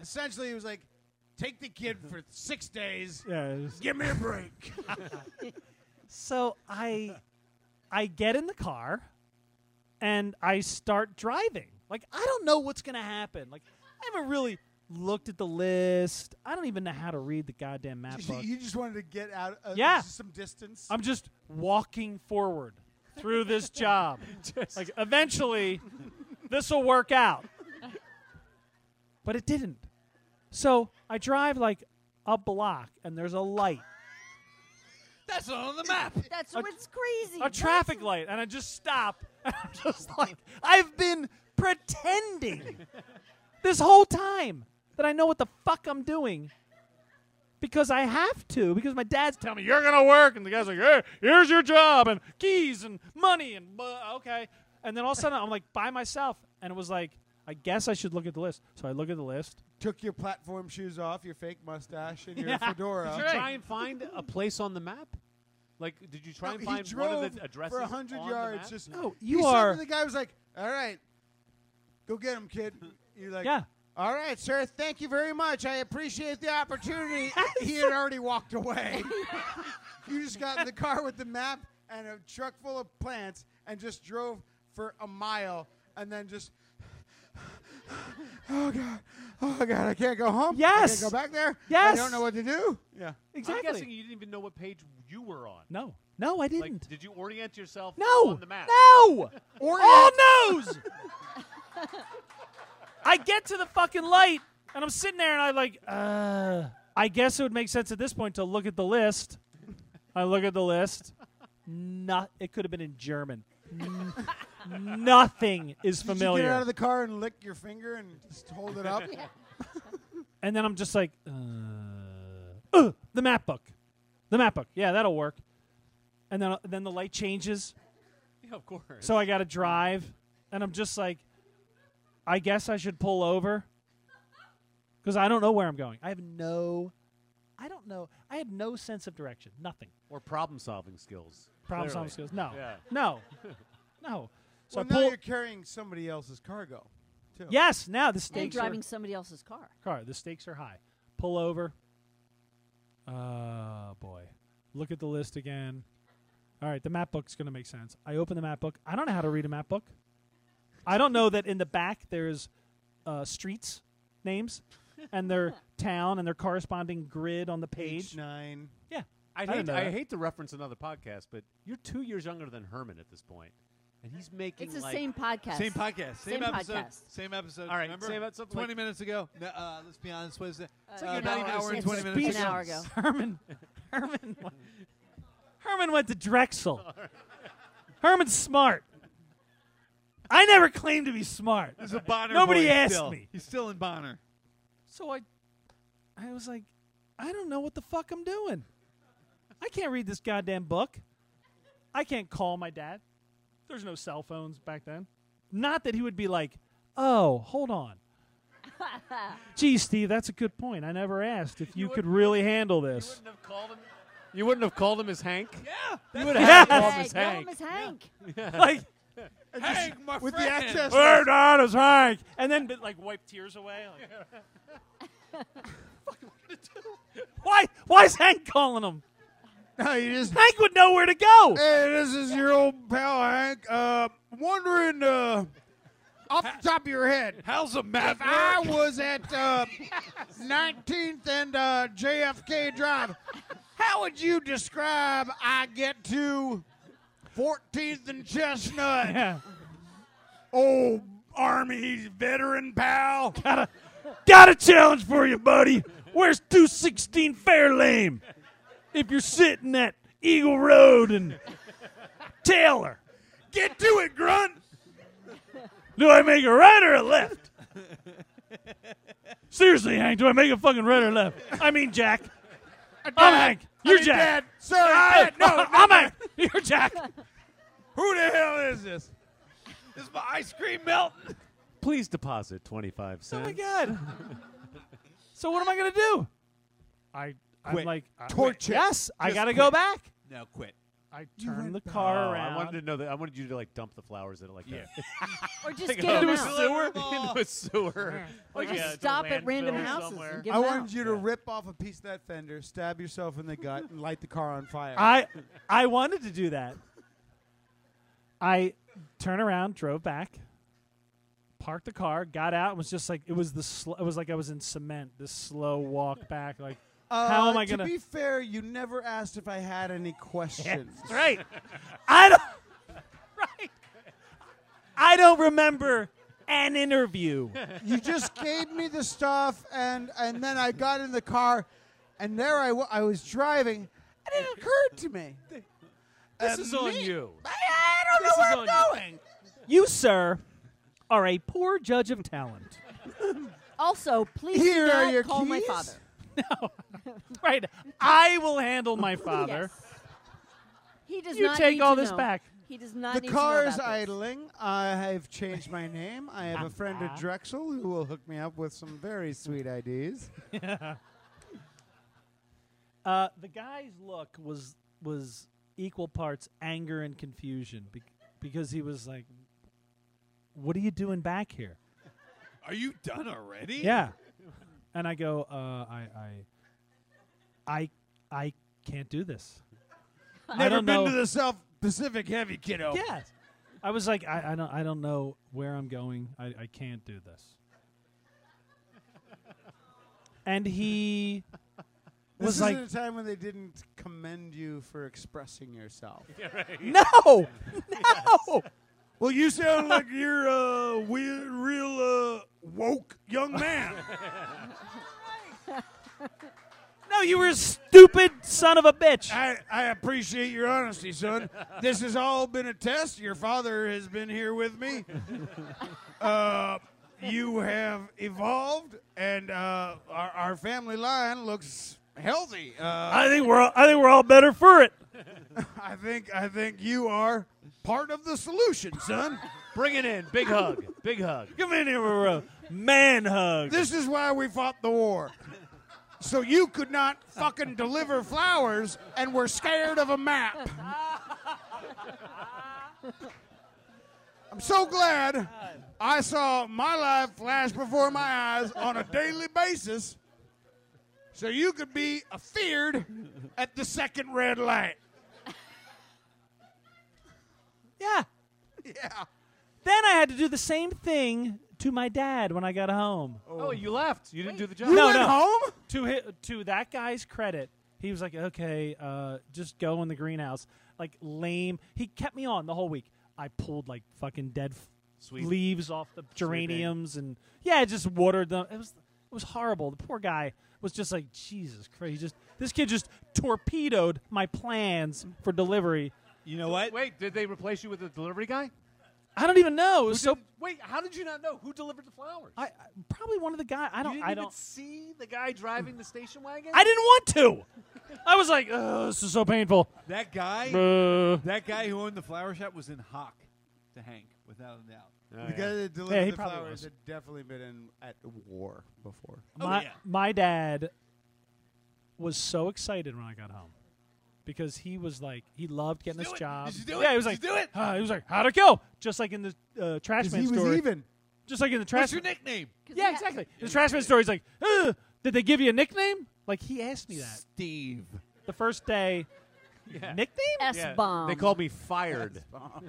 C: Essentially, he was like, "Take the kid for six days.
E: Yeah. it was-
C: Give me a break."
E: So I I get in the car and I start driving. Like I don't know what's going to happen. Like I haven't really looked at the list. I don't even know how to read the goddamn map book.
C: you just wanted to get out. Of
E: Yeah.
C: just some distance.
E: I'm just walking forward
C: (laughs)
E: through this job. like eventually this will work out. But it didn't. So I drive like a block and there's a light.
B: That's not on the map.
F: That's what's crazy.
E: a
F: That's
E: traffic light and I just stop (laughs) and I'm just like I've been pretending this whole time that I know what the fuck I'm doing because I have to because my dad's telling me you're gonna work and the guy's like hey here's your job and keys and money and blah, okay and then all of a sudden I'm like by myself and it was like I guess I should look at the list so I look at the list
C: Took your platform shoes off, your fake mustache, and your
E: (laughs) Yeah.
C: fedora.
E: That's
D: Did you try and find a place on the map? Like, did you try
C: No,
D: and
C: he
D: find one of
C: drove
D: the addresses
C: for a hundred
D: on the
C: yards.
D: map?
C: Just
E: No,
C: he
E: you
C: said
E: are-
C: to The guy was like, "All right, go get him, kid." You're like,
E: Yeah.
C: All right, sir. Thank you very much. I appreciate the opportunity.
E: (laughs)
C: he had already walked away. (laughs) you just got in the car with the map and a truck full of plants and just drove for a mile and then just. (sighs) Oh god! Oh god! I can't go home.
E: Yes.
C: I can't go back there. I
E: Yes.
C: don't know what to do. Yeah.
E: exactly
D: I'm guessing you didn't even know what page you were on.
E: no no I didn't
D: Like, did you orient yourself
E: No. (laughs)
D: on the map?
E: No. All nose. (laughs) I get to the fucking light, and I'm sitting there, and I like, uh, I guess it would make sense at this point to look at the list. I look at the list. Not. It could have been in German. N- (laughs) Nothing is
C: Did you get
E: familiar.
C: out of the car and lick your finger and just hold it
E: (laughs)
C: up?
E: and then I'm just like, uh, ugh, the map book, the map book. Yeah, that'll work. And then uh, then the light changes,
D: Yeah, of course.
E: so I got to drive, and I'm just like, I guess I should pull over because I don't know where I'm going. I have no, I don't know. I had no sense of direction. Nothing.
D: or problem solving skills.
E: Problem solving
D: Clearly.
E: skills. No,
D: Yeah.
E: no, no. So
C: well,
E: I
C: now
E: pull.
C: you're carrying somebody else's cargo. Too.
E: Yes, now the
F: And
E: stakes are
F: driving somebody else's car.
E: car. The stakes are high. Pull over. Oh boy. Look at the list again. All right, the map book's going to make sense. I open the map book. I don't know how to read a map book. I don't know that in the back there's uh, streets names and their town and their corresponding grid on the page.
C: nine.
E: Yeah.
D: I
E: didn't
D: hate,
E: know
D: I
E: that.
D: hate to reference another podcast, but you're two years younger than Herman at this point, and he's making
F: It's the
D: like-
F: same podcast.
I: Same podcast. Same,
F: Same
I: episode.
F: podcast.
I: Same episode.
D: All right,
I: Remember?
D: same episode, like-
I: 20 minutes ago. No, uh, let's be honest. What is it?
F: like
I: Uh,
F: an
I: about
F: hour-
I: an hour and
F: it's
I: 20 minutes
F: speech
I: ago.
F: an hour ago.
E: Herman, Herman, went, Herman went to Drexel. Herman's smart. I never claimed to be smart.
I: He's a Bonner
E: Nobody
I: boy
E: asked
I: still.
E: me.
I: He's still in Bonner.
E: So I, I was like, I don't know what the fuck I'm doing. I can't read this goddamn book. I can't call my dad. There's no cell phones back then. Not that he would be like, oh, hold
F: (laughs)
E: on. Gee, Steve, that's a good point. I never asked if you, could really handle this.
D: have called him. You wouldn't have called him as Hank.
I: You
D: would
E: have
F: Hey,
E: Call
D: him as
F: call
D: Hank.
F: him as
E: (laughs)
F: Hank.
I: (laughs)
E: like,
I: Hank, my
C: With
I: friend.
C: the (laughs) access.
E: We're not as Hank. And then but, like wipe tears away. Like, Fuck, what did I do? (laughs) why? Why is Hank calling him?
C: No, you just.
E: Hank would know where to go.
C: Hey, this is your old pal Hank. Uh, wondering uh, off the top of your head,
I: How's the
C: if
I: math?
C: I was at uh, 19th and uh, JFK Drive, how would you describe I get to 14th and Chestnut?
E: (laughs) Yeah.
C: Old Army veteran pal.
E: Got a challenge for you, buddy. Where's 216 Fairlane? If you're sitting at Eagle Road and Taylor,
C: Get to it, grunt.
E: do I make a right or a left? Seriously, Hank, do I make a fucking right or left? I mean, Jack.
C: Uh,
E: I'm Hank. You're Jack.
C: Dad. Sir,
E: I-
C: Dad, no,
E: I'm Hank. You're Jack.
C: who the hell is this?
I: Is my ice cream melting?
D: Please deposit twenty five
E: Oh
D: cents.
E: my (laughs) god. So what am I gonna do? I I'm
I: Quit.
E: like I-
C: Torch it.
E: Yes, I
I: Just
E: gotta
I: quit.
E: go back.
I: No, quit.
E: I
C: You
E: turn
C: went
E: the
C: back.
E: car
D: Oh,
E: around.
D: I wanted to know that. I wanted you to like dump the flowers in it, like
I: Yeah.
D: (laughs) that.
F: Or just
D: Into
F: get him
D: a
F: out.
D: sewer.
I: Deliver 'em all.
D: Into a sewer.
F: Or
D: Like,
F: just
D: yeah, to a
F: stop at
D: landfill
F: random houses
D: somewhere.
F: and get
C: I
F: him
C: wanted
F: out.
C: you to rip off a piece of that fender, stab yourself in the gut, and light the car on fire.
E: I I wanted to do that. I turned around, drove back, parked the car, got out, and was just like it was the sl- it was like I was in cement. This slow walk back, like
C: Uh,
E: how am I
C: To
E: gonna?
C: be fair, you never asked if I had any questions.
E: That's (laughs) right. I don't. (laughs) Right. I don't remember an (laughs) interview.
C: you just gave me the stuff, and and then I got in the car, and there I wa- I was driving, and it occurred to me.
D: This is on you.
C: I, I don't
E: This is
C: know where
E: on
C: I'm going.
E: You, sir, are a poor judge of talent.
F: Also, please
C: Here
F: do
C: are
F: not
C: your
F: call my
C: keys.
F: father.
E: Right. I will handle my father.
F: Yes. He does
E: You
F: not
E: take
F: need to
E: all this
F: know.
E: back.
F: He does not
C: The
F: need
C: car
F: to know
C: is
F: about this. Ah,
C: idling. I have changed
F: (laughs)
C: my name. I have a friend at Drexel who will hook me up with some very sweet ideas.
E: Uh, the guy's look was was equal parts anger and confusion bec- because he was like, "What are you doing back here?"
I: Are you done already?
E: Yeah. And I go, uh, I, I, I, I can't do this. I
C: Never
E: don't
C: been
E: know.
C: to the South Pacific heavy, kiddo.
E: Yeah. I was like, I, I don't, I don't know where I'm going. I, I can't do this. And he
C: This
E: was
C: is
E: like,
C: a time when they didn't commend you for expressing yourself. Oh!
E: no, no.
C: Well, you sound like you're uh, weird, real uh, woke young man.
E: No, you were a stupid son of
C: (laughs)
E: a bitch.
C: I, I appreciate your honesty, son. This has all been a test. Your father has been here with me. Uh, you have evolved, and uh, our, our family line looks healthy. Uh,
E: I think we're all, I think we're all better for it.
C: I think I think you are part of the solution, son.
D: Bring it in. Big hug. Big hug.
E: Come in here for a man hug.
C: This is why we fought the war. So you could not fucking deliver flowers and were scared of a map. I'm so glad I saw my life flash before my eyes on a daily basis so you could be afeared at the second red light.
E: yeah.
C: Yeah.
E: Then I had to do the same thing to my dad when I got home.
D: Oh, you left. You didn't do the job.
E: You No,
C: Went
E: no.
C: home?
E: to hi to that guy's credit, he was like, "Okay, uh, just go in the greenhouse." Like lame. He kept me on the whole week. I pulled like fucking dead f-
D: Sweet.
E: leaves off the geraniums and yeah, just watered them. It was it was horrible. The poor guy was just like, "Jesus Christ!" he Just this kid just torpedoed my plans for delivery.
B: You know what?
D: Wait, did they replace you with a delivery guy?
E: I don't even know. It was so
D: Did- wait, how did you not know who delivered the flowers?
E: I, I- probably one of the guy. I
D: you
E: don't.
D: didn't
E: I
D: even
E: don't.
D: see the guy driving the station wagon.
E: I didn't want to. I was like, "Oh, this is so painful."
B: That guy,
E: Uh,
B: that guy who owned the flower shop was in hock to Hank, without a doubt.
C: The guy that delivered
E: Yeah, he
C: the
E: probably
C: flowers
E: was.
C: had definitely been in at war before.
L: Oh,
E: my
B: yeah.
E: my dad was so excited when I got home because he was like he loved getting this job. yeah, he was like,
L: do it?
E: "Ah," he was like, how'd it go? Just like in the uh, trash man
C: he was
E: story.
C: even.
E: Just like in the trash.
L: What's your nickname?
E: yeah, exactly. the trash man story. He's like, "Ugh, did they give you a nickname? Like he asked me that
B: Steve.
E: the first day. Nickname?
F: S bomb.
D: They called me fired. (laughs)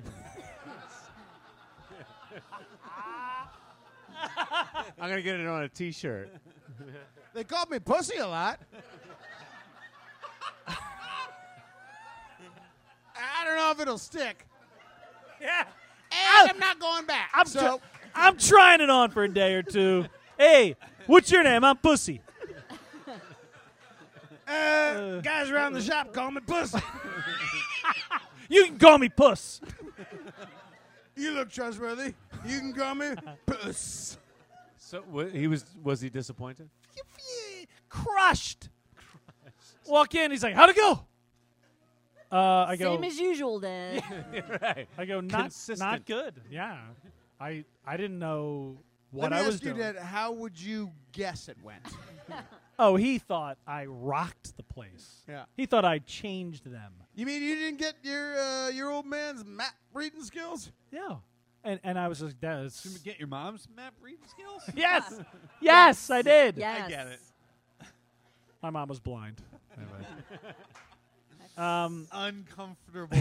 D: I'm gonna get it on a T-shirt.
C: They called me pussy a lot. I don't know if it'll stick.
E: Yeah.
C: And I'm not going back.
E: I'm
C: so,
E: try- I'm trying it on for a day or two. hey, what's your name? I'm Pussy.
C: uh, guys around the shop call me pussy.
E: You can call me Puss.
C: (laughs) you look trustworthy. You can call me puss.
D: So wa- he was was he disappointed?
E: crushed. Walk in, he's like, "How'd it go?" Uh, I go,
F: Same as usual,
D: (laughs)
F: Dad.
E: I go, not
D: consistent."
E: not good. Yeah, I I didn't know
C: Let
E: what
C: me
E: I
C: ask
E: was
C: you,
E: doing.
C: Dad, how would you guess it went?
E: Oh, he thought I rocked the place.
C: Yeah.
E: he thought I changed them.
C: (laughs) you mean you didn't get your uh, your old man's map reading skills?
E: Yeah, and and I was like, "That's
B: Get your mom's map reading
C: (laughs)
B: skills?
E: (laughs) yes, yes, I did."
F: Yes.
B: get it.
E: my mom was blind.
C: (laughs)
B: Uncomfortable.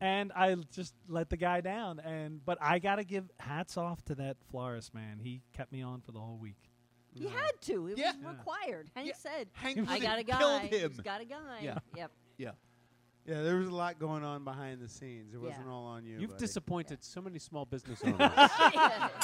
E: and I just let the guy down. And but I gotta give hats off to that florist man. He kept me on for the whole week.
F: He had to. It
B: Mm-hmm. Yeah.
F: was required. Hank said,
B: Hank
F: "I
B: really
F: got a guy.
B: killed
F: He's
B: him.
F: got a guy."
B: Yeah.
F: Yep.
B: yeah.
C: Yeah, there was a lot going on behind the scenes. It
F: (laughs) wasn't Yeah.
C: all on you. (laughs)
D: You've disappointed so many small business owners.